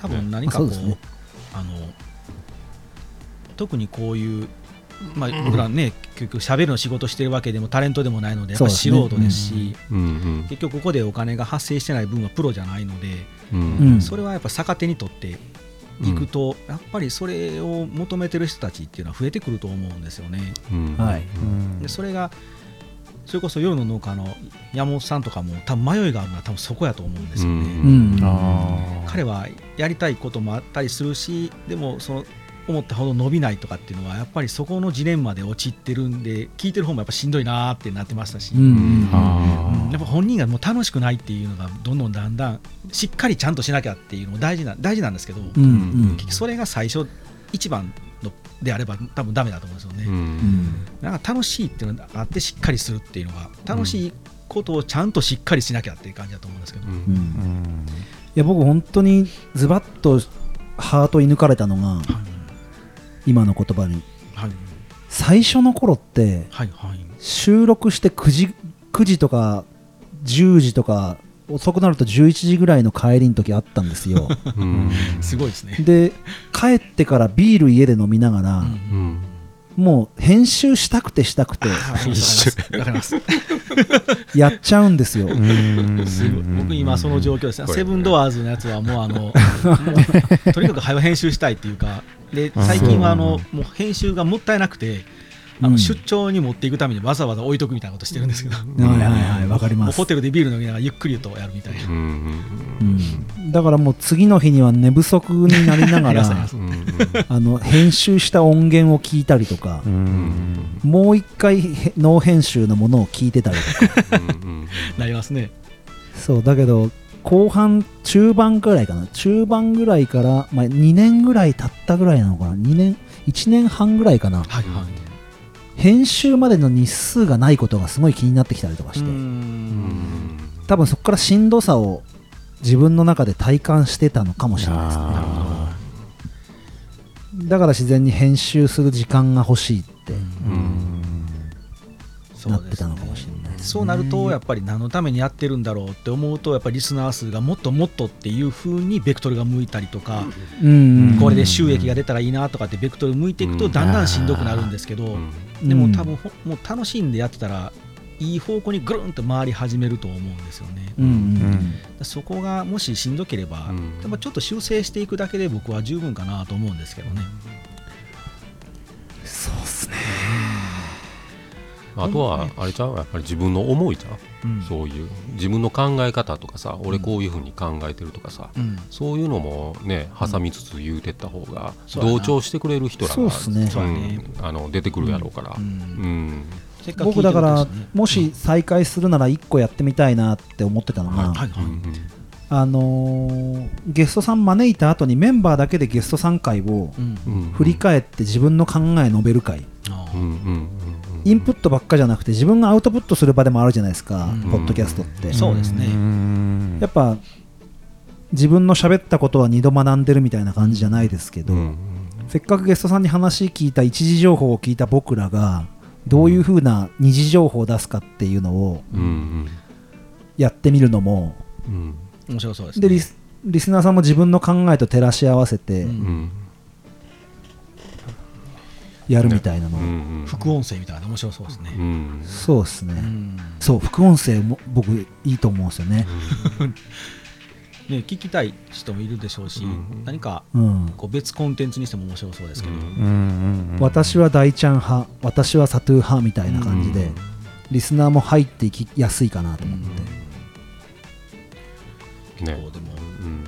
D: 多分何かこう,、
A: あそうですね
D: あの特にこういう、まあ、僕らね、結局しゃべるの仕事してるわけでもタレントでもないのでやっぱ
A: そ
D: 素
A: うですね
D: 人ですし
C: うんうん
D: 結局ここでお金が発生してない分はプロじゃないので、
C: う
A: うんん
D: それはやっぱ逆手にとっていくと、やっぱりそれを求めてる人たちっていうのは増えてくると思うんですよね。
C: うん
A: はい
B: うん
D: でそれがそれこそ夜の農家の山本さんとかも多分迷いがあるのは多分そこやと思うんですよね。
C: うん
A: うん
B: あー
D: 彼はやりたいこともあったりするしでもその思ったほど伸びないとかっていうのはやっぱりそこのジレンマで陥ってるんで聞いてる方もやっぱしんどいなーってなってましたし、
A: うんうん
D: うん
B: あ
D: やっぱ本人がもう楽しくないっていうのがどんどんだんだんしっかりちゃんとしなきゃっていうのも大事な大事なんですけど、
A: うんうん
D: 結局それが最初一番のであれば多分ダメだと思うんですよね。
C: うん
D: なんか楽しいっていうのがあってしっかりするっていうのが楽しいことをちゃんとしっかりしなきゃっていう感じだと思うんですけど。
A: うん
B: ーうん
A: いや僕本当にズバッとハート射抜かれたのが今の言葉に
D: はい
A: 最初の頃って
D: はいはい
A: 収録して9時 ,9 時とか10時とか遅くなると11時ぐらいの帰りの時あったんですよ
C: うん
D: すごいですね。
A: で帰ってからビール家で飲みながら、
D: うん
C: うん
A: もう編集したくてしたくて
D: 一緒わかります。
A: やっちゃうんですよ
B: うん
D: すごい僕今その状況ですね。
C: これ
D: セブンドアーズのやつはもう あのもうとにかく早編集したいっていうか、で
B: あ
D: 最近はあの
B: そ
D: もう編集がもったいなくて、あ
A: う
D: の
A: ん
D: 出張に持っていくためにわざわざ置いとくみたいなことしてるんですけど、も
A: はいはいはいわかり
D: う
A: ます
D: ホテルでビール飲みながらゆっくりとやるみたいな。
C: うん
A: うんだからもう次の日には寝不足になりなが
D: ありますありま
A: ら
D: す
C: うんうん
A: あの編集した音源を聞いたりとか
B: う、ん
A: もう一回へノー編集のものを聞いてたりと か
C: うん
D: なりますね。
A: そうだけど後半中盤ぐらいかな中盤ぐらいから、まあ、2年ぐらい経ったぐらいなのかな2年1年半ぐらいかな
D: はいはい。
A: 編集までの日数がないことがすごい気になってきたりとかして、
D: うん
A: 多分そこからしんどさを自分の中で体感してたのかもしれないですね
B: あ
A: だから自然に編集する時間が欲しいって
B: ーうん
A: なってたのかもしれないですね
D: そうなるとやっぱり何のためにやってるんだろうって思うとやっぱりリスナー数がもっともっとっていう風にベクトルが向いたりとか、
A: うんうん
D: これで収益が出たらいいなとかってベクトル向いていくと
C: うん
D: だんだんしんどくなるんですけど、
A: うん
D: でも多分ほもう楽しんでやってたらいい方向にぐるんと回り始めると思うんですよね。
A: うん
B: う
A: うん
B: ん
D: そこがもししんどければ、
C: うん
D: やっぱちょっと修正していくだけで僕は十分かなと思うんですけどね。
A: そうっすね
C: あとはあれちゃうやっぱり自分の思いちゃう
D: うん
C: そういう自分の考え方とかさ俺こういうふうに考えてるとかさ、
D: うん
C: そういうのもね挟みつつ言うてった方が
D: そうやな
C: 同調してくれる人らが
A: そうっすね
D: そうやね
C: うんあの出てくるやろうから、
D: う
C: うん
D: んせっかく聞い
A: 僕
D: て
A: だ
D: る
A: か
D: んで
A: ら
D: すね
A: もし再開するなら1個やってみたいなって思ってたのが、
D: はい
C: うん
D: は
A: あのーゲストさん招いた後にメンバーだけでゲストさん会を
D: いうん
C: うんうん
A: 振り返って自分の考え述べる会、
D: あ
C: う
D: ー
C: んうんうんうん
A: インプットばっかじゃなくて自分がアウトプットする場でもあるじゃないですか、
D: うん
A: ポッドキャストって、
D: そうですね
B: うん
A: やっぱ自分の喋ったことは2度学んでるみたいな感じじゃないですけど、
C: うん
A: せっかくゲストさんに話聞いた一時情報を聞いた僕らがどういうふうな二次情報を出すかっていうのを
C: うんうん
A: やってみるのも
C: うん
D: 面白そうですね。
A: でリスリスナーさんも自分の考えと照らし合わせて、
D: うん
C: うん
A: やるみたいなの、
C: うん
D: 副音声みたいなの面白そうです
C: う
D: ね。
C: ん
A: そうですね、
D: うん
A: そう副音声も僕いいと思うんですよね、
D: ね、聞きたい人もいるでしょうし、
C: うん
D: 何か
A: うん
D: こう別コンテンツにしても面白そうですけど、
C: うん
B: うんうんうん
A: 私は大ちゃん派私はサトゥー派みたいな感じで、
C: うん
A: リスナーも入っていきやすいかなと思って、
C: ね
D: 結構でも、
C: うん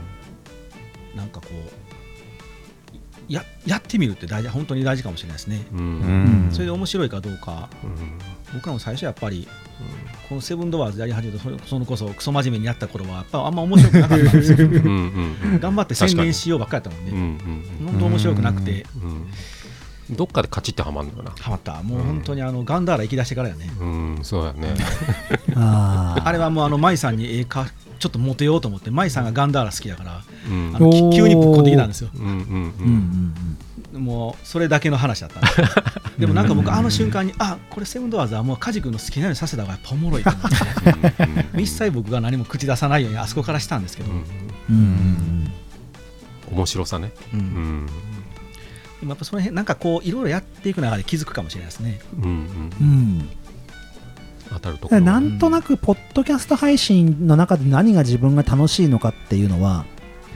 D: なんかこうややってみるって大事本当に大事かもしれないですね。
C: う
B: うんん
D: それで面白いかどうか僕らも最初やっぱりこの「セブンドアーズ」やり始めたそれそのこそクソ真面目にやった頃はやっぱあんま面白くなかったんですよ
C: うんうんうん
D: 頑張って宣伝しようばっかりやったもん
C: うんう
D: ね、
C: んうん
D: 本当面白くなくて
C: うんうんどっかでカチッてはまんのよな
D: ハマったもう本当にあのガンダーラ行き出してからやね、
C: うんそうやね
A: あー
D: あれはもうあの舞さんにええかちょっとモテようと思って舞さんがガンダーラ好きだから
C: うん
D: あの
A: おー
D: き急にぶっこんできたんですよ
C: うんう
A: う
C: んうん
A: うん
C: ん
D: もうそれだけの話だったんですよでもなんか僕あの瞬間にあこれセブンドアーズはもう梶君の好きなようにさせた方がやっぱおもろいと思って
C: うん
D: 一切僕が何も口出さないようにあそこからしたんですけど、
C: う
D: うんん
A: うんうん
C: 面白さねうん
D: でもやっぱその辺なんかこういろいろやっていく中で気づくかもしれないですね
C: うんうん
A: うんうん
C: 当たる
A: だ
C: とこ
A: から
C: ろ
A: なんとなくポッドキャスト配信の中で何が自分が楽しいのかっていうのは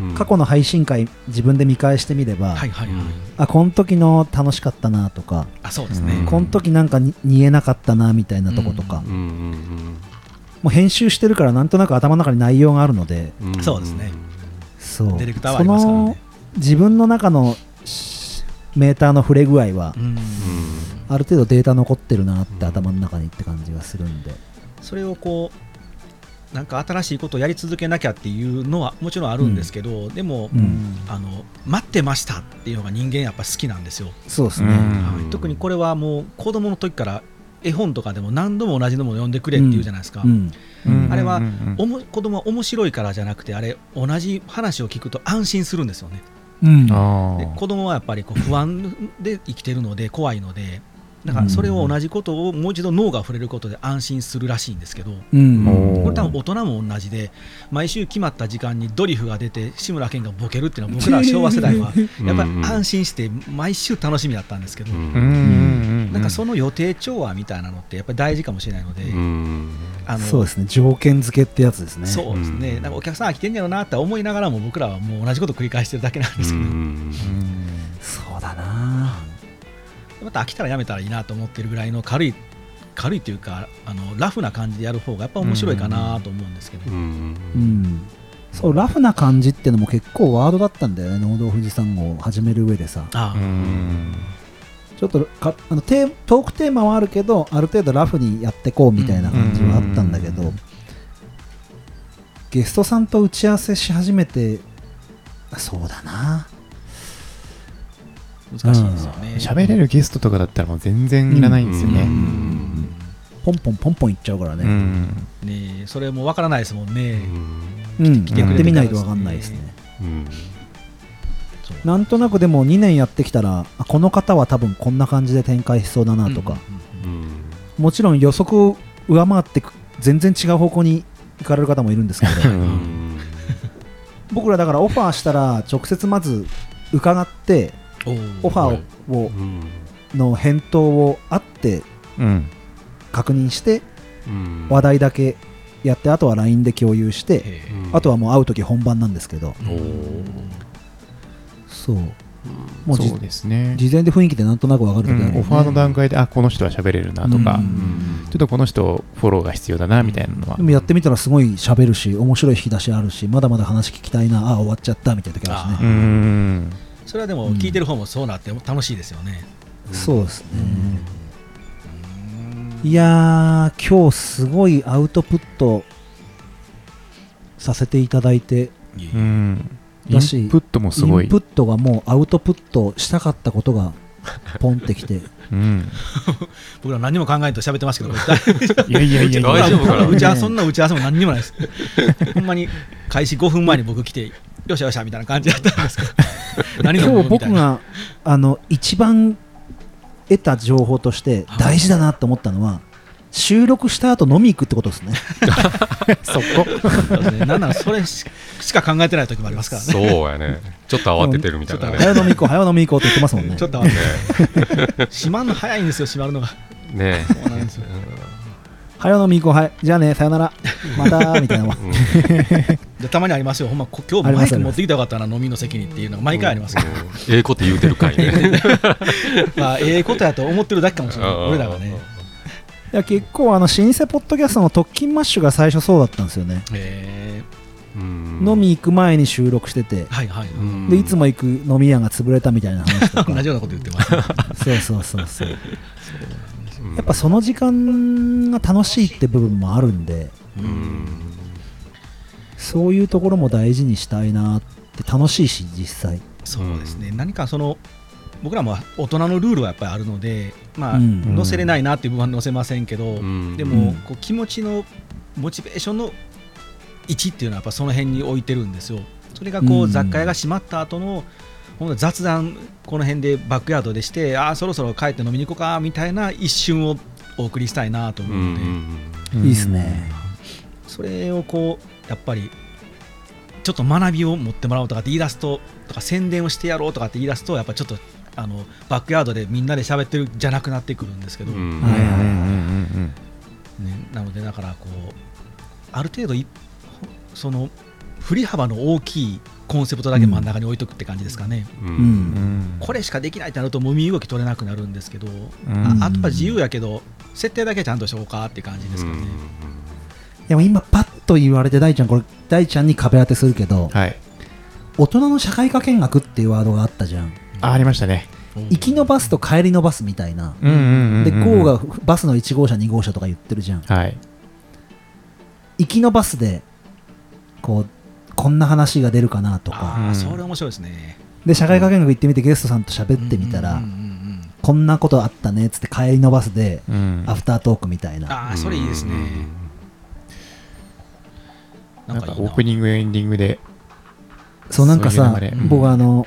C: うん
A: 過去の配信会自分で見返してみれば、
D: はいはいはい、
A: あこの時の楽しかったなとか、
D: あそうですね、
B: うん
A: この時なんかに煮えなかったなみたいなとことか、
C: うんうん
A: もう編集してるからなんとなく頭の中に内容があるので
C: うんん
D: そうですね
A: そう
D: ディレクターはありますからね
A: その自分の中のしメーターの触れ具合は、
D: うん
C: うん
A: ある程度データ残ってるなって頭の中にって感じがするんで、
D: それをこうなんか新しいことをやり続けなきゃっていうのはもちろんあるんですけど、でも、
A: うん
D: あの待ってましたっていうのが人間やっぱ好きなんですよ、
A: そうですね、
B: うん
D: はい特にこれはもう子供の時から絵本とかでも何度も同じのも読んでくれっていうじゃないですか、
A: うん
B: うん
D: あれは
B: うんうん
D: おも子供は面白いからじゃなくてあれ同じ話を聞くと安心するんですよね
A: うん
B: あ
D: で
B: ー
D: 子供はやっぱりこう不安で生きてるので怖いのでだからそれを同じことをもう一度脳が触れることで安心するらしいんですけど
A: うん
B: おー
D: これ多分大人も同じで毎週決まった時間にドリフが出て志村けんがボケるっていうのは僕ら昭和 世代はやっぱり安心して毎週楽しみだったんですけど、
C: うん
B: うんうんうん
D: なんかその予定調和みたいなのってやっぱり大事かもしれないので、
C: うん
D: あの
A: そうですね条件付けってやつですね
D: そうですね、
C: うん
D: なんかお客さん飽きてんやろなって思いながらも僕らはもう同じこと繰り返してるだけなんですけ
B: う
D: ど、
B: ん
A: そうだな
D: また飽きたらやめたらいいなと思ってるぐらいの軽い軽いというかあのラフな感じでやる方がやっぱ面白いかなと思うんですけど、
C: うん
A: うんそうラフな感じってのも結構ワードだったんだよね農道富士山号を始める上でさ
D: ああ
B: うん
A: ちょっとかあのテートークテーマはあるけどある程度ラフにやってこうみたいな感じはあったんだけど、
B: うん
A: ゲストさんと打ち合わせし始めてそうだな
D: 難しいですよね。
B: 喋れるゲストとかだったらもう全然いらないんですよ
C: う
B: ね。
C: ん
A: ポンポンポンポンいっちゃうから
B: う
A: ね、
B: ん
D: ねえそれもわからないですもんね。
A: うん
D: て
A: や
D: く
A: っ
D: れ
A: て
D: て
A: み
D: み
A: な
D: た
A: い
D: い
A: と
D: ですね
A: 分かんないですね
C: うん
D: そう
A: なんとなくでも2年やってきたらあこの方は多分こんな感じで展開しそうだなとか、
D: うん
C: うん
A: もちろん予測を上回ってく全然違う方向に行かれる方もいるんですけど
B: う
C: うんん
A: 僕らだからオファーしたら直接まず伺って
D: うんうんお
A: オファーををの返答をあって
B: うん
A: 確認して
C: うん
A: 話題だけやってあとは LINE で共有して
D: え
C: うん
A: あとはもう会う時本番なんですけど
D: え
C: おー
A: そうもうじ
B: そうですね。
A: 事前で雰囲気でなんとなく分かる
B: う
A: 時あるよ
B: ん
A: ね
B: オファーの段階で、あ、この人は喋れるなとか
A: う、ん
B: ちょっとこの人フォローが必要だなみたいなのは
A: で。もやってみたらすごい喋るし面白い引き出しあるしまだまだ話聞きたいなあ終わっちゃったみたいな時あるし
B: う
A: ね
B: ん。
D: それはでも聞いてる方もそうなって楽しいですよね。
A: そうですねいやー今日すごいアウトプットさせていただいて
D: いえいえ
B: うん。イ
A: だし
B: ンプットもすご
A: イ
B: い
A: ンプ。ットがもうアウトプットしたかったことがポンってきて
B: うん。
D: 僕ら何も考えんと喋ってますけど、これ
B: いやいやいやい
C: 大
B: や
C: 丈夫かな
D: 打ち合わせそんな打ち合わせも何にもないです。 ほんまに開始5分前に僕来て、よっしゃよっしゃみたいな感じだったんですけど、 何飲む
A: 今日
D: み
A: 僕
D: たいな。
A: があの一番得た情報として大事だなと思ったのは収録した後飲み行くってことですね。
B: そこ
D: そうですねなんならそれししか考えてない時もありますからね。
C: そうやねちょっと慌ててるみたいなね
A: 早飲み行こう、早飲み行こうって言ってますもんね。
D: ちょっと待って。閉まるの早いんですよ、閉まるのが。
C: ね
D: そうなんですよ。
A: 早飲み行こう、はい、じゃあね、さよなら、ま たみたいな。
C: うん
D: でたまにありますよ、ほんま、こ今日マイク持ってきたよかったな、飲みの席にっていうのが毎回ありますけど、
C: うんええこと言うてるかいね
D: まあ、ええことやと思ってるだけかもしれない、
C: うん
D: 俺らがね。
A: いや結構あの老舗ポッドキャストの特勤マッシュが最初そうだったんですよね、
D: え
C: うん
A: 飲み行く前に収録してて
D: ー、はいはい、
C: うん
A: でいつも行く飲み屋が潰れたみたいな話 とか
D: 同じようなこと言ってます。
A: そうそうそうそうや
C: うん
A: っぱその時間が楽しいって部分もあるんで
C: うん
A: そういうところも大事にしたいなって楽しいし実際
D: そうですね、何かその僕らも大人のルールはやっぱりあるので、まあ
A: うん
D: 載せれないなっていう部分は載せませんけど、
C: うん
D: で
A: うん
D: もこう気持ちのモチベーションの位置っていうのはやっぱその辺に置いてるんですよ。それがこ
A: う
D: うん雑貨屋が閉まった後のほんと雑談この辺でバックヤードでしてああそろそろ帰って飲みに行こうかみたいな一瞬をお送りしたいなと
C: う
D: 思うので、
C: ん
A: いいっすね
D: それをこうやっぱりちょっと学びを持ってもらおうとかって言い出すととか宣伝をしてやろうとかって言い出すとやっぱちょっとあのバックヤードでみんなで喋ってるじゃなくなってくるんですけ
C: う
D: ど、
C: ん
A: はい
B: うんうんうん
D: ね、なのでだからこうある程度いその振り幅の大きいコンセプトだけ真ん中に置いとくって感じですかね、
C: う
A: うん
B: うん
A: ん
B: うん
D: これしかできないってなるともう身動き取れなくなるんですけど、
B: うん
A: うん
D: ああとは自由やけど設定だけちゃんとしようかって感じですかね、
A: でも今パッと言われて大ちゃんこれ大ちゃんに壁当てするけど
B: はい
A: 大人の社会科見学っていうワードがあったじゃん
B: あありましたね
D: うん
A: 行き延ばすと帰り延ばすみたいな
B: うんうんうんうん
A: で、GO がバスの1号車、2号車とか言ってるじゃん。
B: はい
A: 行きのバスで、こう、こんな話が出るかなとか、
D: あ
B: う
D: あ
B: ん
D: それ面白いですね
A: で、社会科見学行ってみてゲストさんと喋ってみた
D: う
A: ら
D: んうん、うんうん
A: こんなことあったねっつって帰りのバスで、
B: うん
A: アフタートークみたいな。
D: ああそれいいですねな
B: なん
D: ん
B: か
D: かいい
B: オ
D: な
B: ープニングエンディングで
A: そう、なんかさ
B: そういう流れ、
A: 僕あの、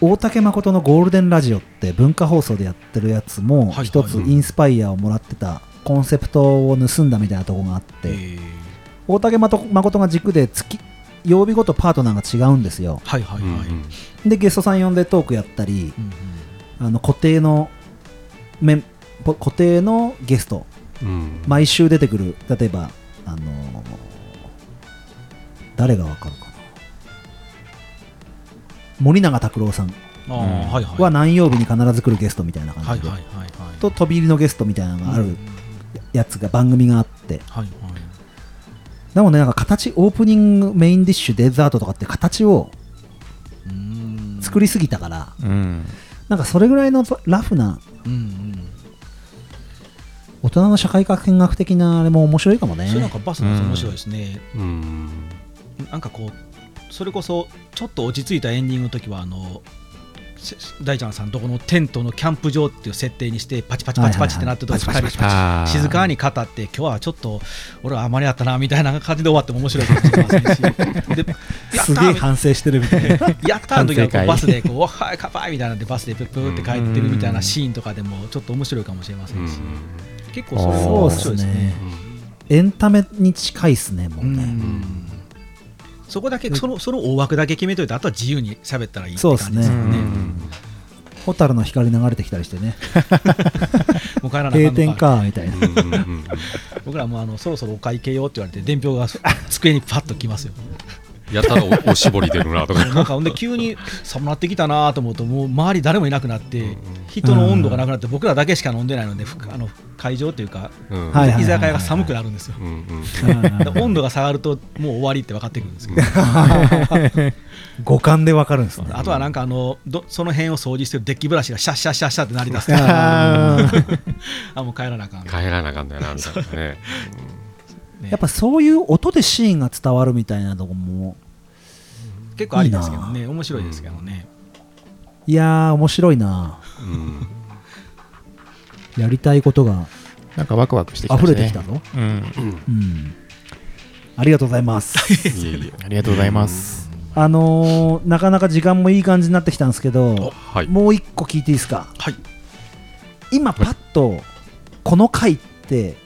A: 大竹誠のゴールデンラジオって文化放送でやってるやつも、
D: はい
A: 一つインスパイアをもらってた、コンセプトを盗んだみたいなとこがあって、
D: えー
A: 大竹まと誠が軸で月、曜日ごとパートナーが違うんですよ。
D: はいはいはい、うん
A: でゲストさん呼んでトークやったり
D: うん
A: あの固定のメンぽ固定のゲスト
C: ま
A: 毎週出てくる例えばあのー誰がわかるかな森永拓郎さん
D: ああ、
B: うん
D: はいはい
A: は何曜日に必ず来るゲストみたいな
D: は
A: 感
D: い
A: じで、
D: はいはいはい
A: と飛び入りのゲストみたいなのがあ
D: うん
A: るやつが番組があって
D: はいはい
A: でもねなんか形オープニングメインディッシュデザートとかって形を
D: うーん
A: 作りすぎたから、
B: うん
A: なんかそれぐらいのラフな
D: うんうん
A: 大人の社会科見学的なあれも面白いかもね
D: それなんかバスのやつ面白いですね、
C: うん
D: なんかこうそれこそちょっと落ち着いたエンディングの時はあのせ大ちゃんさんとこのテントのキャンプ場っていう設定にしてパチパチパチパチってなってるとこ
A: はいはいはいパチパチパチ
B: あー
D: 静かに語って今日はちょっと俺はあまりやったなみたいな感じで終わっても面白いかもしれませ んしでやった
A: すげえ
D: ー
A: 反省してるみたいな
D: やったーの時は
B: 反省
D: こ
B: 会
D: うバスでこうわっはい乾杯みたいなんでバスでプップーって帰ってるみたいなシーンとかでもちょっと面白いかもしれませんし結構それも面白いですね。
A: エンタメに近いっすねもう
D: うん
A: ね、
D: そこだけそのその大枠だけ決めといてあとは自由に喋ったらいいって
A: そう
D: 感
A: です
D: じ
A: ね
D: ですよね。
A: 蛍の光流れてきたりしてね
D: もう帰らなあかんの
A: 閉店かみ たいな
D: 僕らもあのそろそろお会計よって言われて伝票が机にパッと来ますよ
C: やたらおおしぼり出るなと
D: なん
C: か
D: かほんで急に寒なってきたなと思うともう周り誰もいなくなって人の温度がなくなって僕らだけしか飲んでないのでふあの会場というか
C: うん
A: はいはい
D: 居酒屋が寒くなるんですよ
C: うんうん
A: うん
D: で温度が下がるともう終わりって分かってくるんですけど
A: 五感でわかるんですね
D: あとはなんかあのどその辺を掃除してるデッキブラシがシャッシャッシャッシャッって鳴り出すと
A: あー
D: あもう帰らなあかん
C: 帰らなあかんだよなみたいなね
D: ね
A: やっぱそういう音でシーンが伝わるみたいなとこも
D: 結構ありですけどね面白いですけどね、
A: いやー面白いな
C: うん
A: やりたいことが
B: なんかワクワクしてきまし
A: 溢
B: たね
A: れてきたぞ、
B: うん
A: うんありがとうございます
C: いえいえ
B: ありがとうございます
A: あのーなかなか時間もいい感じになってきたんですけど
C: はい
A: もう一個聞いていいですか
D: はい
A: 今パッとこの回って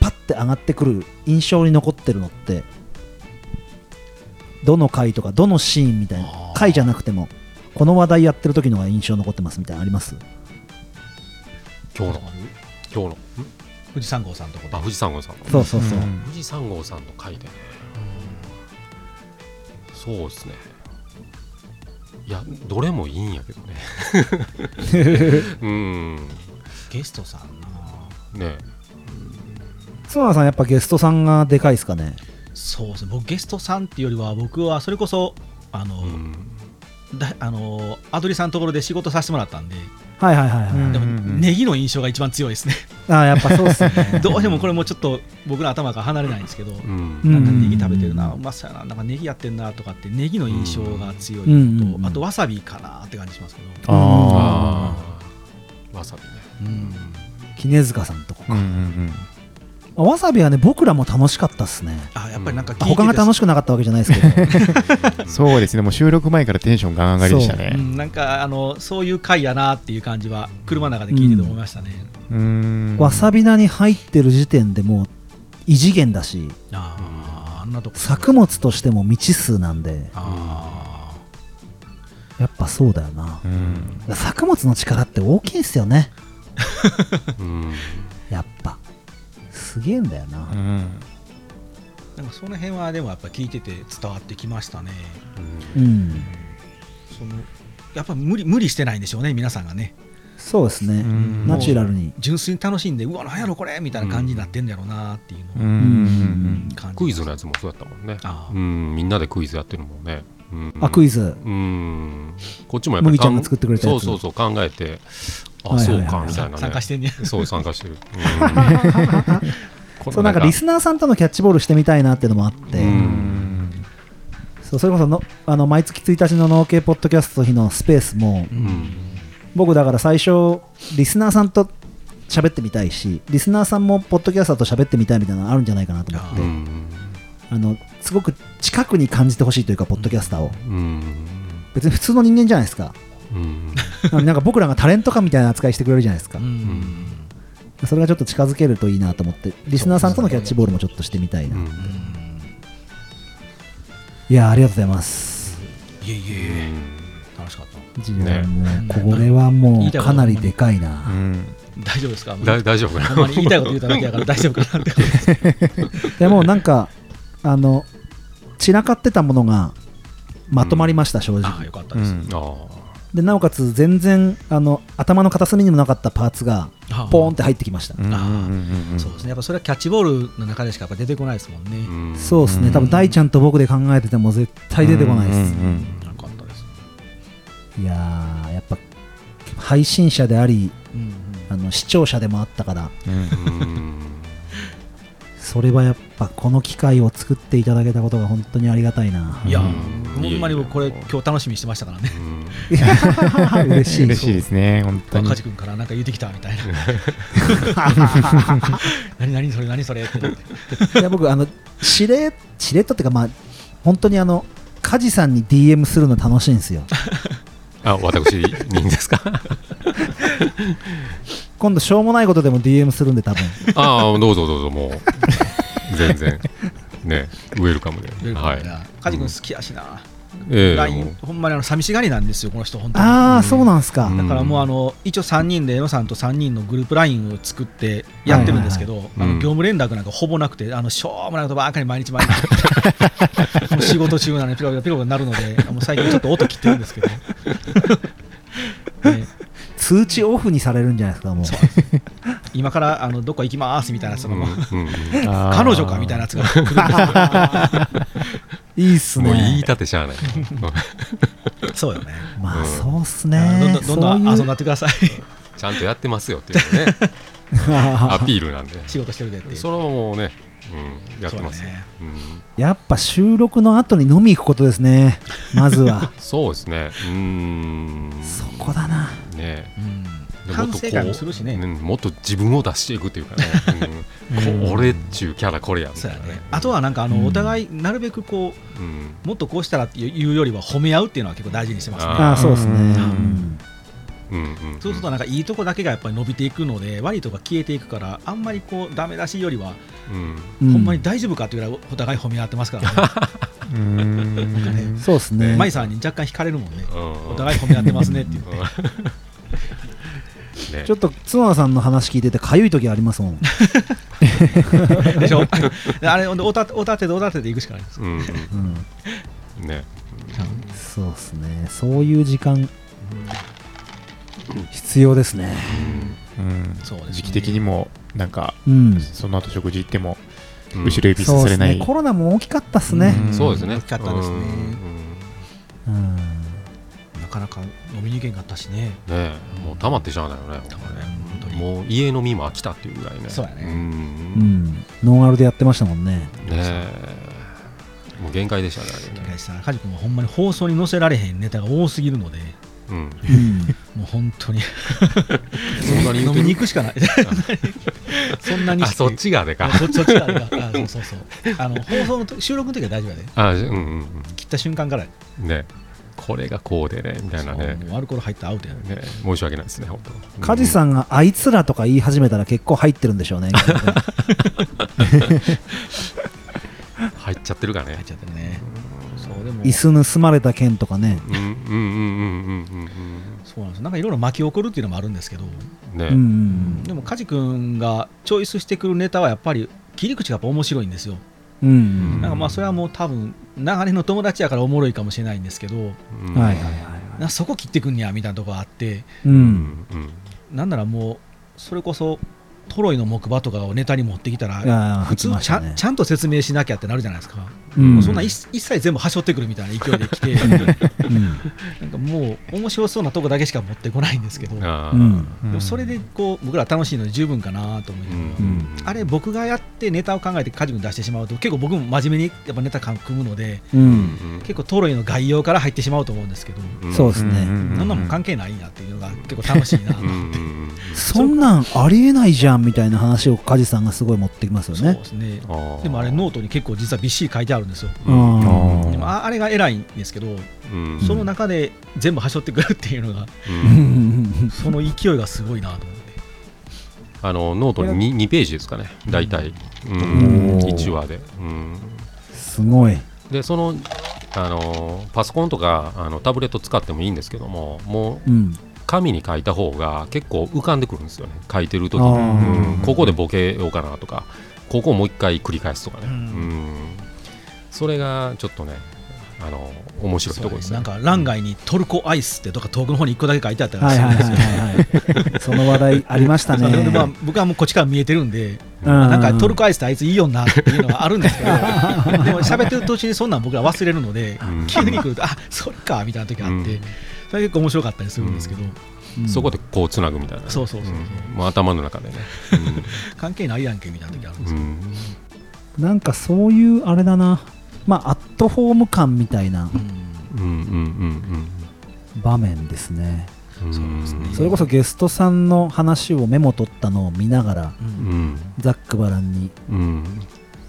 A: パッて上がってくる印象に残ってるのってどの回とかどのシーンみたいな
D: あー
A: 回じゃなくてもこの話題やってる時のが印象残ってますみたいなのあります
C: 今日の今日のん
D: 富士山号さんとこで
C: あ富士山号さんの
A: そうそうそう、
B: ん
C: 富士山号さんの回でねそうですねいやどれもいいんやけどねうん
D: ゲストさんな
C: ね
A: 角田さんやっぱゲストさんがでかいですかね
D: そうですね僕ゲストさんっていうよりは僕はそれこそあの、
C: うん
D: だあのアドリさんのところで仕事させてもらったんで
A: はいはいはいはい、
B: うん
D: でも、ネギの印象が一番強いですね
A: ああやっぱそうっすよね
D: どうしてもこれもちょっと僕の頭から離れないんですけど、
C: うん
A: うん
D: なんかネギ食べてるな、
A: う
D: うんまそうやな、なんかネギやってんなとかって、ネギの印象が強い
A: うんう
D: の
A: んうんうん
D: と、あとわさびかなって感じしますけど、
B: あ
C: ああわさびね
D: うん
A: 杵塚さんとこ
B: あ。うんうん
A: あわさびはね僕らも楽しかったっすね
D: あやっぱりなんか聞いて
A: 他が楽しくなかったわけじゃないですけど
B: うんそうですね、もう収録前からテンションガン上がりでした
D: う
B: ね。
D: んなんかあのそういう回やなっていう感じは、車の中で聞いてて思いましたね。
B: うーん
A: わさび菜に入ってる時点でもう異次元だし
D: あーあんなとこ
A: 作物としても未知数なんで
D: あ
A: やっぱそうだよな
B: う、ん
A: 作物の力って大きいんすよね
C: うん
A: やっぱすげえんだよな、
B: うん
D: ーなんかその辺はでもやっぱ聞いてて伝わってきましたね。
A: うん
D: そのやっぱ無理無理してないんでしょうね、皆さんがね。
A: そうですね、
B: うん
A: ナチュラルに
D: 純粋に楽しんで、うわ、なんやろこれみたいな感じになってんだろうなっていうのを
B: うんう
A: うん
B: ん
D: 感じました
C: クイズのやつもそうやったもんね
D: あー
C: うんみんなでクイズやってるもんねうん
A: あクイズ
C: うんこっちもやっぱり
A: 麦ちゃんが作ってくれたやつ
C: そうそうそう考えて
A: は
C: あ、
A: いはい
C: そ
A: は
C: う
A: い
C: かみたいなね
D: 参加してんねや
C: そう参加してる、うん
A: そうなんかリスナーさんとのキャッチボールしてみたいなっていうのもあって、
B: う
C: うん
B: ん
A: そうそれこそのあの毎月1日の農系ポッドキャストの日のスペースも
C: うん
A: 僕だから最初リスナーさんと喋ってみたいしリスナーさんもポッドキャスターと喋ってみたいみたいなのあるんじゃないかなと思って
D: う
C: うん
A: あのすごく近くに感じてほしいというかポッドキャスターを
C: うん
A: 別に普通の人間じゃないですか
C: うん
A: なのになんか僕らがタレントかみたいな扱いしてくれるじゃないですか
D: うん
A: それがちょっと近づけるといいなと思ってリスナーさんとのキャッチボールもちょっとしてみたいな、
C: うん
A: いやーありがとうございます
D: いえいえ、楽しかった。
A: じゃあ
C: ね
A: もうこれはもうかなりでかいな
D: 大丈夫ですか
C: だ大丈夫か
D: ほんま
C: な
D: に言いたいこと言うただけやから 大丈夫かなって。
A: でもなんかあの散らかってたものがまとまりました正
D: ああ、
A: 直
D: よかった
B: う
D: です。
B: ん
C: あ
A: でなおかつ全然あの頭の片隅にもなかったパーツが
D: ああ
A: ポーンって入ってきました
B: うん
D: あー
B: うんうんうん
D: そうですね。やっぱそれはキャッチボールの中でしかやっぱ出てこないですもんね。
C: ーん
A: そうです
B: う
A: ね
B: ん
A: 多分大ちゃんと僕で考えてても絶対出てこないで
B: う
A: す
B: んうん
D: よかったです。
A: いやーやっぱ配信者であり
D: うん
A: あの視聴者でもあったから
B: うん
C: うん
A: それはやっぱこの機会を作っていただけたことが本当にありがたい な
D: うんいや、
C: うん
D: ほんまに僕これ今日楽しみにしてましたからね。
A: 嬉しい
B: 嬉しいですね、本当に
D: カ。ジ君からなんか言ってきたみたいな。何何それ何それってなって。
A: いや僕あのしれしれっとっていうかまあ本当にあの梶さんに DM するの楽しいんですよ
C: あ私にですか
A: 今度しょうもないことでも DM するんで多 分
C: ああどうぞどうぞもう全然ねウェルカムではい
D: カジ君好きやしな。
C: ええ
D: LINE、ほんまにあの寂しがりなんですよ、この人、本当に。
A: ああ、そうなんすか、
C: うん
D: だからもうあの一応3人で江野さんと3人のグループ LINE を作ってやってるんですけど、
C: いはい
D: あの
C: うん
D: 業務連絡なんかほぼなくて、あのしょうもないことばっかり毎日毎日もう仕事中なのにピロピロピロピロになるのでもう最近ちょっと音切ってるんですけど、ね
A: 通知オフにされるんじゃないですかもう
D: 今からあのどっか行きますみたいなやつ
C: う
D: が
C: ん
D: もう
C: うん
D: 彼女かみたいなやつが来るん
A: いいっすね
C: もう言い立てしゃあない
D: ですよそうよね
A: ま
C: う
A: あ
C: ん
A: そうっす
D: あ
A: ね
D: のどんどんどんどん遊
A: そうい
D: んだってください
C: ちゃんとやってますよっていう ね ア
A: う
C: ピールなんで
D: 仕事してるでっていう
C: それはもうね、うん、やってます
D: そう
C: よ
D: だね
C: うん
A: やっぱ収録の後に飲み行くことですねまずは
C: そうですね。うーん。
A: そこだな
C: ね
D: うん
C: で
D: 反省会もするしね
C: うんもっと自分を出していくっていうかね。うんこ俺っちゅうキャラこれやみた
D: そう
C: い
D: や
C: な
D: ね
C: ね。
D: あとはなんかあ
A: うん
D: のお互いなるべくこう
C: うん、
D: もっとこうしたらっていうよりは褒め合うっていうのは結構大事にしてますね
A: ああそうですね、
B: うん
A: うん
C: うんうんうん
D: そうするとなんかいいとこだけがやっぱり伸びていくので悪いとこが消えていくからあんまりこうダメ出しよりは、
C: うん
A: うん
D: ほんまに大丈夫かっていうぐらいお互い褒め合ってま すからね
B: うーん
A: そうですね
D: マイさんに若干惹かれるもんね
C: うん
D: お互い褒め合ってますねって言って
C: うんね
A: ちょっと角田さんの話聞いててかゆい時ありますもん
D: でしょ あれほんでおたおたてでおたてで行くしかないです
C: うん
A: うん
C: うんね
A: そうですねそういう時間必要ですね
B: うん
D: そうですね
B: 時期的にもなんか
A: うん
B: その後食事行っても
C: うん
B: 後ろ指さされ
A: そ
B: な
A: うっす
B: い
A: ねコロナも大きかったっすね
B: うん
C: そうですね
D: 大きかったですね
A: うん、
D: なかなか飲みに行けんかったしね
C: うんねもう溜まってしゃあないよね
D: たまらない本当に
C: もう家飲みも飽きたっていうぐらいね
D: そうやね
A: うんん、ノンアルでやってましたもんね
C: ねえもう限界でしたねあれね
D: 高橋さん、カジ君はほんまに放送に載せられへんネタが多すぎるので、
C: うん
A: うん
D: もう本当に
C: そんなに言
D: 飲
C: う
D: みに
C: て
D: 行くしかない。そんなに
C: あそっちがでか
D: あそそっちがあれかあそうそうそうあの放送のと収録の時は大丈夫やで、
C: あうんうん
D: 切った瞬間からや、
C: うんねこれがこうでねみたいなね
D: そうもうアルコール入ったらアウトやで、
C: ね申し訳ないですね本当
A: 梶さんがあいつらとか言い始めたら結構入ってるんでしょう ね
C: うん入っちゃってるから
D: 入っ
C: ね
D: ちゃってね、そうでも
A: 椅子盗まれた件とかね
C: うんうんうんうんうんうん
D: そうなんですなんかいろいろ巻き起こるっていうのもあるんですけど、
C: うんね
A: うんうん
D: でもカジ君がチョイスしてくるネタはやっぱり切り口がやっぱ面白いんですよ、
A: うんうん
D: なんかまあそれはもう多分長年の友達やからおもろいかもしれないんですけど
C: うん
A: はいはいはいは
D: なそこ切ってくんねやみたいなとこがあって
A: いう
C: うんんうん
D: なんならもうそれこそトロイの木馬とかをネタに持ってきた
A: い
D: ら
A: やー
D: 普通
A: 来まし
D: ちゃ,、
A: たね
D: ちゃんと説明しなきゃってなるじゃないですか、
A: う
D: も
A: ん
D: うそんな一一切全部端折ってくるみたいな勢いで来てな
A: うん
D: んかもう面白そうなとこだけしか持ってこないんですけどで
C: あ
A: う
C: ー
A: ん
D: もそれでこう僕ら楽しいので十分かなと思いながら
A: ん
D: あれ僕がやってネタを考えてカジ君出してしまうと結構僕も真面目にやっぱネタ組むので
A: う
C: うんん
D: 結構トロイの概要から入ってしまうと思うんですけど、
C: うん
A: そうですね
D: そんなもん関係ないなっていうのが結構楽しいな、
C: うんうんうん
A: そんなんありえないじゃんみたいな話を梶さんがすごい持ってきますよ
D: そう
A: ね
D: ですね
C: あー
D: でもあれノートに結構実はびっしり書いてあるんですよ
A: う
C: うん
A: ん
D: でもああれが偉いんですけど
C: うん
D: その中で全部はしょってくるっていうのが
C: うん
D: その勢いがすごいなと思って
C: あのノートに 2, 2ページですかね、大体、うん、
A: ん
C: 1話で、うん。
A: すごい
C: で、その、あのパソコンとかあのタブレット使ってもいいんですけども、もう
A: うん
C: 紙に書いた方が結構浮かんでくるんですよね、書いてる時
A: あ
C: に、
A: ー
C: うんここでボケようかなとか、ここをもう一回繰り返すとかね、う
D: うんん
C: それがちょっとね、あの面白いところですね。
D: なんか欄外にトルコアイスってとか遠くの方に1個だけ書いてあったら
A: はい
D: しい
A: はい
D: ん
A: は
D: ですよ
A: いはい はいその話題ありましたね
D: でまあ僕はもうこっちから見えてるんで、
A: うん
D: なんかトルコアイスってあいついいよなっていうのはあるんです けど、でも喋ってる途中にそんなん僕ら忘れるので
C: うん、
D: 急に来ると、あそれかみたいな時があって、
C: うん
D: それ結構面白かったりするんですけど、
A: うん
C: そこでこうつなぐみたいな、
D: そうそうそうそうん
C: もう頭の中でね。
D: 関係ないやんけみたいな時あるんで
C: う
D: す
C: ん
D: よ。
A: なんかそういうあれだなまあアットホーム感みたいな
C: うんうんうん
A: 場面ですね
C: うんうん。
D: そうですね
A: それこそゲストさんの話をメモ取ったのを見ながら
D: うん
C: う
D: うん
C: ん
A: ざっくばらんに
C: うん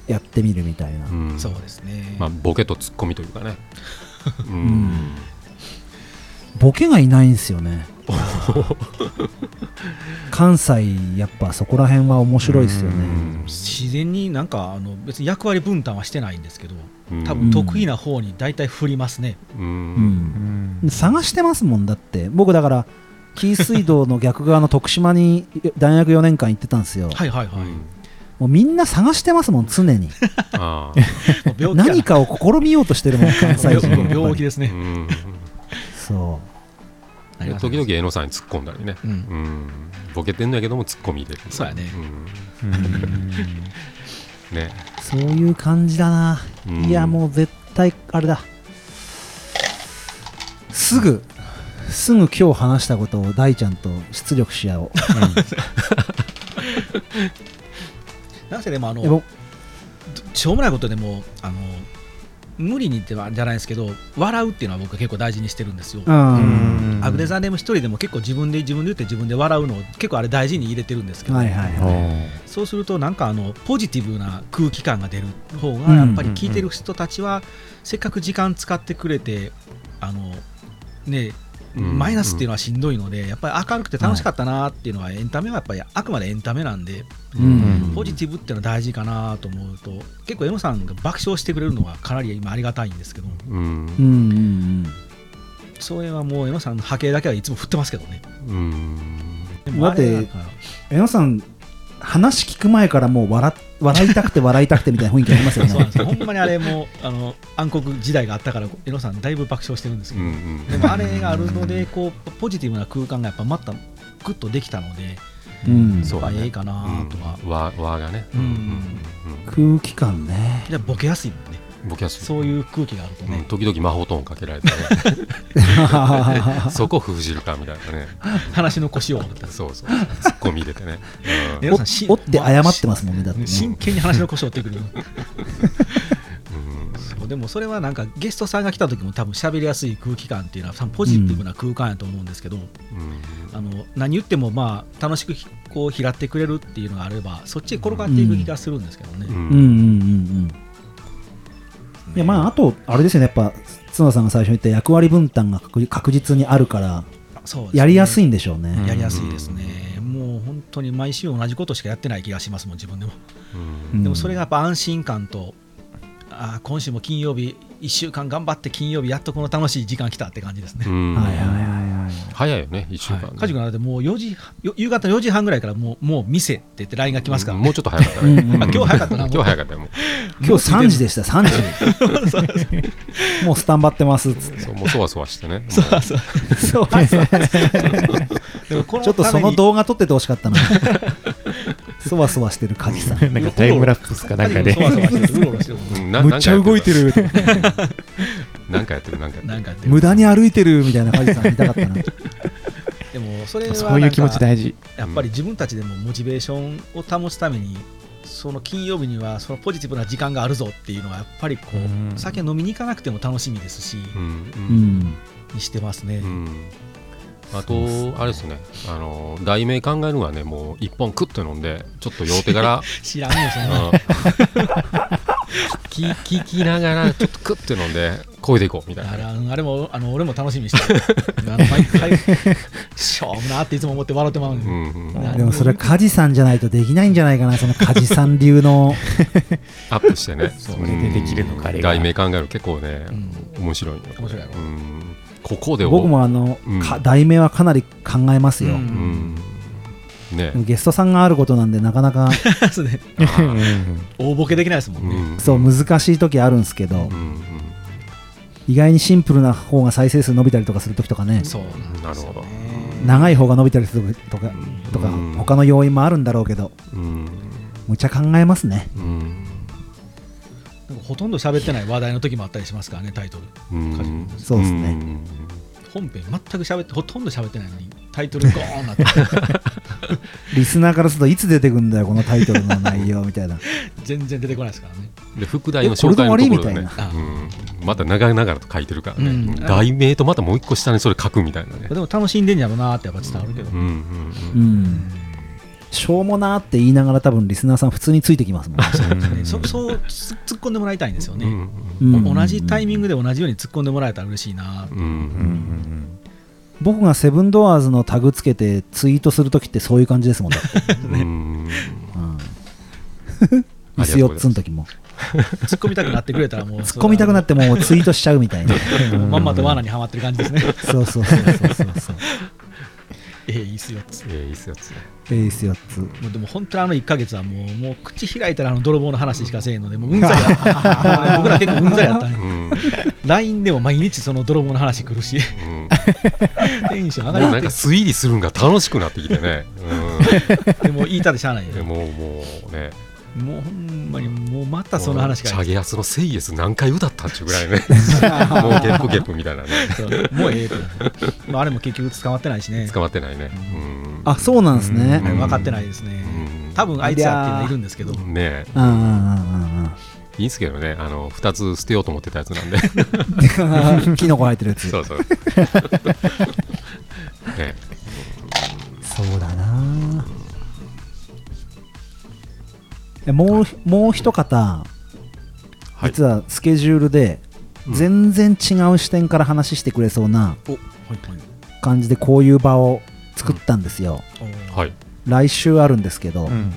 A: やってみるみたいな、
C: うん
D: そうですね、
C: まあ、ボケとツッコミというかね。うん
A: んボケがいないんですよね関西やっぱそこら辺は面白いですよね
D: 自然になんかあの別に役割分担はしてないんですけど
C: うん
D: 多分得意な方に大体振りますね、
C: う
A: うんん探してますもんだって僕だから紀伊水道の逆側の徳島に大学4年間行ってたんですよ、
D: はいはいはい、
C: うん
A: もうみんな探してますもん常に
C: ああ
D: 病気や
A: 何かを試みようとしてる もん関西人
D: 病
A: やっぱ
D: 病気
A: り
D: ですね、
C: うん
A: そ
D: なり
C: で
D: ます
C: 時々江野さんに突っ込んだりね。
D: う、
C: うんんボケてんのやけども突っ込み入れる
D: そうやね
C: ん
B: うん
C: ね。
A: うそういう感じだな、
C: うん
A: いやもう絶対あれだすぐすぐ今日話したことを大ちゃんと出力し 合おう
D: なんせでもあの
A: えぼ
D: しょうもないことでもあの無理にってはじゃないですけど笑うっていうのは僕は結構大事にしてるんですよ、
A: うん、
B: うん
D: アグネザーネーム一人でも結構自分で自分で言って自分で笑うのを結構あれ大事に入れてるんですけど、
A: はいはい
B: お
A: は
B: ー
D: そうするとなんかあのポジティブな空気感が出る方がやっぱり聞いてる人たちはせっかく時間使ってくれてあのね
C: うん
D: マイナスっていうのはしんどいので、やっぱり明るくて楽しかったなっていうのは、エンタメはやっぱりあくまでエンタメなんで、
A: うん
D: ポジティブっていうのは大事かなと思うと、結構、エモさんが爆笑してくれるのはかなり今、ありがたいんですけど、
C: うん
A: うんうん
D: それはもう、エモさんの波形だけはいつも振ってますけどね。
C: うん
D: でもあれ
A: だってうん、江野さん話聞く前からもう笑っ笑いたくて笑いたくてみたいな雰囲気ありますよ
D: そうなん
A: ね
D: ですよほんまにあれもあの暗黒時代があったから、エロさん、だいぶ爆笑してるんですけ
C: う
D: ど、
C: ん
D: でもあれがあるので、こうポジティブな空間がやっぱまたグッとできたので、
A: うん
C: そう
D: やっぱええかなとは、
C: うん和和がね
D: うん
C: うん
A: 空気感 ね
D: じゃあボケやすいもん
C: う
D: ね、
C: ん僕はそ
D: そういう空気があると
C: ううん
D: ね、
C: 時々魔法トーンかけられてねそこ封じるかみたいなね
D: 話の腰を、
C: そうそうツッコミ入れてねうん
D: エ
A: お
D: ロ
A: っ
D: さんし
A: おって謝ってますもんねだってね
D: 真剣に話の腰を折ってくる
C: うん
D: そうでもそれはなんかゲストさんが来た時も多分喋りやすい空気感っていうのは多分ポジティブな空間やと思うんですけど、
C: うん
D: あの何言ってもまあ楽しくひこう拾ってくれるっていうのがあればそっちへ転がっていく気がするんですけどね、
C: う
A: うんうん
C: ん
A: うんうんいやまああとあれですよねやっぱ角田さんが最初に言った役割分担が確確実にあるから
D: そうですね
A: やりやすいんでしょうね、
B: うん
D: やりやすいですね、もう本当に毎週同じことしかやってない気がしますもん自分でも、
C: うん
D: でもそれがやっぱ安心感とあー今週も金曜日1週間頑張って金曜日やっとこの楽しい時間来たって感じですね、
C: うん
A: はいはいはいはい
C: 早いよね1週間ね
D: 家事がなってもう4時よ夕方4時半ぐらいからもうもう店って言って LINE が来ますから、
C: もうちょっと早かったね
A: うんうん
D: あ今日早かったな
C: 今日早かったよも
A: 今日3時でした3時 もうスタンバってますっつっ
C: う
A: て
C: そうもうそわそわしてね
D: そうそうそ
A: そ
D: う
A: うそうそう
D: でもこの
A: ちょっとその
D: 動
A: 動画撮っててほしかったなそわそわしてるカジさ ん
B: なんかタイムラプスかなんかで
D: そわそわしてるうろうろしてる
C: うんな
B: むっちゃ動いてる
C: なんかやってるなんかやって
D: な
C: る
D: んかやってる
A: 無駄に歩いてるみたいなカジさん見たかった な
D: でもそれは
B: そういう気持ち
D: なんか
B: 大事
D: やっぱり自分たちでもモチベーションを保つためにその金曜日にはそのポジティブな時間があるぞっていうのはやっぱりこう、
B: うん
D: 酒飲みに行かなくても楽しみですし、
C: うんう
A: うんん
D: にしてますね、
C: うんあと、あれですね、あの題名考えるのはね、もう一本くっと飲んで、ちょっと両手から、
D: 知らんよそ
C: うん
D: な
C: き聞きながら、ちょっとくって飲んで、こいでいこうみたい
D: あ
C: な
D: れ
C: ね。
D: あれもあの俺も楽しみにしてるあの毎 回しょうもなっていつも思って笑ってまうんで
C: う
D: す、
C: んうん、
A: でもそれカジさんじゃないとできないんじゃないかなそのカジさん流 の
C: アップしてね、
B: それでできるのかあれが
C: 題名考えるの結構ね
D: う、ん
C: 面白いよ
D: 面白いよ
C: うんここで
A: 僕もあの、
C: うん
A: か題名はかなり考えますよ、
D: うん
C: うん、ね
A: でもゲストさんがあることなんでなかなか
D: そうね
C: あ
B: う
C: ー
B: ん
D: 大ボケできないですもんね、
C: ん
A: そう難しい時あるんですけど、
C: うん
A: 意外にシンプルな方が再生数伸びたりとかする時とかね
D: そうな
C: う
D: ん
C: んなるほど。
A: 長い方が伸びたりする時とかとか
C: うん
A: 他の要因もあるんだろうけど
C: うん
A: むちゃ考えますね
C: うん
D: なんかほとんど喋ってない話題の時もあったりしますからねタイトル
C: うん
A: そうですね
C: ん
D: 本編全く喋ってほとんど喋ってないのにタイトルゴーンなって
A: リスナーからするといつ出てくんだよこのタイトルの内容みたい な
D: 全然出てこないですからね
C: で副題の紹介のところでね
A: えこれで終わりみ
D: たいな
C: うんまた長々と書いてるからね、
D: うん
C: 題名とまたもう一個下にそれ書くみたいなね
D: で、も楽しんでんやろうなってやっぱ伝わるけど、
C: うんうんうん
A: うんしょうもなーって言いながら多分リスナーさん普通についてきますもん
D: ねそそうつ突っ込んでもらいたいんですよ
C: うん
D: ね、
A: うん
D: お 同じタイミングで同じように突っ込んでもらえたら嬉しいな、
C: うんうん
B: うんうん
A: 僕がセブンドアーズのタグつけてツイートするときってそういう感じですもんだって、
C: うん
A: うん、
C: あ
A: 椅
C: り
A: 子
C: がとうございます
A: 4つの時も
D: 突っ込みたくなってくれたらもう
A: 突っ込みたくなってもうツイートしちゃうみたいな
D: もうまんまと罠にはまってる感じですね
A: そうそうそうそうそうそう
D: ええいいっすよっつ
C: えーいいっすよつね
A: えー椅子4つ
D: もうでも本当にあの1か月はもうもう口開いたらあの泥棒の話しかせえへんのでもううんざりやったもうね僕ら結構うんざりやった
C: う
D: ね
C: ん
D: LINE でも毎日その泥棒の話来るし
C: うん
D: テンション
C: も
D: 上が
C: う
D: り
C: なん
D: っ
C: か
D: て
C: 推理するんが楽しくなってきてね、
D: でも言いたでしゃあない
C: うん、
D: よ
C: でもうもうね
D: もうほんまにもうまたその話
C: チ
D: か
C: ャ
D: ら
C: ゲアスの「セイエス」何回歌ったっちゅうぐらいねもうゲップゲップみたいなね
D: もうええってまああれも結局捕まってないしね
C: 捕まってないね、うん、
A: あそうなんですね
D: 分かってないですね
C: うん
D: 多分あいつらっていうのはいるんですけど
C: ねえ
A: うんうんうんうん
C: いいんですけどねあの2つ捨てようと思ってたやつなんで
A: キノコ入ってるやつ
C: そうそうねえ
A: そうだなえもうもう一方、
C: はい
A: 実はスケジュールで
C: うん
A: 全然違う視点から話してくれそうな
D: おはいはい
A: 感じでこういう場を作ったんですよ、
D: は。
C: はいい、
A: 来週あるんですけど、
B: うん
C: う
D: うん
C: ん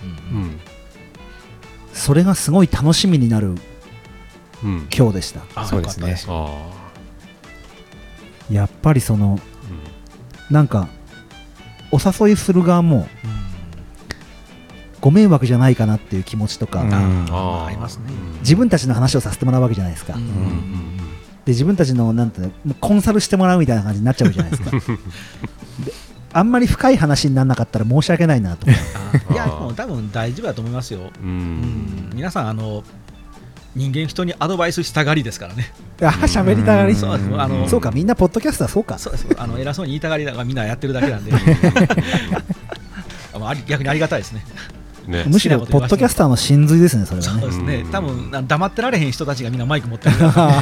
A: それがすごい楽しみになる
C: うん、
A: 今日でした
D: あ
B: そうですね
D: よかった
C: ああ、
A: やっぱりその
C: うん
A: なんかお誘いする側も
D: うん
A: ご迷惑じゃないかなっていう気持ちとか、
B: うん
D: あー
C: あー
D: ありますね。
A: 自分たちの話をさせてもらうわけじゃないですか、
D: うん
A: で
C: うんうん
A: 自分たちのなんていうのもうコンサルしてもらうみたいな感じになっちゃうじゃない ですかであんまり深い話にならなかったら申し訳ないなと思う
D: あーいや、でも多分大丈夫だと思いますよ。
C: うんうん
D: 皆さん、あの人間、人にアドバイスしたがりですからね。
A: あ喋りたがり
B: うん
A: そ
D: そううですあの
A: そうかみんなポッドキャストはそうか
D: そうですあの偉そうに言いたがりだがみんなやってるだけ なんで、あまああり逆にありがたいですね。
C: ね
A: むしろポッドキャスターの真髄ですねそれは
D: そう
A: ね
D: ですね
C: う。ん
D: 多分な黙ってられへん人たちがみんなマイク持ってるから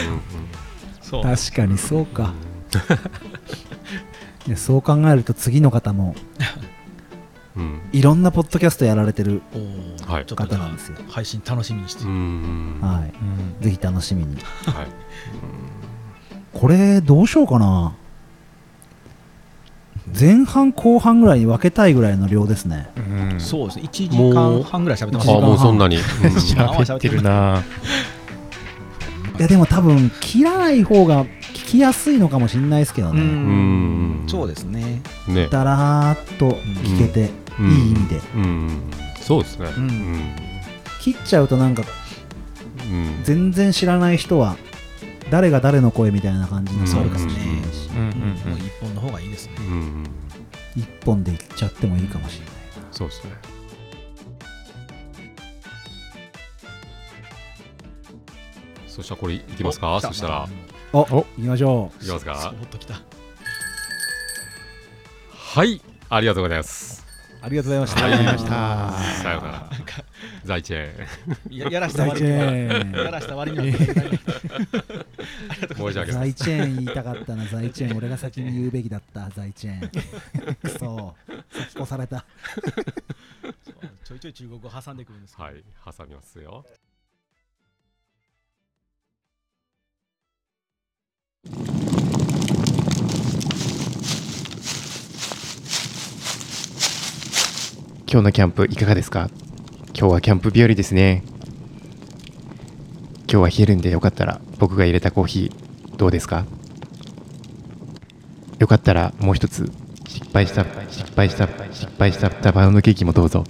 D: そう。
A: 確かにそうか いやそう考えると次の方も
C: うんうん
A: いろんなポッドキャストやられてる、
D: おー
C: はい
D: ちょっとじ
A: 方
D: ゃ
A: なん
D: あ
A: ですよ
D: 配信楽しみにして。
C: うんは
A: はいぜひ楽しみに
C: い
A: これどうしようかな前半後半ぐらいに分けたいぐらいの量ですね
B: うんうん
D: そうですね。1時間半ぐらい喋ってま
C: あ
D: す
A: も
C: ー
A: う
C: もうそんなにうん
B: 喋ってるない
A: やでも多分切らない方が聞きやすいのかもしれないですけど
D: う
A: ね、
D: ん
C: うん
D: そうですね。
C: ね
A: だらーっと聞けて、
C: うん
A: いい意味で、
C: うんそうですね
D: うん
A: 切っちゃうとなんか
C: うんうん
A: 全然知らない人は誰が誰の声みたいな感じに
D: そ
A: な
D: う
A: る
D: で
A: か
D: す
A: も
D: ね
A: しれないし、
B: うんうん
D: もう一本の方がいいですね。
C: うん
A: 一本でいっちゃってもいいかもしれない
C: そうですねそしたらこれいきます
D: お
C: か
D: 来
C: そしたら
A: お
B: お
A: 行きましょ
C: いきます
D: そ
C: か
D: ーっときた。
C: はいありがとうございます
A: うありがとうございました
B: ありがとうございまし
C: さようなら在地へ
D: ややらした
A: 財
D: 割
A: チ
D: には
A: ェ
D: や
A: ーン
D: らした割 には聞いてない。
C: 申し訳ない
A: 財チェーン言いたかったな財チェーン俺が先に言うべきだった財チ ェーンくそ先越された
D: ちょいちょい中国語挟んでくるんですけど。
C: はい挟みますよ
B: 今日のキャンプいかがですか今日はキャンプ日和ですね今日は冷えるんでよかったら僕が入れたコーヒーどうですかよかったらもう一つ失敗した失敗した失敗したダバウンドケーキもどうぞ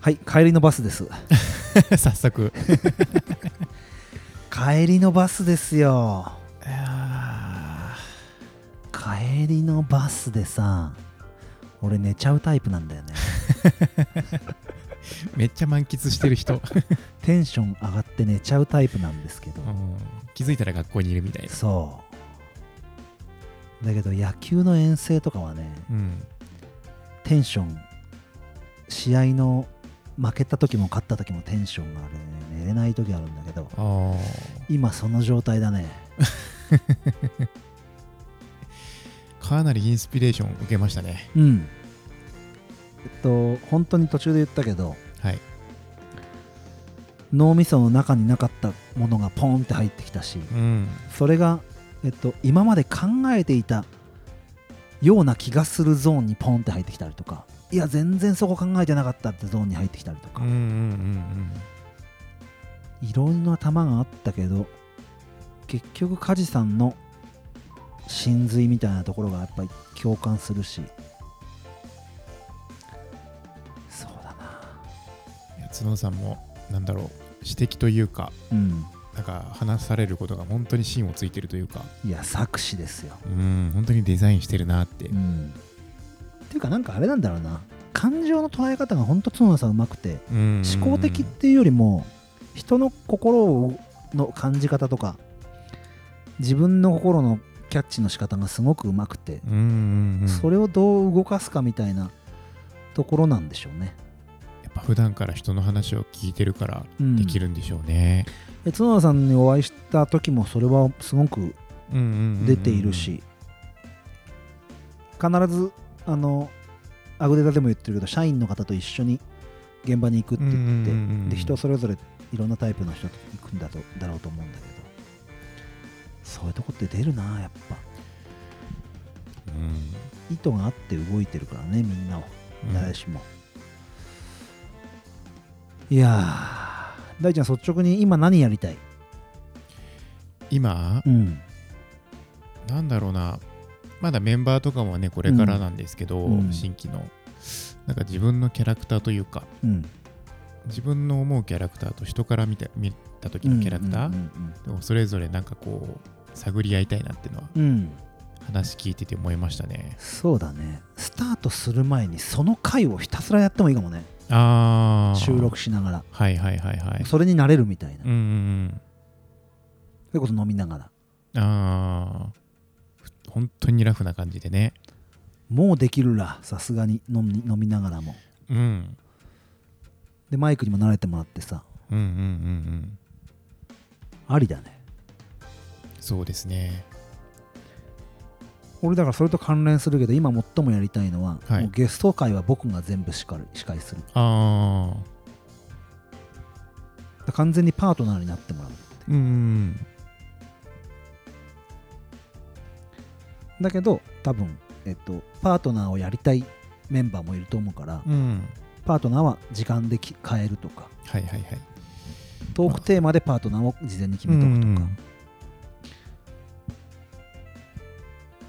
A: はい帰りのバスです
B: 早速
A: 帰りのバスですよ
B: いや
A: 帰りのバスでさ俺寝ちゃうタイプなんだよね
B: ーめっちゃ満喫してる人、
A: テンション上がって寝ちゃうタイプなんですけど、
B: うん気づいたら学校にいるみたいな、
A: そうだけど野球の遠征とかはね
B: うん、
A: テンション試合の負けた時も勝った時もテンションがあるね寝れない時あるんだけど
B: あー
A: 今その状態だね
B: かなりインスピレーション受けましたね
A: うんえっと本当に途中で言ったけど
B: はい
A: 脳みその中になかったものがポンって入ってきたし
B: うん
A: それが、えっと、今まで考えていたような気がするゾーンにポンって入ってきたりとかいや全然そこ考えてなかったってゾーンに入ってきたりと
B: う
A: か、
B: んうんうん
A: いろんな球があったけど結局梶さんの真髄みたいなところがやっぱり共感するしそうだな
B: うんいや角さんもなんだろう指摘というか
A: うん
B: なんか話されることが本当に芯をついてるというか
A: いや作詞ですよ
B: うん本当にデザインしてるなって
A: うんっていうかなんかあれなんだろうな感情の捉え方がほんと角田さんうまくて
B: 思
A: 思考的っていうよりも人の心の感じ方とか自分の心のキャッチの仕方がすごくうまくて、
B: うんうんうん、
A: それをどう動かすかみたいなところなんでしょうね。
B: やっぱ普段から人の話を聞いてるから
A: うん
B: できるんでしょうね。
A: で角田さんにお会いした時もそれはすごく
B: うんうんうんうん
A: 出ている。し、必ずあのアグデタでも言ってるけど社員の方と一緒に現場に行くって言って、
B: うんうんうんうん
A: で人それぞれいろんなタイプの人と行くんだとだろうと思うんだけどそういうとこって出るなやっぱ
B: うん
A: 意図があって動いてるからねみんなを
B: うん
A: 誰しも、いやー大ちゃん率直に今何やりたい、
B: 今、
A: うん
B: なんだろうな、まだメンバーとかもね、これからなんですけど、
A: うんうん
B: 新規の、なんか自分のキャラクターというか、
A: うん、
B: 自分の思うキャラクターと人から見て見た時のキャラクター、
A: うんうん
B: でもそれぞれなんかこう、探り合いたいなっていうのは、
A: うんうん、うん
B: 話聞いてて思いましたね。
A: そうだねスタートする前にその回をひたすらやってもいいかもね
B: ああ。
A: 収。録しながら
B: はいはいはいはい。
A: それに慣れるみたいな、
B: うんうん
A: それこそ飲みながら
B: うん。ああ。ふ本当にラフな感じでね。
A: もうできるらさすがに飲み飲みながらも
B: うん。
A: でマイクにも慣れてもらってさ
B: うんうんうんうん。
A: ありだね
B: そうですね。
A: 俺だからそれと関連するけど今最もやりたいのは、
B: はい
A: もうゲスト会は僕が全部司会司会する
B: ああ。
A: だ完全にパートナーになってもらう
B: うんうん
A: だけど多分、えっと、パートナーをやりたいメンバーもいると思うから、
B: うん。うん。
A: パートナーは時間でき変えるとか
B: はいはいはい。
A: トークテーマでパートナーを事前に決めとくとか、
B: うんうん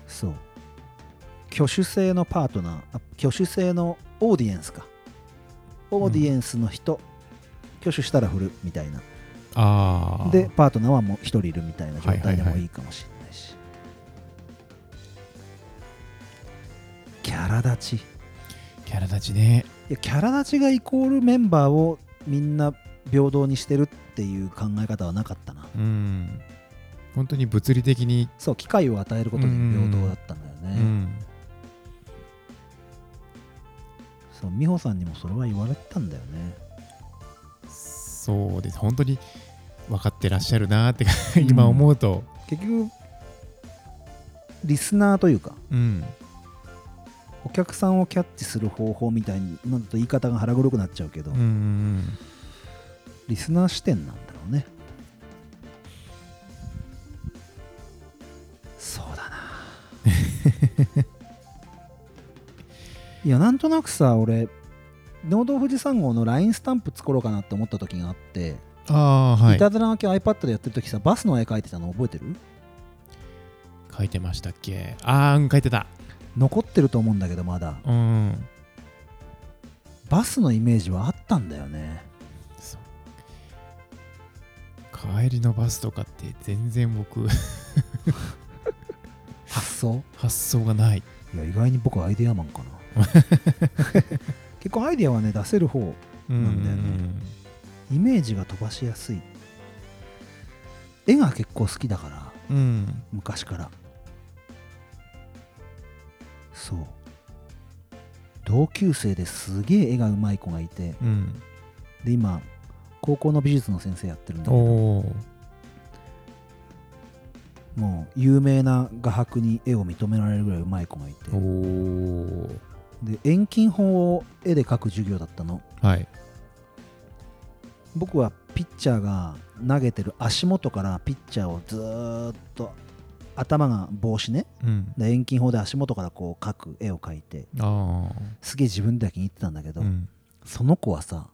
A: そう挙手制のパートナーあ挙手制のオーディエンスかオーディエンスの人、挙手したら振るみたいな
B: ああ。
A: で、パートナーはもう1人いるみたいな状態で
B: はいはい
A: も
B: はい
A: いいかもしれないし、キャラ立ち
B: キャラ立ちね。
A: いやキャラ立ちがイコールメンバーをみんな平等にしてるっていう考え方はなかったな
B: うん。本当に物理的に。
A: そう機会を与えることで平等だったんだよ
B: う
A: ね、
B: ん。
A: そう美穂さんにもそれは言われてたんだよね
B: そうです。本当に分かってらっしゃるなーって 今思うと。
A: 結局リスナーというか
B: うん。
A: お客さんをキャッチする方法みたいになんと言い方が腹黒くなっちゃうけど、
B: うんうんうん。
A: リスナー視点なんだろうねそうだな いやなんとなくさ俺農道富士山号の LINE スタンプ作ろうかなって思った時があって、、
B: ああ、はいい。
A: たずら書き iPad でやってる時さバスの絵描いてたの覚えてる
B: 書いてましたっけあーうん、書いてた。
A: 残ってると思うんだけどまだ
B: うん。
A: バスのイメージはあったんだよね
B: そう帰りのバスとかって全然僕
A: 発想
B: 発想がない。
A: いや意外に僕アイデアマンかな 結構アイデアはね出せる方
B: うん
A: だよねイメージが飛ばしやすい絵が結構好きだから
B: うん。
A: 昔からそう同級生ですげえ絵がうまい子がいて
B: うん。
A: で今高校の美術の先生やってるんだけど
B: おー
A: もう有名な画伯に絵を認められるぐらいうまい子がいて
B: おー
A: で遠近法を絵で描く授業だったの
B: はい。
A: 僕はピッチャーが投げてる足元からピッチャーをずーっと頭が帽子ね
B: うん。
A: で遠近法で足元からこう描く絵を描いて
B: あ
A: すげえ自分では気に入ってたんだけ
B: あ。
A: ど、
B: うん。
A: その子はさ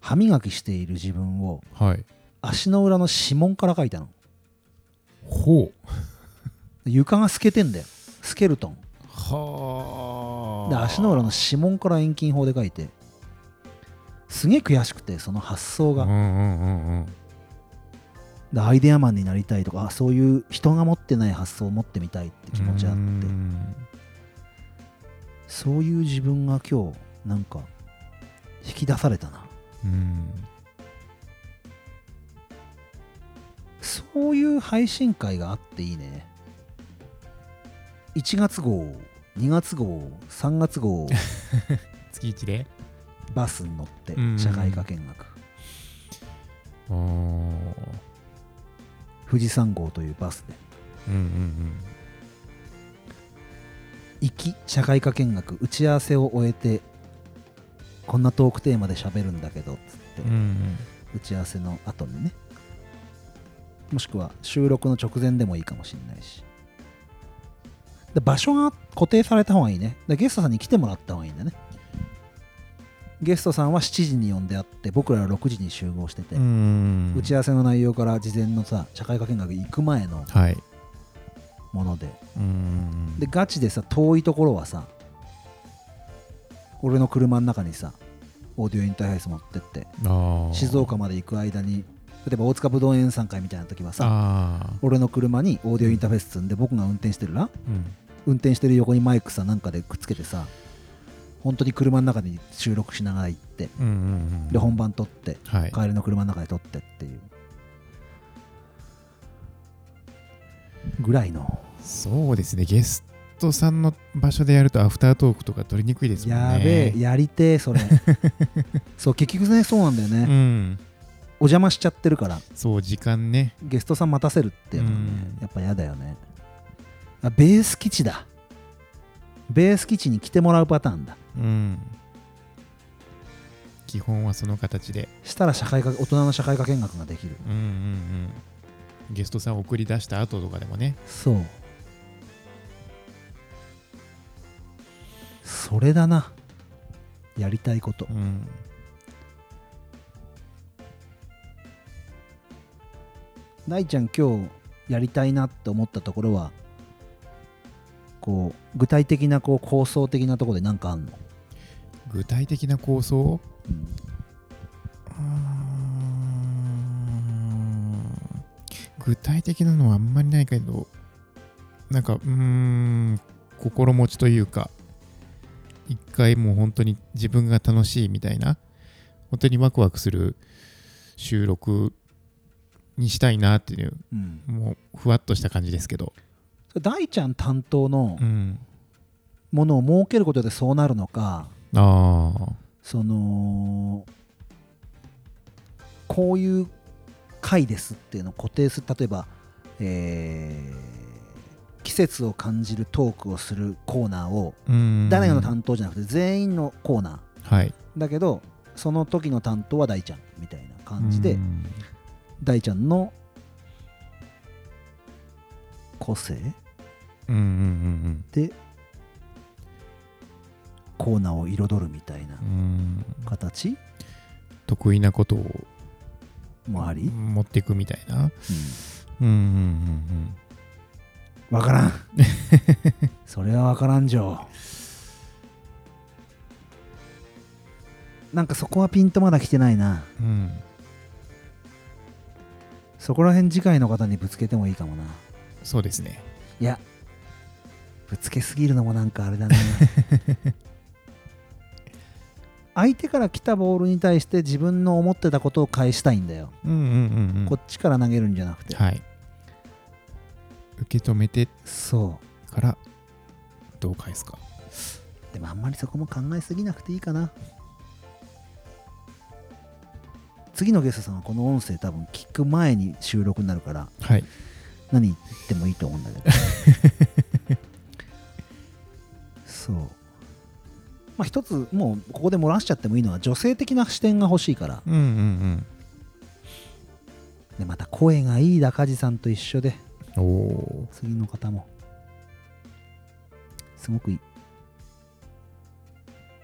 A: 歯磨きしている自分を
B: はい。
A: 足の裏の指紋から描いたの
B: ほう。
A: 床が透けてんだよスケルトン
B: は
A: で
B: あ。
A: 足の裏の指紋から遠近法で描いてすげえ悔しくてその発想
B: う
A: が
B: んうんうんうん。
A: でアイデアマンになりたいとかあそういう人が持ってない発想を持ってみたいって気持ちあっ
B: う
A: て
B: ん
A: そういう自分が今日なんか引き出されたな
B: うん。
A: そういう配信会があっていいね1月号2月号3月 号
B: 月1で
A: バスに乗って
B: うん
A: 社会科見学
B: おーうん
A: 富士山号というバスで
B: うんうん
A: 行き社会科見学打ち合わせを終えてこんなトークテーマで喋るんだけどつって、
B: うんうん
A: 打ち合わせの後にねもしくは収録の直前でもいいかもしれないしで場所が固定された方がいいねでゲストさんに来てもらった方がいいんだねゲストさんは7時に呼んであって僕らは6時に集合してて、
B: うん
A: 打ち合わせの内容から事前のさ社会科見学行く前の
B: はい
A: もので
B: うん
A: でガチでさ遠いところはさ俺の車の中にさオーディオインターフェース持ってって
B: あー
A: 静岡まで行く間に例えば大塚ぶどう園さん会みたいな時はさ
B: あ
A: 俺の車にオーディオインターフェース積んで僕が運転してるら
B: ーうん
A: 運転してる横にマイクさなんかでくっつけてさ本当に車の中に収録しながら行って
B: うんうんうん
A: で本番撮って
B: はい
A: 帰りの車の中で撮ってっていうぐらいの
B: そうですねゲストさんの場所でやるとアフタートークとか取りにくいですもんね
A: やべえやりてえそ れそう結局ねそうなんだよね、
B: うん
A: お邪魔しちゃってるから
B: そう時間ね
A: ゲストさん待たせるっていうのはね、
B: うん
A: やっぱ嫌だよねあベース基地だベース基地に来てもらうパターンだ
B: うん基本はその形で
A: したら社会科大人の社会科見学ができる
B: うんうんうんゲストさんを送り出した後とかでもね
A: そうそれだなやりたいこと
B: うん
A: 大ちゃん今日やりたいなって思ったところはこう具体的なこう構想的なところで何かあんの、
B: 具体的な構想
A: うん
B: 具体的なのはあんまりないけどなんかうーん心持ちというか一回もう本当に自分が楽しいみたいな本当にワクワクする収録にしたいなっていう
A: うん、
B: もうふわっとした感じですけど
A: 大ちゃん担当の
B: うん
A: ものを設けることでそうなるのか、
B: ああ
A: そのこういう回ですっていうのを固定する例えば、えー季節を感じるトークをするコーナーを
B: うん
A: 誰がの担当じゃなくて全員のコーナ
B: はい
A: ーだけどその時の担当は大ちゃんみたいな感じで
B: うん
A: 大ちゃんの個性
B: うんうん
A: でコーナーを彩るみたいな
B: うんうんうん
A: 形
B: 得意なことを
A: もあり、うん
B: 持っていくみたいなうんうんうん
A: わからん それはわからんじょなんかそこはピンとまだ来てないな
B: うんうん
A: そこら辺次回の方にぶつけてもいいかもな
B: そうですね。
A: いやぶつけすぎるのもなんかあれだね相手から来たボールに対して自分の思ってたことを返したいんだよ、
B: うんうんうんうん。
A: こっちから投げるんじゃなくて
B: はい。受け止めて
A: そ
B: からどう返すか。
A: うでもあんまりそこも考えすぎなくていいかな次のゲストさんはこの音声多分聞く前に収録になるから
B: はい。
A: 何言ってもいいと思うんだけどそうまあ一つもうここで漏らしちゃってもいいのは女性的な視点が欲しいから
B: うんうん
A: でまた声がいいだ梶さんと一緒で
B: うん。おお
A: 次の方もすごくいい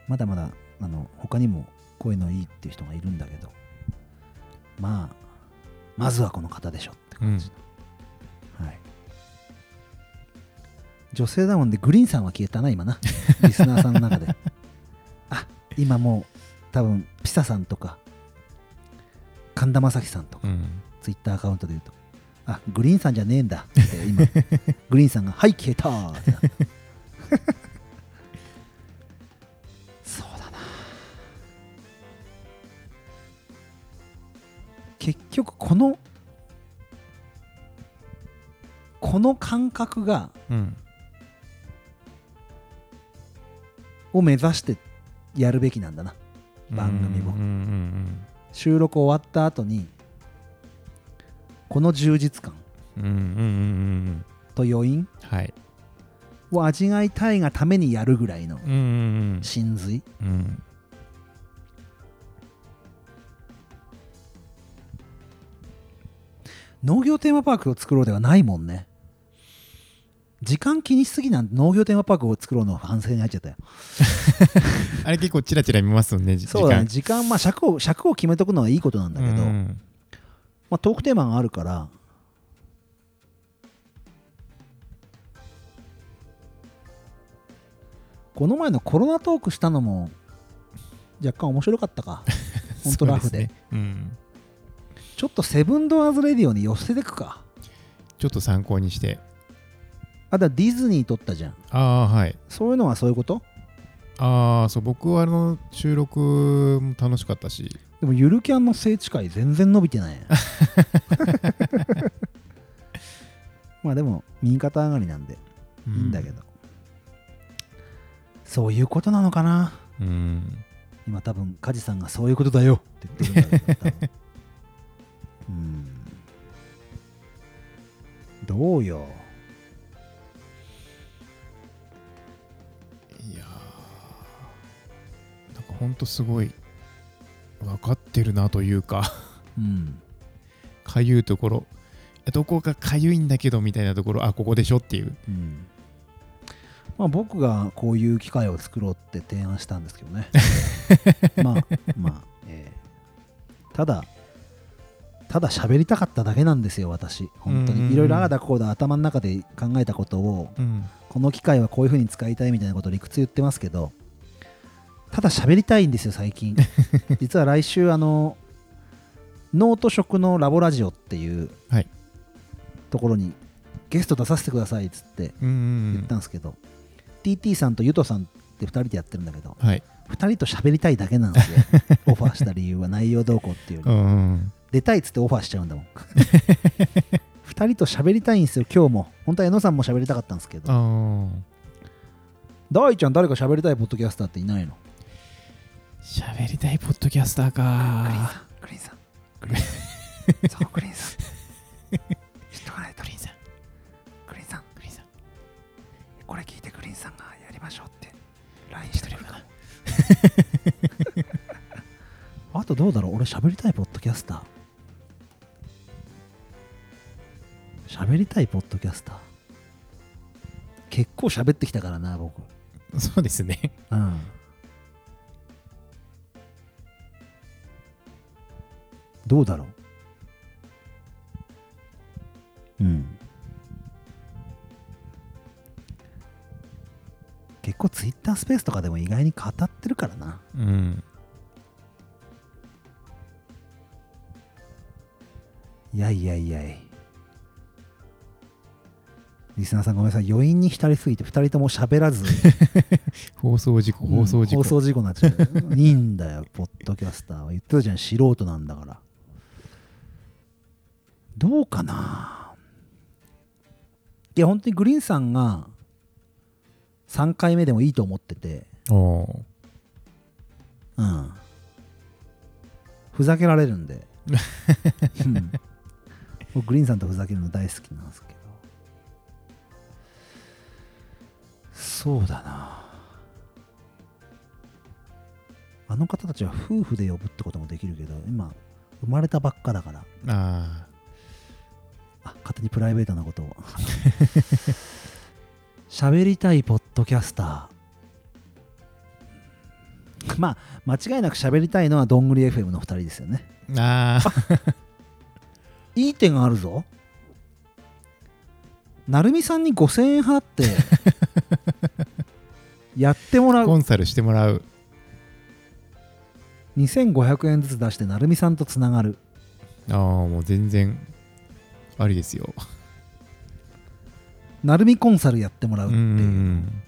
A: まだまだあの他にも声のいいっていう人がいるんだけどまあまずはこの方でしょって
B: ー。うん。
A: はい女性だもんでグリーンさんは消えたな今なリスナーさんの中であ今もう多分ピサさんとか神田正輝さんとか
B: うん。
A: ツイッターアカウントで言うと、あグリーンさんじゃねえんだって今、 グリーンさんが、はい、消えたーってなそうだな。結局、このこの感覚が
B: うん
A: を目指してやるべきなんだな番組も
B: うんうん
A: 収録終わった後にこの充実感
B: うんうんうんうんうんうん
A: と余韻
B: はい
A: を味わいたいがためにやるぐらいの
B: うんうん
A: 真髄
B: うんうん
A: 農業テーマパークを作ろうではないもんね時間気にしすぎなんて農業テーマパークを作ろうの反省に入っちゃったよ
B: あれ結構チラチラ見ますよねじ
A: そうだね
B: 時
A: 時間まあ尺を尺を決めとくのはいいことなんだ
B: 間
A: けど、
B: うん
A: まあ、トークテーマがあるからこの前のコロナトークしたのも若干面白かった かほんとラフで
B: そうすねうん
A: ちょっとセブンドアーズレディオに寄せてくか
B: ちょっと参考にして
A: あとはディズニー撮ったじゃん
B: ああはい
A: そういうのはそういうこと
B: ああそう僕はあの収録も楽しかったし
A: でもゆるキャンの聖地会全然伸びて ないまあでも右肩上がりなんで
B: い
A: いいんだけど、そういうことなのかな
B: うん
A: 今多分梶さんがそういうことだよって言ってるんだけど多分うんどうよ
B: いやーなんかほんとすごい分かってるなというか
A: うん
B: かゆいところどこがかゆいんだけどみたいなところあここでしょっていう
A: うんまあ僕がこういう機会を作ろうって提案したんですけど ねまあまあ、えーただただ喋りたかっただけなんですよ私本当
B: うんうんう
A: に
B: ん
A: いろいろああだこうだ頭の中で考えたことを
B: うん
A: この機械はこういう風に使いたいみたいなことを理屈言ってますけどただ喋りたいんですよ最 近実は来週あの脳と食のラボラジオっていう
B: はい
A: ところにゲスト出させてくださいっつって
B: うんうんう
A: 言っ
B: ん
A: たんですけど、TT さんとゆとさんって2人でやってるんだけど
B: はい
A: 2人と喋りたいだけなんです よオファーした理由は内容どうこうっていうより
B: うんうん
A: 出たいっつってオファーしちゃうんだも ん2人と喋りたいんですよ今日も本当は矢野さんも喋りたかったんですけど
B: ああ
A: 大ちゃん誰か喋りたいポッドキャスターっていないの
B: 喋りたいポッドキャスタ ーか
A: グリーンさんグリーンさんそうグリーンさん知っとかないとグリーンさんグリーンさんグリーンさんこれ聞いてグリーンさんがやりましょうって LINE してるかな あとどうだろう俺喋りたいポッドキャスター喋りたいポッドキャスター結構喋ってきたからな僕
B: そうですね
A: うんどうだろううん結構ツイッタースペースとかでも意外に語ってるからな
B: うん
A: いやいやいやいリスナーさんごめんなさい余韻に浸りすぎて2人とも喋らず
B: 放送事故放送事
A: うん
B: 故、
A: 放送事故になっちゃういいんだよポッドキャスターは言ってたじゃん素人なんだからどうかないや本当にグリーンさんが3回目でもいいと思ってて
B: おー
A: うんふざけられるんで、うん僕グリーンさんとふざけるの大好きなんですけどそうだなあの方たちは夫婦で呼ぶってこともできるけど今生まれたばっかだから
B: あ
A: あ勝手にプライベートなことを 喋りたいポッドキャスターまあ間違いなく喋りたいのはどんぐり FM の2人ですよね
B: ーあー
A: いい点があるぞなるみさんに5000円払ってやってもら
B: コ
A: う
B: ンサルしてもらう
A: 2500円ずつ出してなるみさんとつながる
B: ああもう全然ありですよ
A: なるみコンサルやってもらうっていう、
B: ん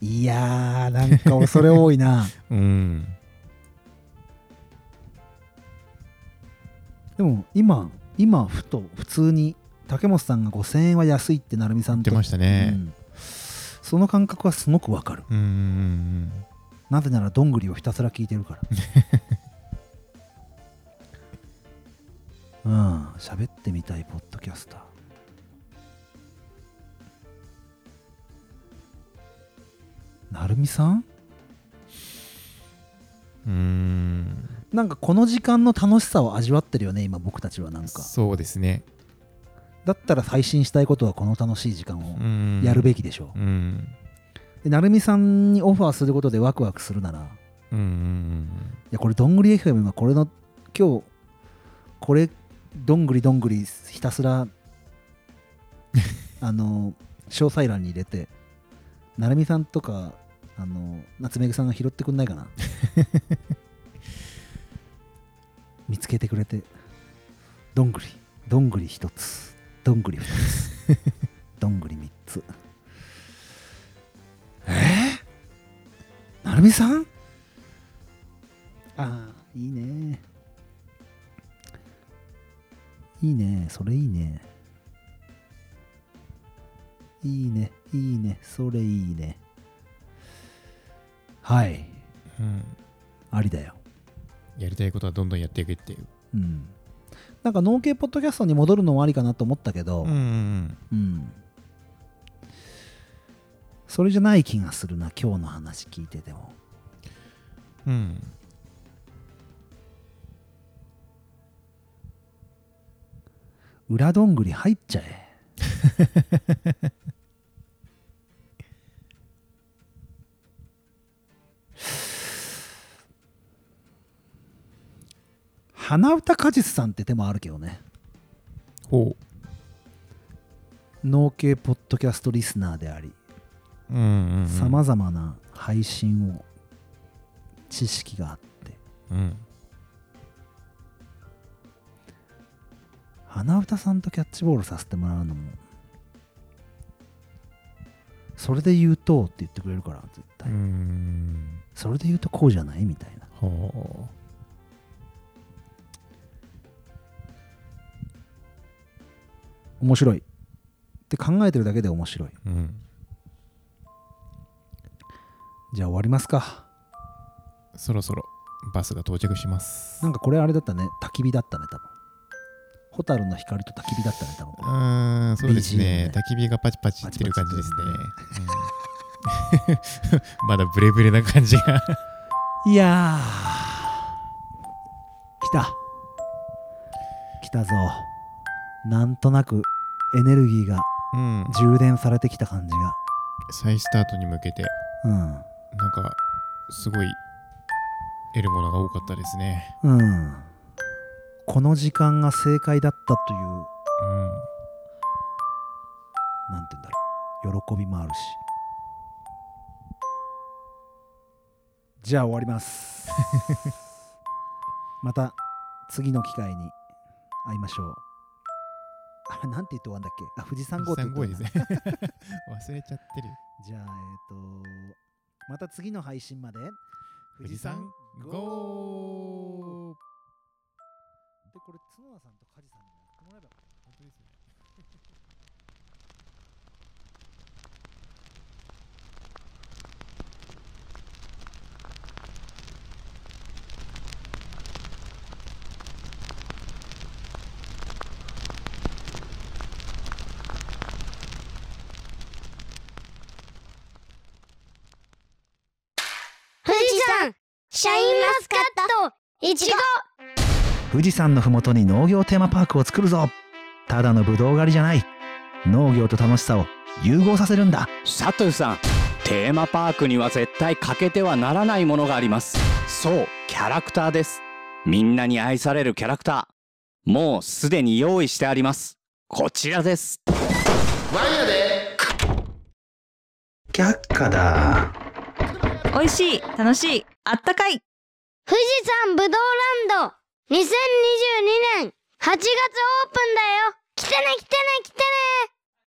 A: いやーなんか恐れ多いな
B: うんうん
A: でも今今ふと普通に竹本さんが5000円は安いって成美さんと
B: 言ってましたね
A: うんその感覚はすごくわかる
B: うんうんうん
A: なぜならどんぐりをひたすら聞いてるから うん喋ってみたいポッドキャスターなるみさん
B: うーん
A: なんかこの時間の楽しさを味わってるよね今僕たちはなんか
B: そうですね
A: だったら配信したいことはこの楽しい時間をやるべ
B: き
A: きでしょ
B: うんうん
A: うでなるみさんにオファーすることでワクワクするならい
B: うんうん
A: やこれどんぐり FM がこれの今日これどんぐりどんぐりひたすらあの詳細欄に入れてなるみさんとかあの夏目ぐさんが拾ってくんないかな見つけてくれてどんぐりどんぐり一つどんぐり二つどんぐり三つえー、なるみさんああいいねいいねそれいいねいいねいいねそれいいねはい
B: うんうん
A: ありだよ
B: やりたいことはどんどんやっていくっていう
A: うんなんか農系ポッドキャストに戻るのもありかなと思ったけど、
B: うんうん
A: うんそれじゃない気がするな今日の話聞いてても
B: うんうん
A: 裏どんぐり入っちゃえ花歌果実さんって手もあるけどね
B: ほ
A: 農系ポッドキャストリスナーであり
B: ううんうんうん
A: さまざまな配信を知識があって
B: うん
A: 花歌さんとキャッチボールさせてもらうのもそれで言うとって言ってくれるから絶
B: う
A: 対、
B: ん
A: それで言うとこうじゃないみたいな
B: ほ
A: 面白いって考えてるだけで面白いう
B: うん
A: じゃあ終わりますか
B: そろそろバスが到着します
A: なんかこれあれだったね焚き火だったね多分蛍の光と焚き火だったね多分
B: うーん、そうですね
A: BGM。ね
B: 焚き火がパチパチいってる感じですね。うんまだブレブレな感じが。
A: いやー来た来たぞなんとなくエネルギーが
B: うん、
A: 充電されてきた感じが
B: 再スタートに向けて、
A: うん
B: なんか、すごい、得るものが多かったですね。
A: うん、この時間が正解だったというなんて言うんだろう喜びもあるしじゃあ終わります また次の機会に会いましょうあれなんて言って終わんだっけあ富士
B: う
A: 山
B: ん。
A: 号って言って終
B: 三号で
A: わん
B: す
A: だ
B: ね。 忘れちゃってる。
A: じゃあえっ、とまた次の配信まで
B: 富士山号
A: でこれ角田さんと梶さんにやってもらえば本当ですよ
E: 富士山シャインマスカットいちご
A: 富士山のふもとに農業テーマパークを作るぞただのブドウ狩りじゃない農業と楽しさを融合させるんだ
F: サトゥさんテーマパークには絶対欠けてはならないものがありますそうキャラクターですみんなに愛されるキャラクターもうすでに用意してありますこちらです
A: 却下だ
G: 美味しい、楽しい、あったかい。
E: 富士山ぶどうランド2022年8月オープンだよ来てね来てね来てね